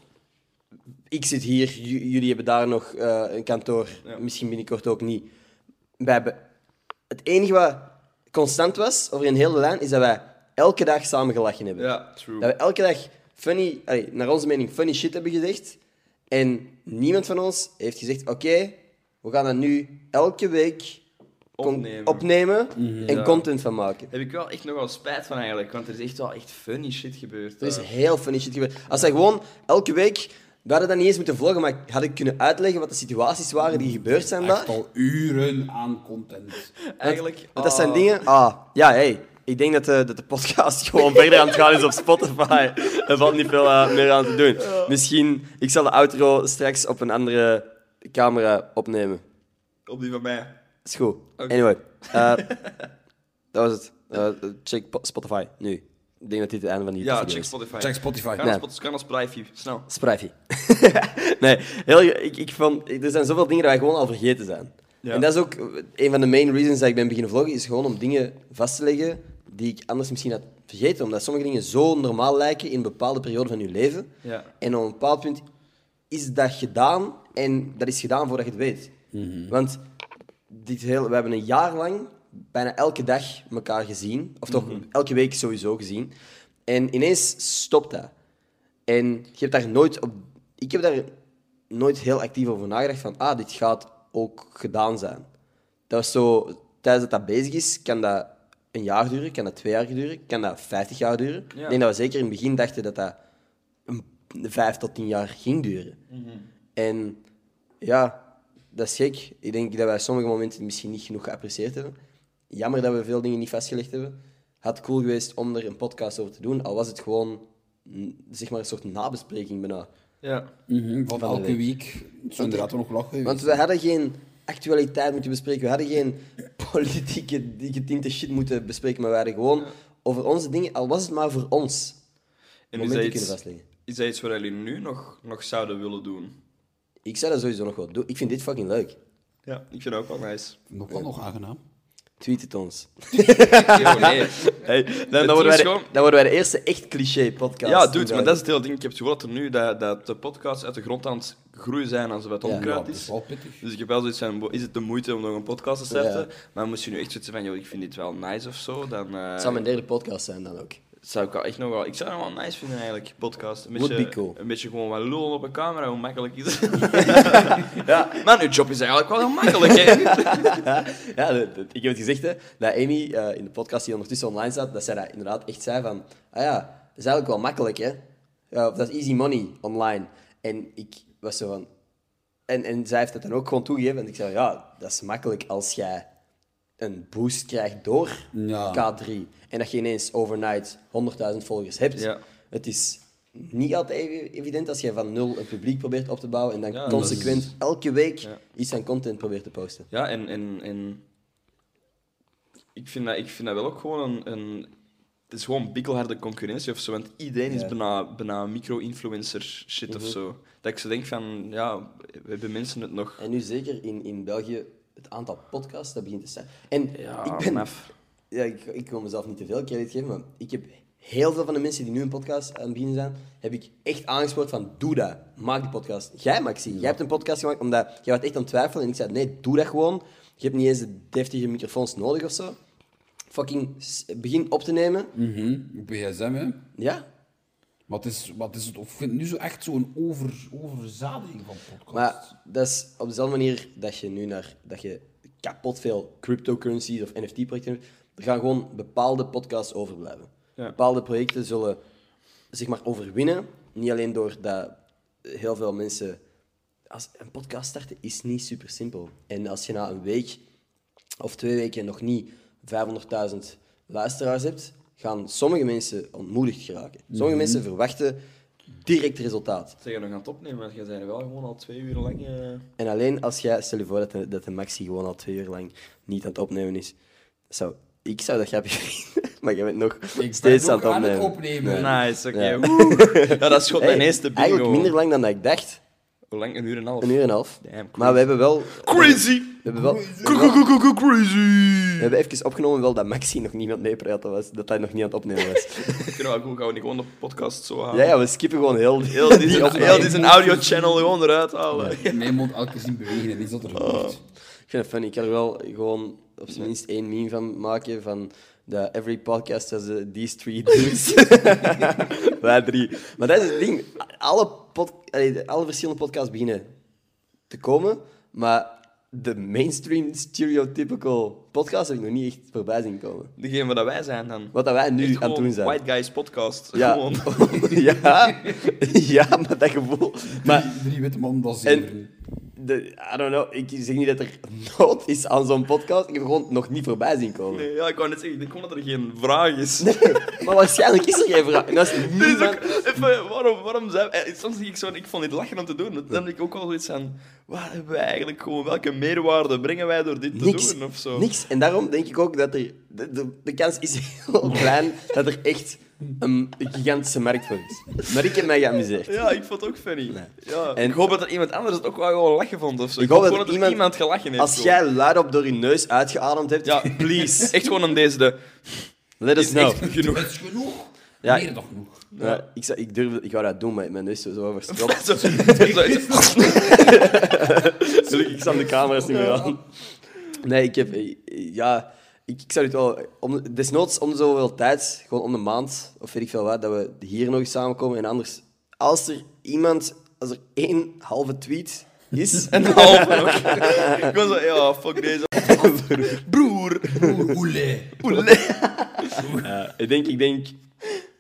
Ik zit hier, j- jullie hebben daar nog eh, een kantoor, Ja. misschien binnenkort ook niet. Wij hebben... Het enige wat constant was over een hele lijn, is dat wij elke dag samen gelachen hebben. Ja, true. Dat we elke dag funny, allee, naar onze mening funny shit hebben gezegd. En niemand van ons heeft gezegd: Oké, we gaan dat nu elke week con- Opnemen. opnemen en Ja. content van maken. Heb ik wel echt nogal spijt van eigenlijk, want er is echt wel echt funny shit gebeurd. Er is eh. heel funny shit gebeurd. Als zij gewoon elke week. We hadden dat niet eens moeten vloggen, maar had ik kunnen uitleggen wat de situaties waren die gebeurd zijn daar. Echt al uren aan content. Eigenlijk. Want dat zijn ah, dingen. Ah, ja, hey. Ik denk dat de, dat de podcast gewoon verder aan het gaan is op Spotify. Er valt niet veel eh, meer aan te doen. Misschien, ik zal de outro straks op een andere camera opnemen. Ah, Op die van mij. Is goed. Oké. Anyway, eh, dat was het. Eh, check po- Spotify nu. Ik denk dat dit het einde van die Ja, video check is. Spotify. Check Spotify. Kan Nee. op Spotify. Kan op Spotify. Snel. Sprivey. nee, heel, ik, ik vond, er zijn zoveel dingen dat wij gewoon al vergeten zijn. Ja. En dat is ook eh, een van de main reasons dat ik ben beginnen vloggen, is gewoon om dingen vast te leggen die ik anders misschien had vergeten. Omdat sommige dingen zo normaal lijken in een bepaalde periode van je leven. Ja. En op een bepaald punt is dat gedaan en dat is gedaan voordat je het weet. Mhm. Want dit heel, we hebben een jaar lang bijna elke dag elkaar gezien. Of toch Mhm. elke week sowieso gezien. En ineens stopt dat. En je hebt daar nooit op... Ik heb daar nooit heel actief over nagedacht van... Ah, dit gaat ook gedaan zijn. Dat was zo... Tijdens dat dat bezig is, kan dat een jaar duren, kan dat twee jaar duren, kan dat vijftig jaar duren. Ja. Ik denk dat we zeker in het begin dachten dat dat een vijf tot tien jaar ging duren. Mhm. En ja, dat is gek. Ik denk dat wij sommige momenten misschien niet genoeg geapprecieerd hebben. Jammer dat we veel dingen niet vastgelegd hebben. Had cool geweest om er een podcast over te doen, al was het gewoon n- zeg maar, een soort nabespreking bijna. Ja. Van Van de Mhm, elke week. Zo inderdaad wel nog lachen. Want we hadden geen actualiteit moeten bespreken, we hadden geen politieke die getinte shit moeten bespreken, maar we hadden gewoon over onze dingen, al was het maar voor ons, En is dat, momenten kunnen iets, vastleggen. is dat iets wat jullie nu nog, nog zouden willen doen? Ik zou dat sowieso nog wel doen. Ik vind dit fucking leuk. Ja. Ik vind dat ook wel nice. Nog wel nog aangenaam. Tweet het ons. Yo, nee. Hey, dan, dan, ding worden is wij de, gewoon- dan worden wij de eerste echt cliché podcast. Ja, dude, maar in dat is het hele ding. Ik heb het gevoel dat er nu dat, dat de podcasts uit de grond aan het groeien zijn als het Ja. Ja, onkruid dat is. is wel pittig. Dus ik heb wel zoiets van, bo- is het de moeite om nog een podcast te Ja. starten? Maar moest je nu echt zoiets van, joh, ik vind dit wel nice of zo, dan eh, Het zou mijn derde podcast zijn dan ook. zou ik wel echt nog wel... Ik zou het wel nice vinden eigenlijk, podcast. Een Would beetje, be cool. een beetje gewoon wat lullen op een camera, hoe makkelijk is het? ja, maar uw job is eigenlijk wel heel makkelijk, hè? Ja, dat- dat- ik heb het gezegd, hè, dat Amy eh, in de podcast die ondertussen online staat, dat zij dat inderdaad echt zei van, ah ja, dat is eigenlijk wel makkelijk, hè. Ja, of dat is easy money online. En ik was zo van... En, en zij heeft dat dan ook gewoon toegegeven. En ik zei, ja, dat is makkelijk als jij een boost krijgt door Ja. K3. En dat je ineens overnight 100.000 volgers hebt. Ja. Het is niet altijd even evident als je van nul een publiek probeert op te bouwen en dan Ja, dat dus- consequent is- elke week iets aan content probeert te posten. Ja, en, en, en ik, vind dat, ik vind dat wel ook gewoon een... een het is gewoon bikkelharde concurrentie of zo, want iedereen is Ja. Mhm. bijna, bijna micro-influencer shit of zo. Dat ik zo denk van, ja, we hebben mensen het nog? En nu zeker in, in België, het aantal podcasts dat begint te zijn. En Ja, ik ben. maf. Ja, ik, ik wil mezelf niet te veel credit geven, maar ik heb heel veel van de mensen die nu een podcast aan het beginnen zijn, heb ik echt aangespoord van doe dat, maak die podcast. Jij Maxi, jij hebt een podcast gemaakt omdat jij was echt aan het twijfelen en ik zei nee, doe dat gewoon. Je hebt niet eens de deftige microfoons nodig of zo. Fucking s- begin op te nemen. Mm. BSM, hè. Ja, Wat is, wat is het? Of ik vind nu zo echt zo'n over, overzadiging van podcasts. Maar dat is op dezelfde manier dat je nu naar dat je kapot veel cryptocurrencies of NFT-projecten hebt. Er gaan gewoon bepaalde podcasts overblijven. Ja. Bepaalde projecten zullen zeg maar overwinnen. Niet alleen doordat heel veel mensen. Als een podcast starten is niet super simpel. En als je na een week of twee weken nog niet 500.000 luisteraars hebt, gaan sommige mensen ontmoedigd geraken. Sommige mensen verwachten direct resultaat. Zeg je nog aan het opnemen, want jij bent wel gewoon al twee uur lang... eh, En alleen als jij, stel je voor dat de, dat de Maxi gewoon al twee uur lang niet aan het opnemen is. Zou, ik zou dat grappig vinden, maar jij bent nog steeds ook aan het aan opnemen. het opnemen. Nee. Nice, oké. Ja. woe. Ja, dat schot mijn Hey, eerste bingo. Eigenlijk minder lang dan dat ik dacht, Hoe lang? Een uur en een half. een uur en een half. Damn, crazy. maar we hebben wel... Crazy! We hebben wel... We Crazy! hebben even opgenomen wel dat Maxi nog niet aan het meepraten was, dat hij nog niet aan het opnemen was. Kunnen we ook gewoon, gewoon de podcast zo ja, halen? ja, we skippen gewoon heel, Heel dit is een- opname. heel dit is een audio-channel gewoon eruit halen. Mijn mond elke keer zien bewegen en iets dat er Oh. gebeurt. Ik vind het funny. Ik kan er wel gewoon op zijn minst één meme van maken. Van de every podcast has eh, these three dudes. Wij drie. Maar dat is het ding. Alle, pod- allee, alle verschillende podcasts beginnen te komen. Maar de mainstream stereotypical podcast heb ik nog niet echt voorbij zien komen. Degene waar dat wij zijn dan. Wat dat wij nu Echt aan het gewoon doen zijn. White Guys podcast. ja. Gewoon. ja. ja, maar dat gevoel. Maar Drie, drie witte mannen, dat is en de, I don't know, ik zeg niet dat er nood is aan zo'n podcast. Ik heb gewoon nog niet voorbij zien komen. Nee, ja, ik wou net zeggen, ik denk gewoon dat er geen vraag is. Maar waarschijnlijk is er geen vraag. En dat is Er is niemand... ook, even, waarom, waarom zijn we- eh, Soms denk ik zo, ik vond dit lachen om te doen. Dan denk ik ook al zoiets aan, waar hebben wij eigenlijk gewoon, welke meerwaarde brengen wij door dit te Niks, doen of zo? niks. En daarom denk ik ook dat er... De, de, de kans is heel klein dat er echt een gigantische markt voor is. Maar ik heb mij geamuseerd. Ja, ik vond het ook funny. Ja. En- ik hoop dat er iemand anders het ook wel gewoon lachen vond of zo. Ik hoop dat gewoon er dat er iemand- iemand, gelachen heeft. Als gewoon. jij luidop door je neus uitgeademd hebt, Ja, please. Echt gewoon om deze de... let us is know. echt genoeg. Dat is genoeg. Ja, Meer dan genoeg. Ja, ik, zou- ik, durfde, ik wou dat doen, maar mijn neus was zo verstopt. Zo, zo, zo- Gelukkig staan de camera's niet meer aan. Nee, ik heb... eh, Ja, ik, ik zou het wel... Om, desnoods om de zoveel tijd, gewoon om de maand, of weet ik veel wat, dat we hier nog eens samenkomen. En anders, als er iemand... Als er één halve tweet is... en halve nog. Ik was zo, ja, fuck deze. Broer. Oeh, Oele. eh, ik denk, ik denk...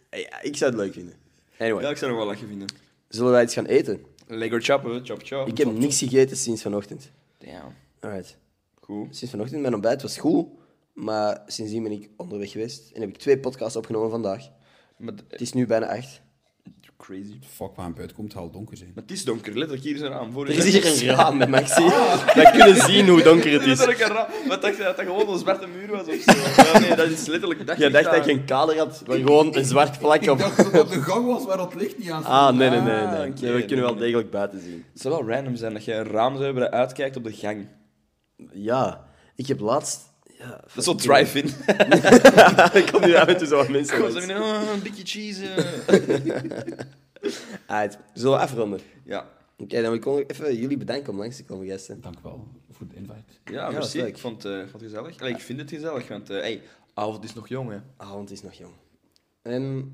eh, ja, ik zou het leuk vinden. Anyway, Ja, ik zou nog wel lachen vinden. zullen wij iets gaan eten? Lekker choppen, chop chop. Ik heb niks gegeten sinds vanochtend. Damn. Alright. Goed. Sinds vanochtend, mijn ontbijt was goed, maar sindsdien ben ik onderweg geweest. En heb ik twee podcasts opgenomen vandaag. Maar d- eh, Het is nu bijna acht. Crazy. Fuck, waar hem buiten komt, het al donker zijn. Maar het is donker, letterlijk. Hier is een raam. Voor Er je. is hier een raam bij Maxi. Dat kunnen zien hoe donker het is. Letterlijk een raam. Wat dacht je, dat dat gewoon een zwarte muur was of zo? Ja, nee, dat is letterlijk... Je dacht dat je een kader had, maar gewoon een zwart plak Ik op. dacht dat het op de gang was waar het licht niet aan stond. Ah, nee, nee, nee. Ah, nee. oké, Nee, we nee, kunnen wel nee. degelijk buiten zien. Het zou wel random zijn dat je een raam zou hebben dat uitkijkt op de gang. Ja, ik heb laatst... Ja, Dat is zo drive-in. ik kom nu uit, dus al mensen Kom, ze langs. hebben een- oh, een beetje cheese. eh. Uit. Ah, Zullen we afronden? Ja. Oké, dan wil ik ook nog even jullie bedanken om langs te komen, gasten. Dank wel voor de invite. Ja, dat is merci. leuk. Ik vond, eh, ik vond het gezellig. Allee, ik vind het gezellig, want eh hey, avond is nog jong, hè. Avond is nog jong. En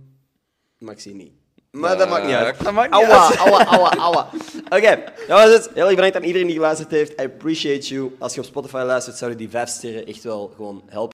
Maxi niet. Maar dat maakt niet uit. Dat maakt niet Auwa, auwa, auwa, auwa. Oké, dat was het. Heel erg bedankt aan iedereen die geluisterd heeft. I appreciate you. Als je op Spotify luistert, zou je die vijf sterren echt wel gewoon helpen.